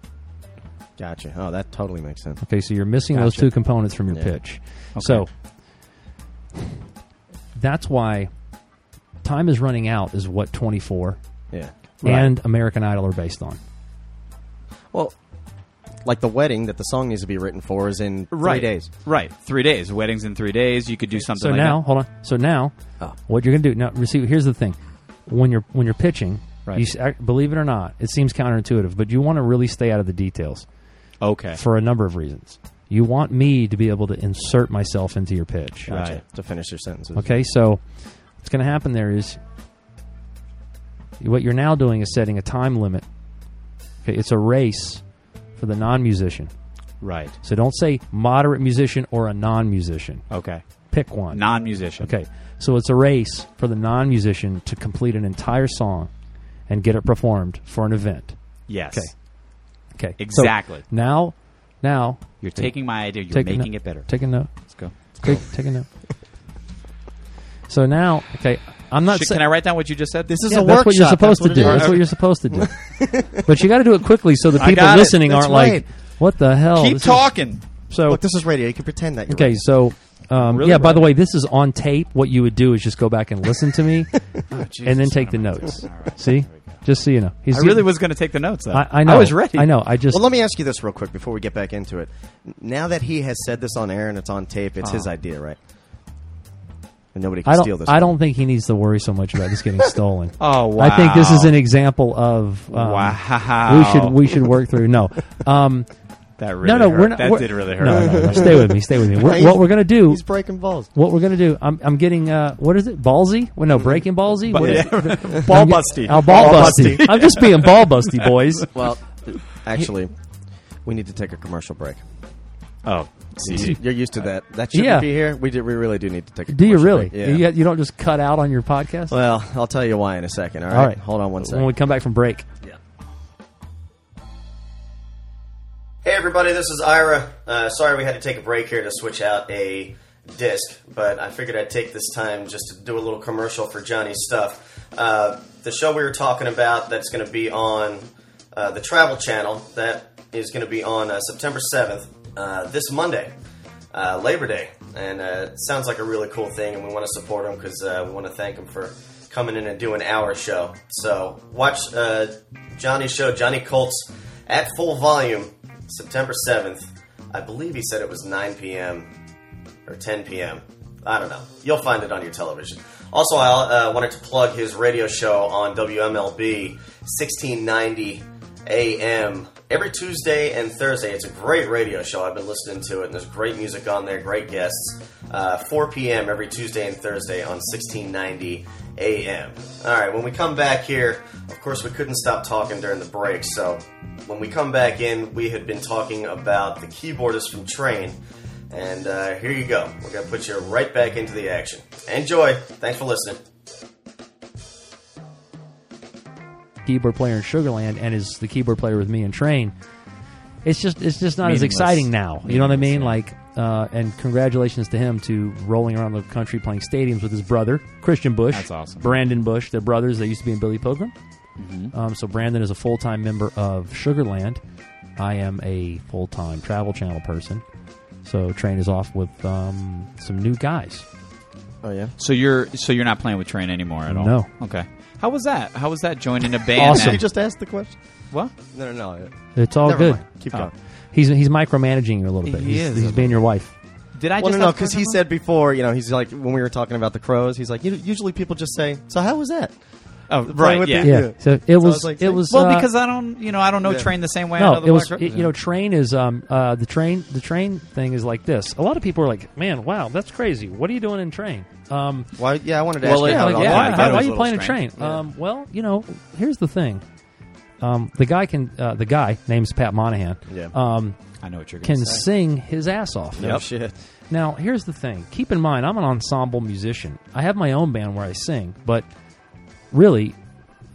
S3: gotcha. Oh, that totally makes sense.
S4: Okay, so you're missing those
S2: Gotcha.
S4: two components from your
S3: Yeah.
S4: pitch. So that's why time is running out is what 24
S3: Yeah.
S4: and American Idol are based on.
S3: Well, like the wedding that the song needs to be written for is in
S2: Right.
S3: three days.
S2: Right. Three days. Weddings in three days. You could do something.
S4: So
S2: like
S4: now,
S2: that.
S4: hold on. So now,
S3: Oh.
S4: what you're going to do now? See, here's the thing: when you're when you're pitching,
S2: Right.
S4: you s- ac- believe it or not, it seems counterintuitive, but you want to really stay out of the details
S2: Okay.
S4: for a number of reasons. You want me to be able to insert myself into your pitch.
S3: Gotcha.
S2: Right.
S3: To finish your sentences.
S4: Okay, so what's going to happen there is what you're now doing is setting a time limit. Okay, it's a race for the non-musician.
S2: Right.
S4: So don't say moderate musician or a non-musician.
S2: Okay.
S4: Pick one.
S2: Non-musician.
S4: okay, so it's a race for the non-musician to complete an entire song and get it performed for an event.
S2: Yes.
S4: Okay. Okay, so
S2: Exactly.
S4: now, now
S2: You're taking my idea. You're
S4: Take a
S2: making
S4: no-
S2: it better.
S4: take a note.
S2: Let's go.
S4: Take, take a note. So now, okay, I'm not.
S2: Should-
S4: sa-
S2: can I write down what you just said?
S3: This is
S4: Yeah,
S3: a
S4: that's
S3: workshop.
S4: what you're supposed
S3: That's
S4: to do.
S3: what it is.
S4: That's what you're supposed to do. but you got to do it quickly so the
S2: I
S4: people
S2: got it.
S4: listening
S3: That's
S4: aren't like,
S3: right.
S4: "What the hell?"
S2: Keep
S4: This is-
S2: talking.
S4: so
S3: Look, this is radio. You can pretend that. You're
S4: okay, so um,
S2: Really
S4: yeah. By the
S2: right.
S4: way, this is on tape. What you would do is just go back and listen to me, and then take the notes. See, just so you know, he's
S2: I really was going to take the notes. Though.
S4: I, I know.
S2: I was ready.
S4: I know. I just
S3: Well, let me ask you this real quick before we get back into it. N- Now that he has said this on air and it's on tape, it's his idea, right? And nobody can
S4: Ah. I
S3: steal
S4: don't.
S3: this.
S4: I don't think he needs to worry so much about this getting stolen.
S2: Oh wow.
S4: I think this is an example of um,
S2: Wow.
S4: We should we should work through. No, um,
S2: that really
S4: no, no.
S2: hurt.
S4: We're not.
S2: That
S4: we're-
S2: did really hurt.
S4: No, no, no, stay with me. Stay with me. We're,
S3: He's-
S4: what we're gonna do?
S3: He's breaking balls.
S4: What we're gonna do? I'm, I'm getting uh, what is it? Ballsy? Well, no, breaking ballsy. What is it?
S2: Ball
S4: I'm get-
S2: busty.
S4: Oh, ball, busty. I'm just being ball busty, boys.
S3: Well, actually, we need to take a commercial break.
S2: Oh, see.
S3: You're used to that. That shouldn't
S4: Yeah.
S3: be here. We do, we really do need to take. a
S4: Do you
S3: commercial
S4: really?
S3: break. Yeah.
S4: You, you don't just cut out on your podcast.
S3: Well, I'll tell you why in a second. All right.
S4: All right.
S3: Hold on one second.
S4: when we come back from break.
S3: Hey, everybody, this is Ira. Uh, sorry we had to take a break here to switch out a disc, but I figured I'd take this time just to do a little commercial for Johnny's stuff. Uh, the show we were talking about that's going to be on uh, the Travel Channel, that is going to be on uh, September 7th. uh, this Monday, uh, Labor Day, and uh, it sounds like a really cool thing, and we want to support them because uh, we want to thank them for coming in and doing our show. So watch uh, Johnny's show, Johnny Colts, at full volume, September seventh. I believe he said it was 9 p.m. or 10 p.m. I don't know. You'll find it on your television. Also, I uh, wanted to plug his radio show on WMLB 1690 AM every Tuesday and Thursday. It's a great radio show. I've been listening to it, and there's great music on there, great guests. Uh, 4 p.m. every Tuesday and Thursday on 1690 AM. All right, when we come back here, of course, we couldn't stop talking during the break, so when we come back in, we had been talking about the keyboardist from Train. And uh, here you go. We're going to put you right back into the action. Enjoy. Thanks for listening.
S4: keyboard player in Sugarland and is the keyboard player with me in Train. It's just it's just not as
S2: Meaningless.
S4: exciting now. You know what I mean?
S2: Meaningless, yeah.
S4: Like, uh, and congratulations to him to rolling around the country playing stadiums with his brother Christian Bush.
S2: That's awesome. Mm-hmm.
S4: Brandon Bush, they're brothers. They used to be in Billy Pilgrim. Um, so Brandon is a full time member of Sugarland. I am a full time Travel Channel person. So Train is off with um, some new guys.
S3: Oh, yeah?
S2: So you're so you're not playing with Train anymore at all?
S4: No.
S2: Okay. How was that? How was that joining a band?
S4: Awesome.
S2: that-
S4: You
S3: just asked the question?
S2: what?
S3: No, no, no.
S4: It's all
S3: Never
S4: good.
S3: mind. Keep
S2: Oh.
S3: going.
S4: He's he's micromanaging you a little bit.
S2: He
S4: he's,
S2: is.
S4: he's being your wife.
S2: Did I
S3: well, no,
S2: just
S3: no,
S2: have
S3: because he
S2: questions?
S3: said before, you know, he's like, when we were talking about the crows, he's like, "U- usually people just say, so how was that?
S2: Oh,
S3: Playing
S2: right.
S3: with
S2: Yeah.
S3: the-
S4: Yeah.
S3: Yeah.
S4: So
S3: I
S4: it
S3: was
S4: was
S3: like,
S4: it was
S2: Well,
S4: uh,
S2: because I don't, you know, I don't know
S3: Yeah.
S2: Train the same way. I know
S4: no,
S2: the
S4: it was
S2: Black
S4: it- you know train is um uh the train the train thing is like this. A lot of people are like, man, wow, that's crazy. What are you doing in train? Um,
S3: Why, yeah, I wanted to
S2: Well,
S3: ask you
S2: it-
S4: yeah,
S3: how
S2: no,
S3: it
S4: like,
S3: all
S4: yeah,
S2: yeah,
S3: came
S2: I thought
S4: why,
S3: together.
S2: it
S4: why are
S2: was
S4: you
S2: a
S4: playing
S2: little
S4: a train?
S2: strange.
S3: Yeah.
S4: Um, well, you know, here's the thing. Um, the guy can uh, the guy name's Pat Monahan.
S3: Yeah.
S4: Um,
S2: I know what you're going
S4: can
S2: to say.
S4: sing his ass off.
S3: No shit.
S4: Now, here's the thing. Keep in mind, I'm an ensemble musician. I have my own band where I sing, but really,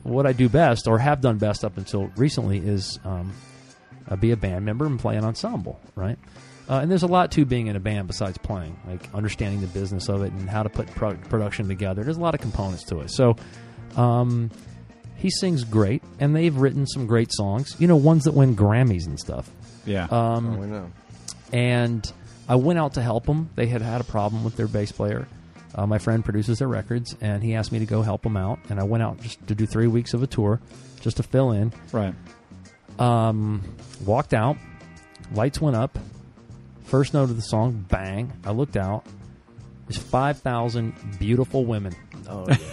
S4: what I do best, or have done best up until recently, is um, uh, be a band member and play an ensemble, right? Uh, and there's a lot to being in a band besides playing, like understanding the business of it and how to put pro- production together. There's a lot of components to it. So, um, he sings great, and they've written some great songs. You know, ones that win Grammys and stuff
S2: Yeah.
S4: uh,
S3: Oh, we know.
S4: and I went out to help them. They had had a problem with their bass player. Uh, my friend produces their records, and he asked me to go help him out. And I went out just to do three weeks of a tour, just to fill in.
S2: right.
S4: Um, walked out, lights went up. First note of the song, bang! I looked out. There's five thousand beautiful women.
S3: Oh, yeah.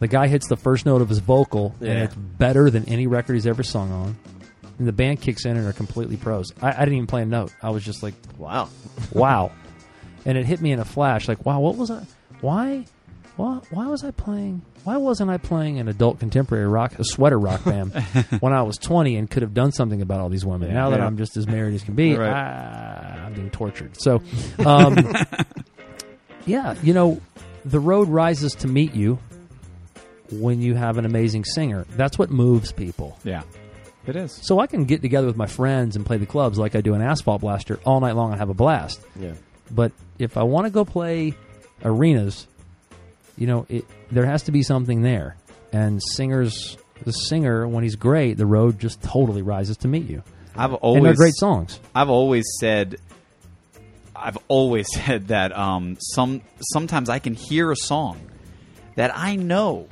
S4: The guy hits the first note of his vocal, and
S3: Yeah.
S4: it's better than any record he's ever sung on. And the band kicks in and are completely pros. I, I didn't even play a note. I was just like,
S3: wow.
S4: wow and it hit me in a flash like wow what was i why why, why was i playing why wasn't i playing an adult contemporary rock a sweater rock band when i was 20 and could have done something about all these women now that
S2: Yeah.
S4: i'm just as married as can be
S2: Right.
S4: I, i'm being tortured so um, yeah you know the road rises to meet you when you have an amazing singer that's what moves people
S2: Yeah. It is.
S4: so i can get together with my friends and play the clubs like i do an asphalt blaster all night long and have a blast
S3: Yeah.
S4: but if I want to go play arenas, you know, it, there has to be something there. And singers, the singer, when he's great, the road just totally rises to meet you.
S2: I've
S4: and they're
S2: always
S4: great songs.
S2: I've always said I've always said that um, some sometimes I can hear a song that I know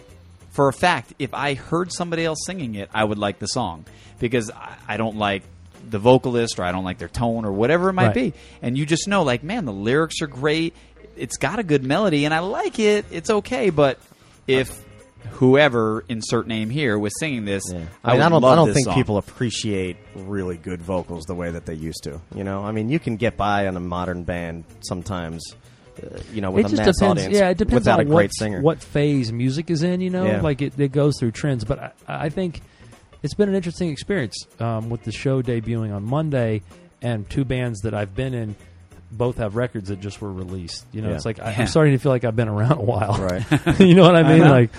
S2: for a fact if I heard somebody else singing it, I would like the song because I, I don't like the vocalist or I don't like their tone or whatever it might
S4: Right.
S2: be. And you just know, like, man, the lyrics are great. It's got a good melody and I like it. It's okay, but if whoever insert name here was singing this,
S3: Yeah.
S2: I,
S3: I mean, I,
S2: would
S3: don't.
S2: love
S3: I don't
S2: this
S3: think
S2: song.
S3: people appreciate really good vocals the way that they used to. You know, I mean, you can get by on a modern band sometimes. Uh, you know, with
S4: it
S3: a
S4: just
S3: mass
S4: depends.
S3: audience.
S4: yeah, it depends
S3: without
S4: on
S3: a great
S4: what,
S3: singer.
S4: what phase music is in. You know,
S3: Yeah.
S4: like it, it goes through trends. But I, I think it's been an interesting experience um, with the show debuting on Monday, and two bands that I've been in both have records that just were released. You know,
S3: Yeah.
S4: it's like I,
S2: Yeah.
S4: I'm starting to feel like I've been around a while.
S3: Right.
S4: you know what I mean?
S2: know.
S4: like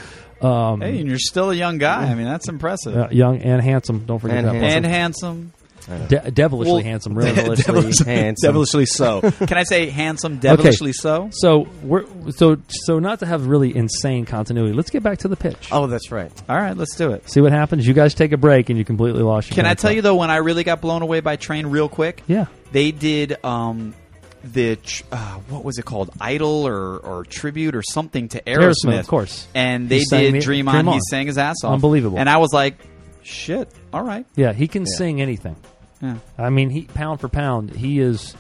S4: um,
S2: Hey, and you're still a young guy. I mean, that's impressive.
S4: uh, young and handsome. Don't forget
S3: And
S4: that.
S3: handsome.
S2: and handsome
S4: De- devilishly
S2: Well,
S4: handsome, really.
S3: Devilishly handsome.
S2: devilishly so. Can I say handsome, devilishly so?
S4: So we're so so not to have really insane continuity. Let's get back to the pitch.
S3: Oh, that's right.
S2: All right, let's do it.
S4: See what happens. You guys take a break, and you completely lost. your
S2: Can I
S4: train of
S2: tell
S4: thought.
S2: you though when I really got blown away by Train real quick?
S4: Yeah.
S2: They did um the tr- uh, what was it called? Idol or or tribute or something to Aerosmith,
S4: Aerosmith, of course.
S2: And
S4: He
S2: they
S4: sang
S2: did
S4: the-
S2: Dream,
S4: Dream
S2: on. He
S4: On.
S2: sang his ass off.
S4: Unbelievable.
S2: And I was like, shit. All right.
S4: Yeah, he can sing anything.
S2: Yeah.
S4: I mean, he pound for pound, he is.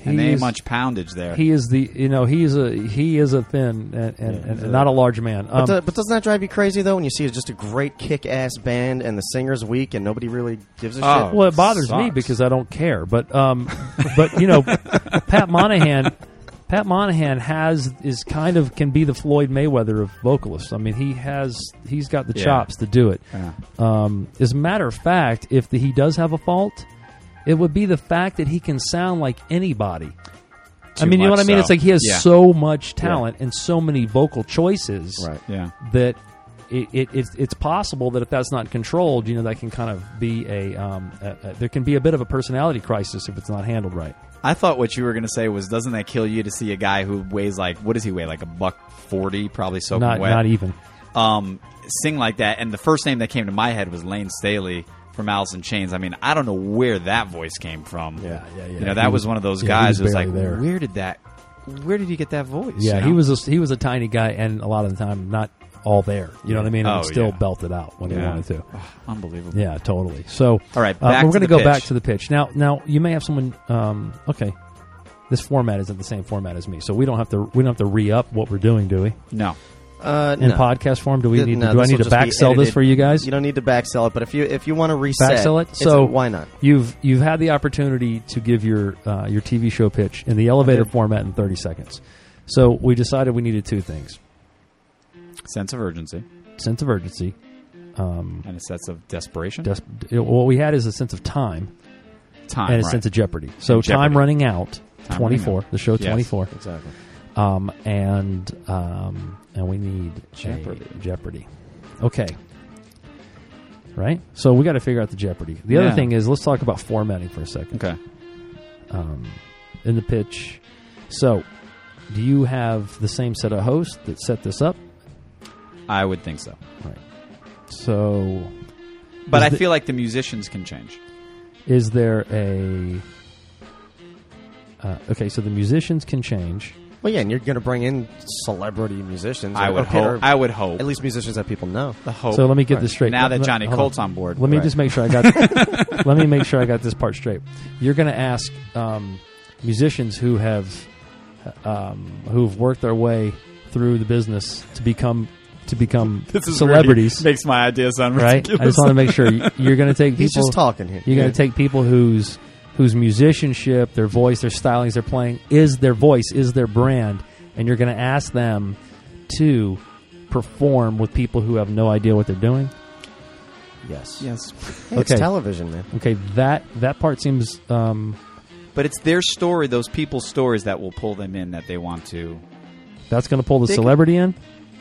S4: He
S2: And they ain't
S4: is,
S2: much poundage there.
S4: He is the you know he is a he is a thin and, and, and not a large man.
S3: But,
S4: Um,
S3: do- but doesn't that drive you crazy though when you see just a great kick-ass band and the singer's weak and nobody really gives a
S2: Oh.
S3: shit?
S4: well, it bothers me
S2: sucks.
S4: because I don't care. But um, but you know, Pat Monahan, Pat Monahan has is kind of can be the Floyd Mayweather of vocalists. I mean, he has he's got the
S2: Yeah.
S4: chops to do it.
S2: Yeah.
S4: Um, as a matter of fact, if the, he does have a fault, it would be the fact that he can sound like anybody. I
S2: Too
S4: mean, you know
S2: much
S4: what I mean?
S2: so.
S4: It's like he has
S2: Yeah.
S4: so much talent and so many vocal choices
S3: Right.
S2: yeah.
S4: that it, it, it's, it's possible that if that's not controlled, you know, that can kind of be a, um, a, a there can be a bit of a personality crisis if it's not handled right.
S2: I thought what you were going to say was, doesn't that kill you to see a guy who weighs like what does he weigh? Like a buck forty, probably soaking
S4: not
S2: wet.
S4: not e- even.
S2: um, sing like that. And the first name that came to my head was Lane Staley from Alice in Chains. I mean, I don't know where that voice came from.
S4: Yeah, yeah, yeah.
S2: You know,
S4: He
S2: that was,
S4: was-
S2: one of those
S4: yeah, he
S2: guys
S4: was
S2: who's
S4: barely
S2: like,
S4: there.
S2: where did that? Where did he get that voice?
S4: Yeah,
S2: you
S4: he
S2: know?
S4: was a, he was a tiny guy, and a lot of the time not all there. You know what I mean?
S2: Oh,
S4: and still
S2: yeah.
S4: belted out when he
S2: Yeah.
S4: wanted to.
S2: unbelievable.
S4: Yeah, totally. So,
S2: All right,
S4: uh,
S2: back
S4: we're
S2: to
S4: going
S2: the
S4: go
S2: pitch.
S4: back to the pitch now. Now you may have someone. Um, okay, this format isn't the same format as me, so we don't have to we don't have to re up what we're doing, do we?
S2: No,
S3: uh,
S4: In
S3: no.
S4: podcast form, do we
S3: Th-
S4: need?
S3: no,
S4: to, do I
S3: this
S4: need
S3: will
S4: to
S3: just be
S4: back sell this
S3: edited.
S4: for you guys?
S3: You don't need to backsell it, but if you if you want to reset,
S4: back sell it.
S3: it's-
S4: So
S3: why not?
S4: You've you've had the opportunity to give your uh, your TV show pitch in the elevator
S3: Okay.
S4: format in 30 seconds. So we decided we needed two things:
S2: sense of urgency
S4: sense of urgency. Um,
S2: and a sense of desperation.
S4: des- what we had is a sense of time
S2: Time.
S4: and a
S2: right.
S4: sense of jeopardy. So
S2: And jeopardy.
S4: time running out.
S2: Time
S4: 24
S2: running out.
S4: the show
S2: Yes.
S4: 24
S3: Exactly.
S4: um, and um, and we need a
S2: Jeopardy.
S4: jeopardy okay right so we got to figure out the jeopardy the other
S2: Yeah.
S4: thing is let's talk about formatting for a second
S2: okay.
S4: um, in the pitch. So, do you have the same set of hosts that set this up?
S2: I would think so,
S4: So,
S2: but
S4: Is
S2: I
S4: the-
S2: feel like the musicians can change.
S4: is there a uh, okay? So the musicians can change.
S3: Well, yeah, and you're going to bring in celebrity musicians.
S2: I
S3: or-
S2: would
S3: okay,
S2: hope.
S3: or
S2: I would hope.
S3: at least musicians that people know.
S2: the hope.
S4: So let me get
S3: Right.
S4: this straight.
S2: Oh, now that
S4: Let-
S2: Johnny
S4: hold
S2: Colt's on board,
S4: Let me
S3: Right.
S4: just make sure I got. let me make sure I got this part straight. You're going to ask um, musicians who have um, who've worked their way through the business to become to become celebrities.
S2: makes my idea sound
S4: right? I just want to make sure You- you're going to take people.
S3: He's just talking here.
S4: You're going to take people whose whose musicianship, their voice, their stylings, their playing is their voice, is their brand, and you're going to ask them to perform with people who have no idea what they're doing.
S3: yes.
S2: Yes,
S3: Hey, It's
S4: Okay.
S3: television, man.
S4: Okay, that that part seems um,
S2: but it's their story, those people's stories that will pull them in that they want to.
S4: that's going to pull the
S2: They can-
S4: celebrity in.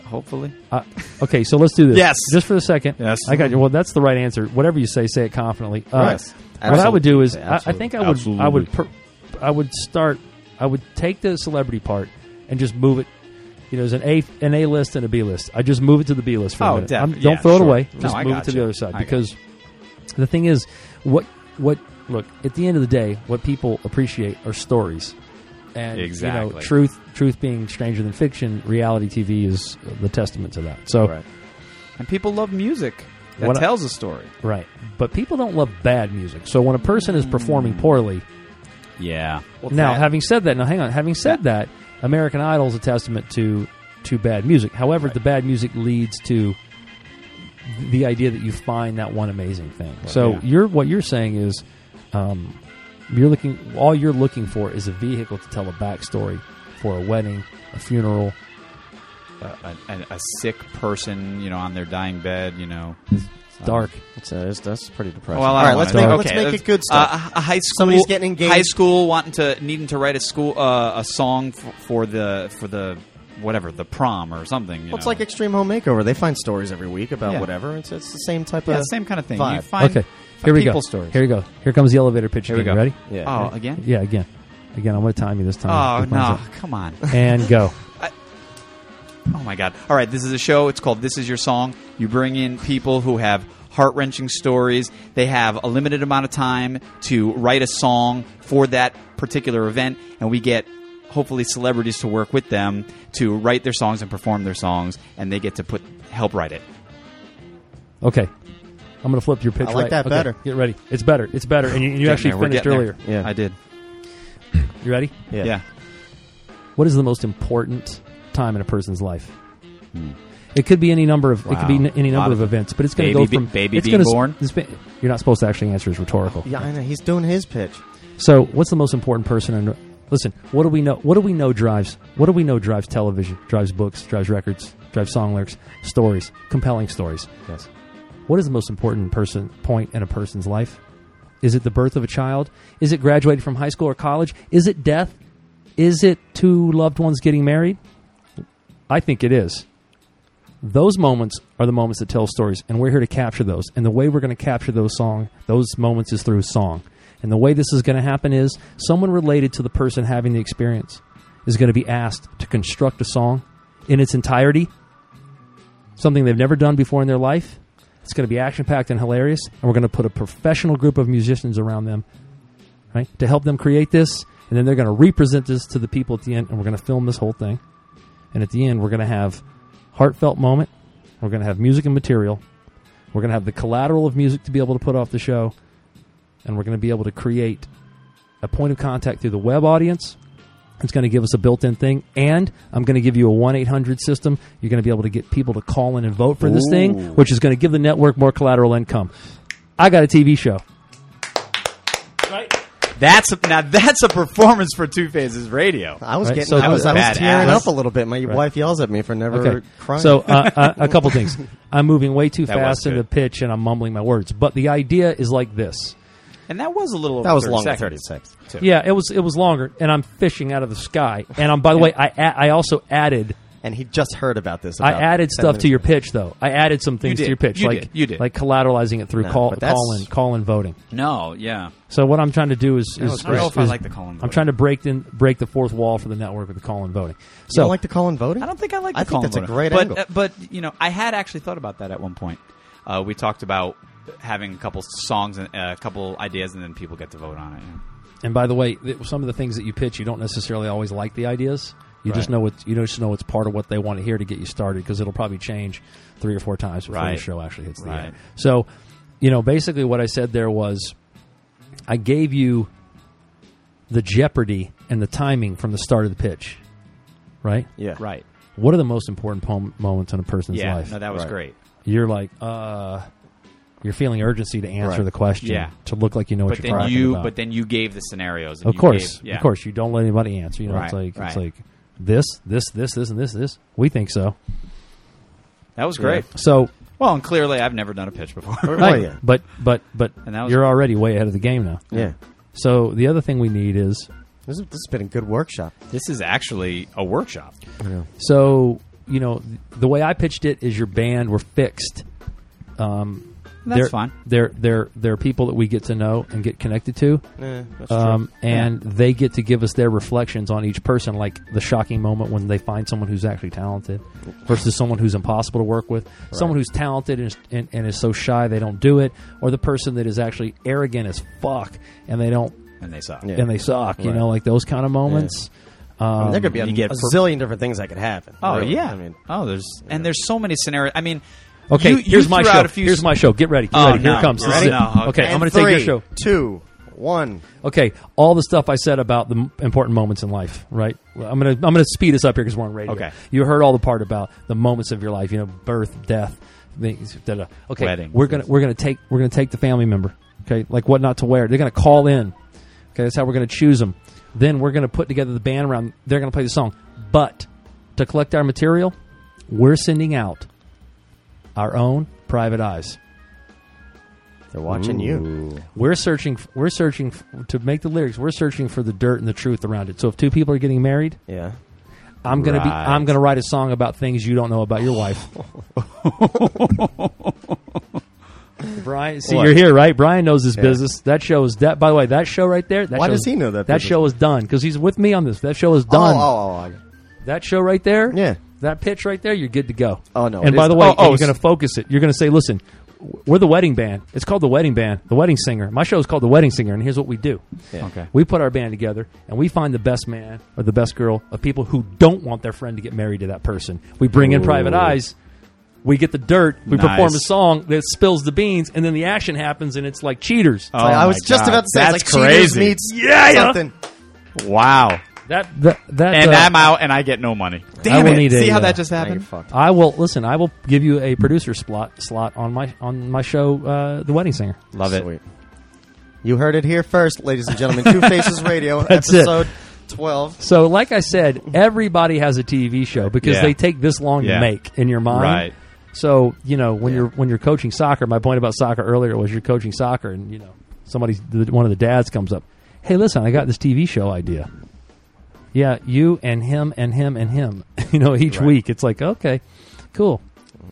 S2: Hopefully,
S4: Uh, okay, so let's do this.
S2: Yes.
S4: just for a second.
S2: Yes.
S4: I got you. Well, that's the right answer. Whatever you say, say it confidently. Uh,
S3: Yes.
S4: What I would do is, I, I
S3: Absolutely.
S4: think I would, I would, per, I would start, I would take the celebrity part and just move it. You know, there's an A, an A list and a B list. I just move it to the B list for
S2: Oh,
S4: a minute.
S2: def-
S4: I'm-
S2: yeah,
S4: don't throw it
S2: sure.
S4: away.
S2: No,
S4: Just
S2: I
S4: move it
S2: got
S4: to
S2: you.
S4: the other side
S2: I got
S4: because the thing is, what, what, look at the end of the day, what people appreciate are stories. And you know,
S2: Exactly.
S4: truth, truth being stranger than fiction. Reality TV is the testament to that. So,
S3: Right.
S2: and people love music that
S4: What I-
S2: tells a story.
S4: Right. But people don't love bad music. So when a person is performing poorly,
S2: Yeah. Well,
S4: now
S2: that-
S4: having said that, now hang on, having said that, American Idol is a testament to to bad music. However, the bad music leads to the idea that you find that one amazing thing. So
S2: Yeah.
S4: you're what you're saying is um, you're looking all you're looking for is a vehicle to tell a backstory for a wedding, a funeral,
S2: a, a, a sick person, you know, on their dying bed, you know.
S4: dark.
S3: That's, uh, that's, that's pretty depressing.
S2: Well, I
S3: All right,
S2: don't
S3: let's make,
S2: wanna-
S3: let's
S2: okay,
S3: make
S2: let's-
S3: it good stuff.
S2: Uh, a high school,
S3: Somebody's getting engaged.
S2: High school wanting to needing to write a school uh, a song for, for the for the whatever the prom or something. you
S3: Well, it's
S2: know.
S3: like Extreme Home Makeover. They find stories every week about
S2: uh, Yeah.
S3: whatever. It's, it's the same type
S2: yeah,
S3: of
S2: same kind of thing. You
S3: vibe.
S2: find
S4: okay,
S2: find
S4: here we
S2: people
S4: go.
S2: stories.
S4: Here we go. Here comes the elevator pitch.
S2: Here we
S4: again.
S2: go.
S4: Ready?
S3: yeah.
S2: Oh, again?
S4: Yeah, again, again. I'm going to time you this time.
S2: Oh
S4: Keep on
S2: no! Come on.
S4: zip. And go.
S2: Oh my god! All right, this is a show. It's called "This Is Your Song." You bring in people who have heart wrenching stories. They have a limited amount of time to write a song for that particular event, and we get hopefully celebrities to work with them to write their songs and perform their songs, and they get to put help write it.
S4: Okay. I'm going to flip your pitch.
S3: I like
S4: right.
S3: that
S4: Okay,
S3: better.
S4: Get ready. It's better. It's better. And you, and you actually
S2: Getting there. We're
S4: finished
S2: getting
S4: earlier.
S2: there.
S3: earlier. Yeah.
S2: I did.
S4: You ready?
S3: Yeah.
S2: yeah.
S4: What is the most important time in a person's life? It could be any number of it could be
S2: Wow.
S4: n- any number
S2: Lot
S4: of
S2: of-
S4: events, but it's going to
S2: Baby
S4: go
S2: be-
S4: from
S2: baby
S4: it's
S2: being
S4: gonna s-
S2: born?
S4: it's been- you're not supposed to actually answer. It's rhetorical.
S3: Yeah, I know. He's doing his pitch.
S4: So, what's the most important person? in listen, what do we know? What do we know drives? What do we know drives television? Drives books? Drives records? Drives song lyrics? Stories? Compelling stories.
S3: Yes.
S4: What is the most important person point in a person's life? Is it the birth of a child? Is it graduating from high school or college? Is it death? Is it two loved ones getting married? I think it is. Those moments are the moments that tell stories, and we're here to capture those. And the way we're going to capture those song, those moments is through song. And the way this is going to happen is someone related to the person having the experience is going to be asked to construct a song in its entirety, something they've never done before in their life. It's going to be action packed and hilarious, and we're going to put a professional group of musicians around them, right, to help them create this. And then they're going to represent this to the people at the end, and we're going to film this whole thing. And at the end, we're going to have heartfelt moment. We're going to have music and material. We're going to have the collateral of music to be able to put off the show, and we're going to be able to create a point of contact through the web audience. It's going to give us a built-in thing, and I'm going to give you a 1-800 system. You're going to be able to get people to call in and vote for this thing, which is going to give the network more collateral income. I got a TV show.
S2: That's a, now that's a performance for Two Phases Radio.
S3: I was
S4: Right,
S3: getting.
S4: so
S3: I was, I
S2: that
S3: was tearing
S2: ass-
S3: up a little bit. My wife yells at me for never
S4: Okay.
S3: crying.
S4: So uh, uh, a couple things. I'm moving way too
S2: That was
S4: fast in the
S2: good.
S4: pitch, and I'm mumbling my words. But the idea is like this.
S2: And that was a little.
S3: that
S2: over
S3: was
S2: 30
S3: long.
S2: seconds.
S3: Thirty seconds. Too.
S4: Yeah, it was it was longer, and I'm fishing out of the sky. And um, by the way, I a- I also added
S3: And he just heard about this.
S4: I
S3: about
S4: added
S3: 10
S4: stuff to
S3: minutes
S4: your pitch though. I added some things to
S2: did.
S4: your pitch,
S2: You
S4: like
S2: did. You did.
S4: like collateralizing it through
S3: No,
S4: call
S3: but that's-
S4: call in call in voting.
S2: No, yeah.
S4: So what I'm trying to do is, is,
S3: was
S2: I don't know
S4: is-
S2: if I
S4: is-
S2: like the call in.
S4: I'm trying to break in break the fourth wall for the network with the call in voting.
S3: You
S4: So
S3: don't like the call in voting?
S2: I don't think I like. The
S3: I think
S2: column
S3: that's a
S2: voting.
S3: great
S2: but,
S3: angle.
S2: uh, but you know, I had actually thought about that at one point. Uh, we talked about having a couple songs and uh, a couple ideas, and then people get to vote on it.
S4: And by the way, th- some of the things that you pitch, you don't necessarily always like the ideas. You just
S2: Right.
S4: know what you just know it's part of what they want to hear to get you started because it'll probably change three or four times before the
S2: Right.
S4: show actually hits the
S2: Right.
S4: air. So, you know, basically what I said there was, I gave you the jeopardy and the timing from the start of the pitch, right?
S3: Yeah.
S2: Right?
S4: What are the most important pom- moments in a person's
S2: Yeah.
S4: life?
S2: No, that was
S3: Right.
S2: great.
S4: you're like, uh, you're feeling urgency to answer
S3: Right.
S4: the question,
S2: Yeah.
S4: to look like you know
S2: But
S4: what you're
S2: then
S4: talking
S2: you,
S4: about
S2: but then you gave the scenarios. and
S4: of
S2: you
S4: course,
S2: gave- yeah.
S4: of course, you don't let anybody answer. You know, it's
S2: Right,
S4: like it's
S2: right.
S4: like this, this, this, this, and this, this. We think so.
S2: That was great.
S4: So,
S2: Well, and clearly, I've never done a pitch before.
S3: Oh, yeah.
S4: but but but
S2: And that was-
S4: you're already way ahead of the game now.
S3: Yeah.
S4: So the other thing we need is
S3: This, is- this has been a good workshop.
S2: this is actually a workshop.
S4: so you know th- the way I pitched it is your band were fixed. Um,
S2: That's
S4: they're,
S2: fine.
S4: They're they're they're people that we get to know and get connected to.
S3: Yeah, that's
S4: Um, and they get to give us their reflections on each person, like the shocking moment when they find someone who's actually talented versus someone who's impossible to work with, someone who's talented and is, and, and is so shy they don't do it, or the person that is actually arrogant as fuck and they don't
S2: And they suck.
S3: Yeah.
S4: and they suck. You know, like those kind of moments.
S3: I mean, there could be a,
S2: you get
S3: a
S2: per-
S3: zillion different things that could happen.
S2: Oh
S3: really.
S2: yeah.
S3: I mean,
S2: oh, there's and there's so many scenarios. I mean,
S4: Okay,
S2: you,
S4: here's
S2: you
S4: my
S2: threw
S4: show.
S2: out A few
S4: here's my show. Get ready. Get
S2: Oh,
S4: ready. Here
S2: no.
S4: it comes. This is
S2: Ready?
S4: it.
S2: No, okay.
S4: okay, I'm
S3: And
S4: going to take your
S3: three,
S4: show.
S3: Two, one.
S4: Okay, all the stuff I said about the m- important moments in life, right? Well, I'm gonna I'm gonna speed us up here because we're on radio.
S2: Okay.
S4: you heard all the part about the moments of your life, you know, birth, death, things. Da, da. Okay,
S2: Wedding.
S4: we're gonna we're gonna take we're gonna take the family member. Okay, like what not to wear. They're gonna call in. Okay, that's how we're gonna choose them. Then we're gonna put together the band around. They're gonna play the song, but to collect our material, we're sending out our own private eyes.
S3: They're watching you.
S4: We're searching. f- We're searching f- to make the lyrics. We're searching for the dirt and the truth around it. So if two people are getting married,
S3: Yeah.
S4: I'm gonna be.
S2: Right.
S4: I'm gonna write a song about things you don't know about your wife. Brian, see,
S3: What?
S4: you're here, right? Brian knows his
S3: Yeah.
S4: business. That show is that. By the way, that show right there. That
S3: Why
S4: show
S3: does
S4: is-
S3: he know that
S4: That
S3: business?
S4: show is done because he's with me on this. That show is done.
S3: Oh, oh, oh,
S4: That show right there.
S3: Yeah.
S4: That pitch right there. You're good to go.
S3: Oh, no,
S4: And
S3: it
S4: by
S3: is
S4: the
S3: done.
S4: way,
S3: Oh,
S4: and you're gonna focus it. You're gonna say, listen. w- We're the wedding band. It's called the wedding band, the wedding singer. My show is called the wedding singer, and here's what we do.
S3: Yeah.
S2: Okay.
S4: We put our band together and we find the best man or the best girl of people who don't want their friend to get married to that person. We bring in private eyes. We get the dirt. We
S2: Nice.
S4: perform a song that spills the beans, and then the action happens, and it's like cheaters.
S2: Oh
S3: I- I
S2: my
S3: was just
S2: God.
S3: about to say
S2: that's
S3: it's like Cheaters
S2: crazy.
S3: meets
S2: yeah, yeah.
S3: something.
S2: Wow.
S4: That that, that
S2: And
S4: uh,
S2: I'm out, and I get no money.
S4: I will need
S2: See
S4: a,
S2: how
S4: uh,
S2: that just
S3: Now you're
S2: happened?
S3: fucked.
S4: I will listen. I will give you a producer slot slot on my on my show, uh, The Wedding Singer.
S2: Love it.
S3: Sweet. You heard it here first, ladies and gentlemen. Two Faces Radio,
S4: That's it.
S3: episode twelve.
S4: So, like I said, everybody has a TV show because
S2: Yeah.
S4: they take this long
S2: Yeah.
S4: to make in your mind.
S2: Right.
S4: So, you know, when
S3: Yeah.
S4: you're when you're coaching soccer, my point about soccer earlier was you're coaching soccer, and you know, somebody's the- one of the dads comes up, hey, listen, I got this TV show idea. Yeah, you and him and him and him. you know, each
S3: Right.
S4: week it's like, okay, cool.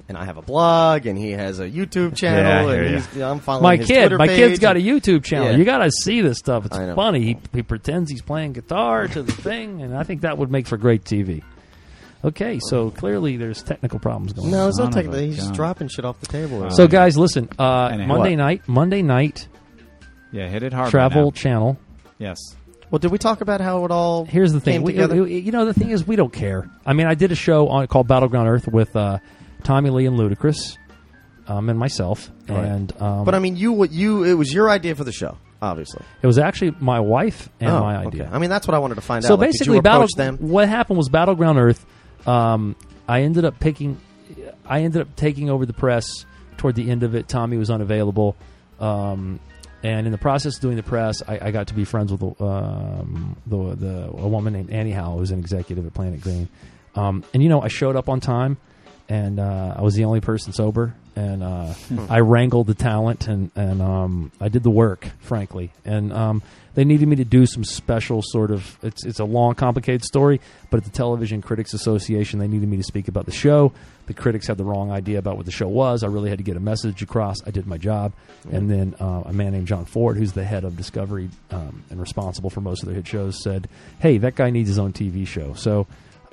S3: And I have a blog, and he has a YouTube channel,
S2: Yeah, I hear
S3: and
S2: ya.
S3: he's, yeah, I'm following
S4: my
S3: his
S4: kid,
S3: Twitter
S4: my
S3: page,
S4: kid's got a
S3: and-
S4: YouTube channel.
S3: Yeah.
S4: You got to see this stuff. It's
S3: I know.
S4: funny. He, he pretends he's playing guitar to the thing, and I think that would make for great TV. Okay, so clearly there's technical problems going on.
S3: No, it's
S2: Son
S3: not
S2: of
S3: technically.
S2: a
S3: He's just
S2: gun.
S3: dropping shit off the table. right
S4: So
S3: now.
S4: guys, listen. Uh,
S2: Anyhow.
S4: Monday
S2: What?
S4: night, Monday night,
S2: Yeah, hit it hard. by
S4: Travel
S2: now.
S4: Channel.
S2: Yes.
S3: well, did we talk about how it all
S4: Here's the thing.
S3: came
S4: We,
S3: together?
S4: we- you know, the thing is, we don't care. I mean, I did a show on called Battleground Earth with uh, Tommy Lee and Ludacris, um, and myself,
S3: Right.
S4: and um,
S3: but I mean, you, what you, it was your idea for the show, obviously.
S4: it was actually my wife and
S3: Oh,
S4: my idea.
S3: okay. I mean, that's what I wanted to find
S4: So
S3: out. Like, did
S4: basically,
S3: you
S4: battle.
S3: approach them.
S4: What happened was Battleground Earth. Um, I ended up picking. I ended up taking over the press toward the end of it. Tommy was unavailable, um, and in the process of doing the press, I, I got to be friends with the, um, the, the a woman named Annie Howell, who's an executive at Planet Green. Um, and you know, I showed up on time, and uh, I was the only person sober, and uh, I wrangled the talent, and and um, I did the work, frankly. And um, they needed me to do some special sort of. It's it's a long, complicated story, but at the Television Critics Association, they needed me to speak about the show. The critics had the wrong idea about what the show was. I really had to get a message across. I did my job, and then uh, a man named John Ford, who's the head of Discovery um, and responsible for most of their hit shows, said, "Hey, that guy needs his own TV show." So.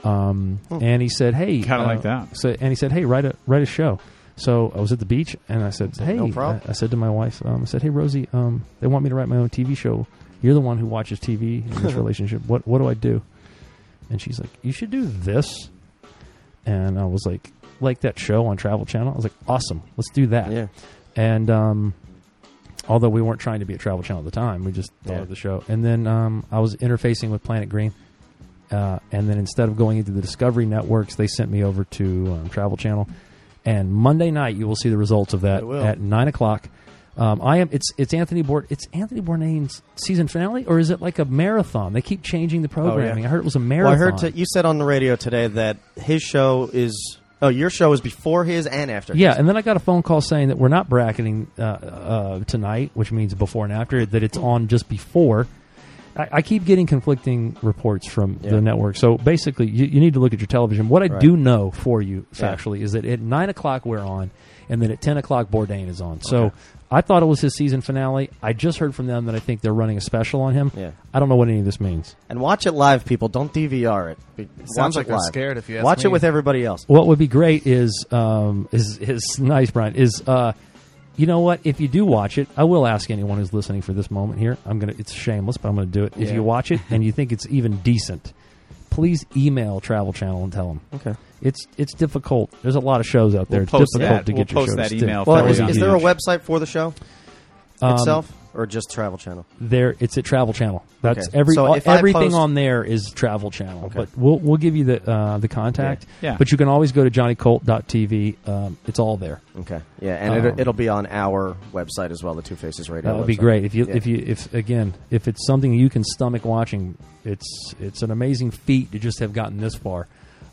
S4: Um, and he said, "Hey,
S2: Hmm. Kinda
S4: uh,
S2: like that.
S4: So, and he said, "Hey, write a write a show." So I was at the beach, and I said, "Hey,
S3: "No problem."
S4: I, I said to my wife, um, I said, "Hey, Rosie, um, they want me to write my own TV show. You're the one who watches TV in this relationship. What what do I do?" And she's like, "You should do this." And I was like, "Like that show on Travel Channel." I was like, "Awesome, let's do that."
S3: Yeah,
S4: and um, although we weren't trying to be a travel channel at the time, we just thought
S3: Yeah.
S4: of the show. And then um, I was interfacing with Planet Green, uh, and then instead of going into the Discovery networks, they sent me over to um, Travel Channel. And Monday night, you will see the results of that
S3: I will.
S4: at nine o'clock. Um, I am. It's it's Anthony Bourne. It's Anthony Bourdain's season finale, or is it like a marathon? They keep changing the programming. I heard it was a
S3: Oh, well, I
S4: marathon.
S3: heard t- you said on the radio today that his show is. Oh, your show is before his and after.
S4: Yeah,
S3: his.
S4: and then I got a phone call saying that we're not bracketing uh, uh, tonight, which means before and after. That it's on just before. I, I keep getting conflicting reports from
S3: Yeah.
S4: the network. So basically, you, you need to look at your television. What I
S3: Right.
S4: do know for you
S3: Yeah.
S4: factually is that at nine o'clock we're on, and then at ten o'clock Bourdain is on. So I thought it was his season finale. I just heard from them that I think they're running a special on him.
S3: Yeah.
S4: I don't know what any of this means.
S3: and watch it live, people. Don't DVR it. Be- watch
S5: Sounds like
S3: it
S5: I'm
S3: live.
S5: scared if you ask
S3: watch
S5: me.
S3: it with everybody else.
S4: what would be great is um, is is nice, Brian. Is uh, you know what? If you do watch it, I will ask anyone who's listening for this moment here. I'm gonna. It's shameless, but I'm gonna do it. If
S3: Yeah.
S4: you watch it and you think it's even decent, please email Travel Channel and tell them.
S3: Okay.
S4: It's it's difficult. There's a lot of shows out there.
S2: We'll
S4: it's
S2: post
S4: difficult
S2: that.
S4: to
S2: We'll
S4: get your
S2: post
S4: show to
S2: that
S4: stick.
S2: email
S3: Well,
S2: That
S3: is,
S2: would
S3: is
S2: be
S3: there a
S2: huge.
S3: website for the show
S4: Um,
S3: itself, or just Travel Channel?
S4: There, it's at Travel Channel. That's
S3: Okay.
S4: every
S3: So
S4: all-
S3: if I
S4: everything
S3: post-
S4: on there is Travel Channel. But we'll we'll give you the uh, the contact.
S2: Yeah. Yeah.
S4: But you can always go to johnnycolt.tv. Um, it's all there.
S3: Okay. Yeah, and
S4: Um,
S3: it, it'll be on our website as well, the Two Faces Radio.
S4: That would be
S3: website.
S4: great if you
S3: Yeah.
S4: if you if again if it's something you can stomach watching. It's it's an amazing feat to just have gotten this far.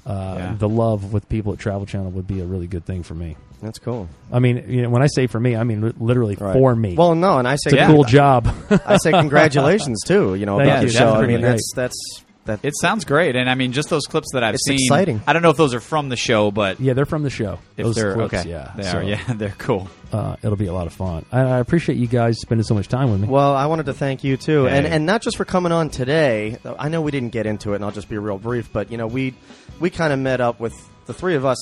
S4: Uh,
S2: Yeah.
S4: The love with people at Travel Channel would be a really good thing for me.
S3: That's cool.
S4: I mean, you know, when I say for me, I mean li- literally
S3: Right.
S4: for me.
S3: Well, no, and I say
S4: it's a
S2: yeah.
S4: cool job.
S3: I say congratulations too. You know
S4: Thank
S3: about
S2: you.
S3: the show.
S2: That's
S3: I mean,
S2: pretty
S3: that's that's that
S2: It sounds great, and I mean, just those clips that I've
S3: It's
S2: seen.
S3: exciting.
S2: I don't know if those are from the show, but
S4: Yeah, they're from the show.
S2: if
S4: Those
S2: they're
S4: clips,
S2: okay,
S4: yeah,
S2: they
S4: so,
S2: are. Yeah, they're cool.
S4: Uh, it'll be a lot of fun. I, I appreciate you guys spending so much time with me.
S3: Well, I wanted to thank you too, and
S2: Hey.
S3: and not just for coming on today. I know we didn't get into it, and I'll just be real brief. But you know, we we kind of met up with the three of us.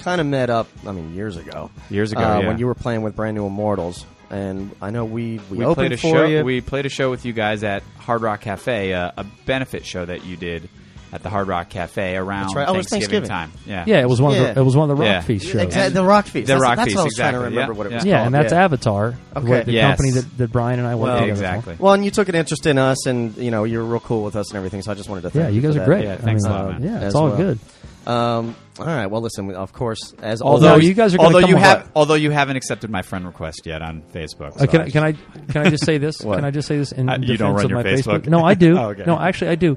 S3: Kind of met up. I mean, years ago.
S2: Years ago,
S3: uh,
S2: yeah.
S3: when you were playing with Brand New Immortals, and I know we we,
S2: We
S3: opened
S2: played a
S3: for
S2: show.
S3: you.
S2: We played a show with you guys at Hard Rock Cafe, uh, a benefit show that you did at the Hard Rock Cafe around
S3: That's right. Oh, it was
S2: Thanksgiving,
S3: Thanksgiving.
S2: time. Yeah,
S4: yeah, it was one of
S3: yeah.
S4: the, it was one of the Rock
S2: Yeah.
S4: Feast shows.
S3: Exactly, the Rock Feast.
S2: The
S3: that's,
S2: Rock
S3: that's
S2: Feast,
S3: what I was trying
S2: exactly,
S3: to remember
S2: yeah.
S3: what it was
S2: Yeah,
S4: Yeah,
S3: called.
S4: and that's
S3: yeah.
S4: Avatar,
S3: Okay.
S4: what- the
S2: Yes.
S4: company that, that Brian and I worked
S2: Well,
S4: together
S2: exactly.
S4: for.
S3: Well, and you took an interest in us, and you know you were real cool with us and everything. So I just wanted to thank
S4: Yeah, you guys
S3: for that.
S4: are great.
S2: Yeah,
S4: I
S2: thanks
S4: mean,
S2: a lot,
S4: uh,
S2: man.
S4: Yeah,
S3: As
S4: it's all
S3: well.
S4: good.
S3: Um, all right. Well, listen. Of course, as
S4: Although
S3: always,
S4: you guys are gonna
S2: although
S4: come
S2: you
S4: on-
S2: have although you haven't accepted my friend request yet on Facebook.
S4: Uh,
S2: so
S4: can, I,
S2: just-
S4: can I can I just say this?
S3: What?
S4: Can I just say this in
S2: Uh, you
S4: defense
S2: don't run
S4: of
S2: your
S4: my Facebook?
S2: Facebook?
S4: No, I do.
S2: Oh, okay.
S4: No, actually, I do.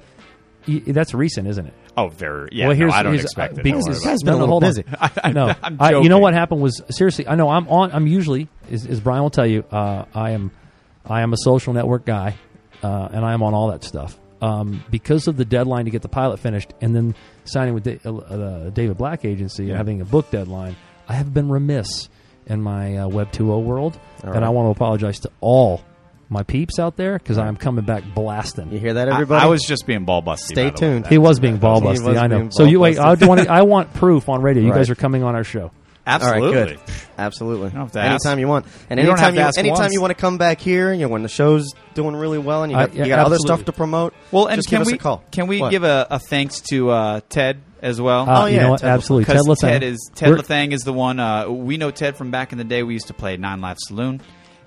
S4: Y- that's recent, isn't it?
S2: Oh, very. Yeah,
S4: well, here's,
S2: no, I don't
S4: here's,
S2: expect
S4: uh,
S2: it. Don't
S4: because
S2: worry
S4: this
S2: about
S4: guy's
S2: it.
S3: been a
S4: no, no,
S3: little
S4: hold on.
S3: busy.
S2: I- I-
S4: no,
S2: I'm
S4: I- you know
S2: joking.
S4: what happened was seriously. I know I'm on. I'm usually as, as Brian will tell you. Uh, I am, I am a social network guy, uh, and I am on all that stuff. Um, because of the deadline to get the pilot finished, and then signing with the uh, the David Black agency and
S2: Yeah.
S4: having a book deadline, I have been remiss in my uh, Web 2.0 world,
S3: All
S4: and
S3: right.
S4: I want to apologize to all my peeps out there because I'm coming back blasting.
S3: you hear that,
S2: I-
S3: everybody?
S2: I, was just being ball busty.
S3: Stay
S2: by the way.
S3: tuned.
S4: He was being ball
S3: He was
S4: busted. I know.
S3: being
S4: So you wait. I
S3: ball-busted.
S4: want. I want proof on radio. You
S3: Right.
S4: guys are coming on our show.
S3: All right,
S2: Absolutely.
S3: good. Absolutely.
S2: don't have to
S3: anytime
S2: ask.
S3: you want, and
S2: You don't have
S3: anytime
S2: to
S3: you
S2: ask
S3: anytime
S2: once.
S3: you want to come back here, you know, when the show's doing really well, and you
S4: I-
S3: got,
S4: yeah,
S3: you got other
S4: absolutely.
S3: stuff to promote.
S2: Well, and
S3: just
S2: can
S3: give
S2: we
S3: us a call.
S2: can we
S3: What?
S2: give a, a thanks to uh, Ted as well?
S4: Uh,
S3: Oh,
S4: you
S3: yeah,
S4: know what?
S3: Ted
S4: Absolutely. Ted
S2: Because
S4: Lathang.
S2: Ted is Ted
S4: We're-
S2: Lathang is the one uh, we know. Ted from back in the day, we used to play Nine Life Saloon,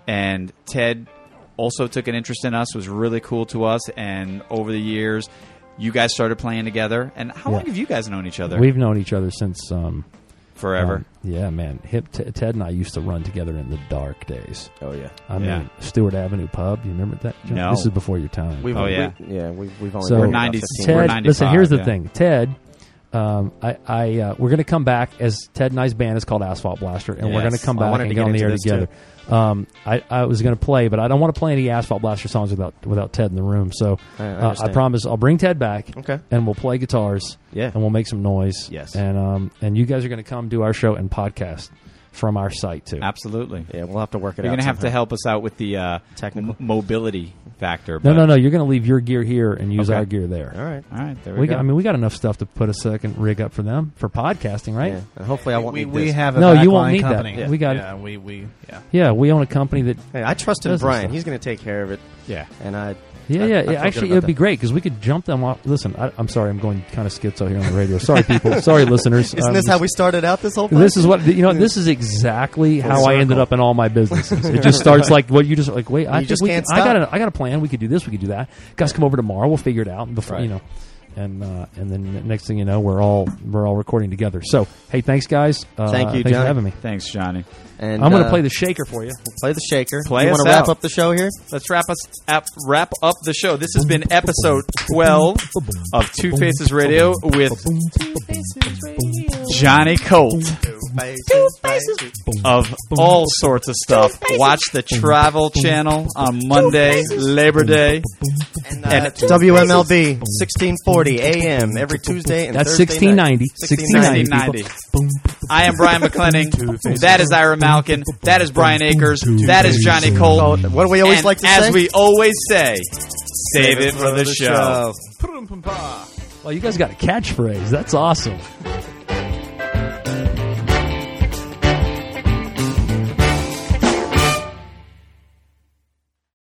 S2: and Ted also took an interest in us. Was really cool to us, and over the years, you guys started playing together. And how
S4: Yeah.
S2: long have you guys known each other?
S4: We've known each other since um,
S2: forever.
S4: um, yeah, man. Hip T- Ted and I used to run together in the dark days.
S3: Oh yeah,
S4: I
S2: Yeah.
S4: mean, Stewart Avenue Pub. You remember that? John?
S2: No.
S4: This is before your time.
S3: we've,
S2: Oh, yeah.
S3: we, yeah, we've, we've only
S4: So-
S3: been
S4: We're
S3: about
S2: 90s.
S3: 15.
S2: We're
S4: Ted,
S2: 95,
S4: listen. Here's the
S2: yeah.
S4: thing, Ted. Um, I, I, uh, we're going to come back as Ted and I's band is called Asphalt Blaster, and
S2: Yes.
S4: we're going to come
S3: I
S4: back
S3: wanted
S4: and
S3: to
S4: get
S3: get
S4: on the
S3: into
S4: air
S3: this,
S4: together. Um, I, I was going to play, but I don't want to play any Asphalt Blaster songs without without Ted in the room. So
S3: I- I
S4: uh, I
S3: understand.
S4: promise I'll bring Ted back,
S3: Okay.
S4: and we'll play guitars,
S3: Yeah.
S4: and we'll make some noise,
S3: Yes.
S4: and um, and you guys are going to come do our show and podcast from our site too.
S2: Absolutely.
S3: Yeah, we'll have to work it
S2: You're
S3: out.
S2: gonna have to
S3: somehow.
S2: help us out with the uh,
S3: Technical.
S2: m- mobility factor.
S4: No,
S2: but-
S4: no, no. You're going to leave your gear here and use
S2: Okay.
S4: our gear there.
S3: All right.
S2: All right, there we,
S4: We
S2: go.
S4: got, I mean, we got enough stuff to put a second rig up for them for podcasting, right?
S3: Yeah. And hopefully, I won't
S5: we,
S3: need
S5: we
S3: this.
S5: have a
S4: No, you
S5: backline
S4: won't need that.
S5: company.
S4: Yeah. We got
S5: yeah, We we yeah.
S4: Yeah, we own a company that.
S3: Hey, I trust in
S4: Does this
S3: Brian.
S4: stuff.
S3: He's going to take care of it,
S2: yeah.
S3: and I.
S4: Yeah,
S3: I- I
S4: yeah.
S3: feel
S4: yeah
S3: good
S4: actually,
S3: about
S4: it would be
S3: that.
S4: great because we could jump them off. Listen, I, I'm sorry, I'm going kind of schizo here on the radio. Sorry, people. sorry, listeners.
S3: Isn't
S4: Um,
S3: this how we started out this whole?
S4: This is what you know. This is exactly how I ended
S3: circle.
S4: up in all my businesses. It just starts like what you just like. Wait, I
S3: You
S4: think
S3: just
S4: we
S3: can't
S4: could- I got
S3: stop.
S4: a, I got a plan. We could do this. We could do that. Guys, come over tomorrow. We'll figure it out. And before
S3: Right.
S4: you know, and uh, and then the next thing you know, we're all we're all recording together. So hey, thanks guys. Uh,
S3: Thank you,
S4: thanks for
S3: John.
S4: having me.
S2: Thanks, Johnny.
S3: And,
S4: I'm going to
S3: uh,
S4: play the shaker for you.
S3: play the shaker.
S2: Play
S3: you
S2: us
S3: wanna wrap
S2: out.
S3: up the show here?
S2: Let's wrap us up, wrap up the show. This has been episode 12 of Two Faces Radio with Johnny Colt of all sorts of stuff. Watch the Travel Channel on Monday, Labor Day.
S3: And, uh, WMLB 1640 a.m. every Tuesday and
S4: That's
S3: Thursday
S4: 1690.
S3: night.
S4: 1690.
S2: 1690. I am Brian McClenning. That is Ira Malkin. That is Brian Akers. That is Johnny Colt.
S3: What do we always
S2: And
S3: like to
S2: as
S3: say?
S2: we always say, save it for the show.
S4: Well, you guys got a catchphrase. That's awesome.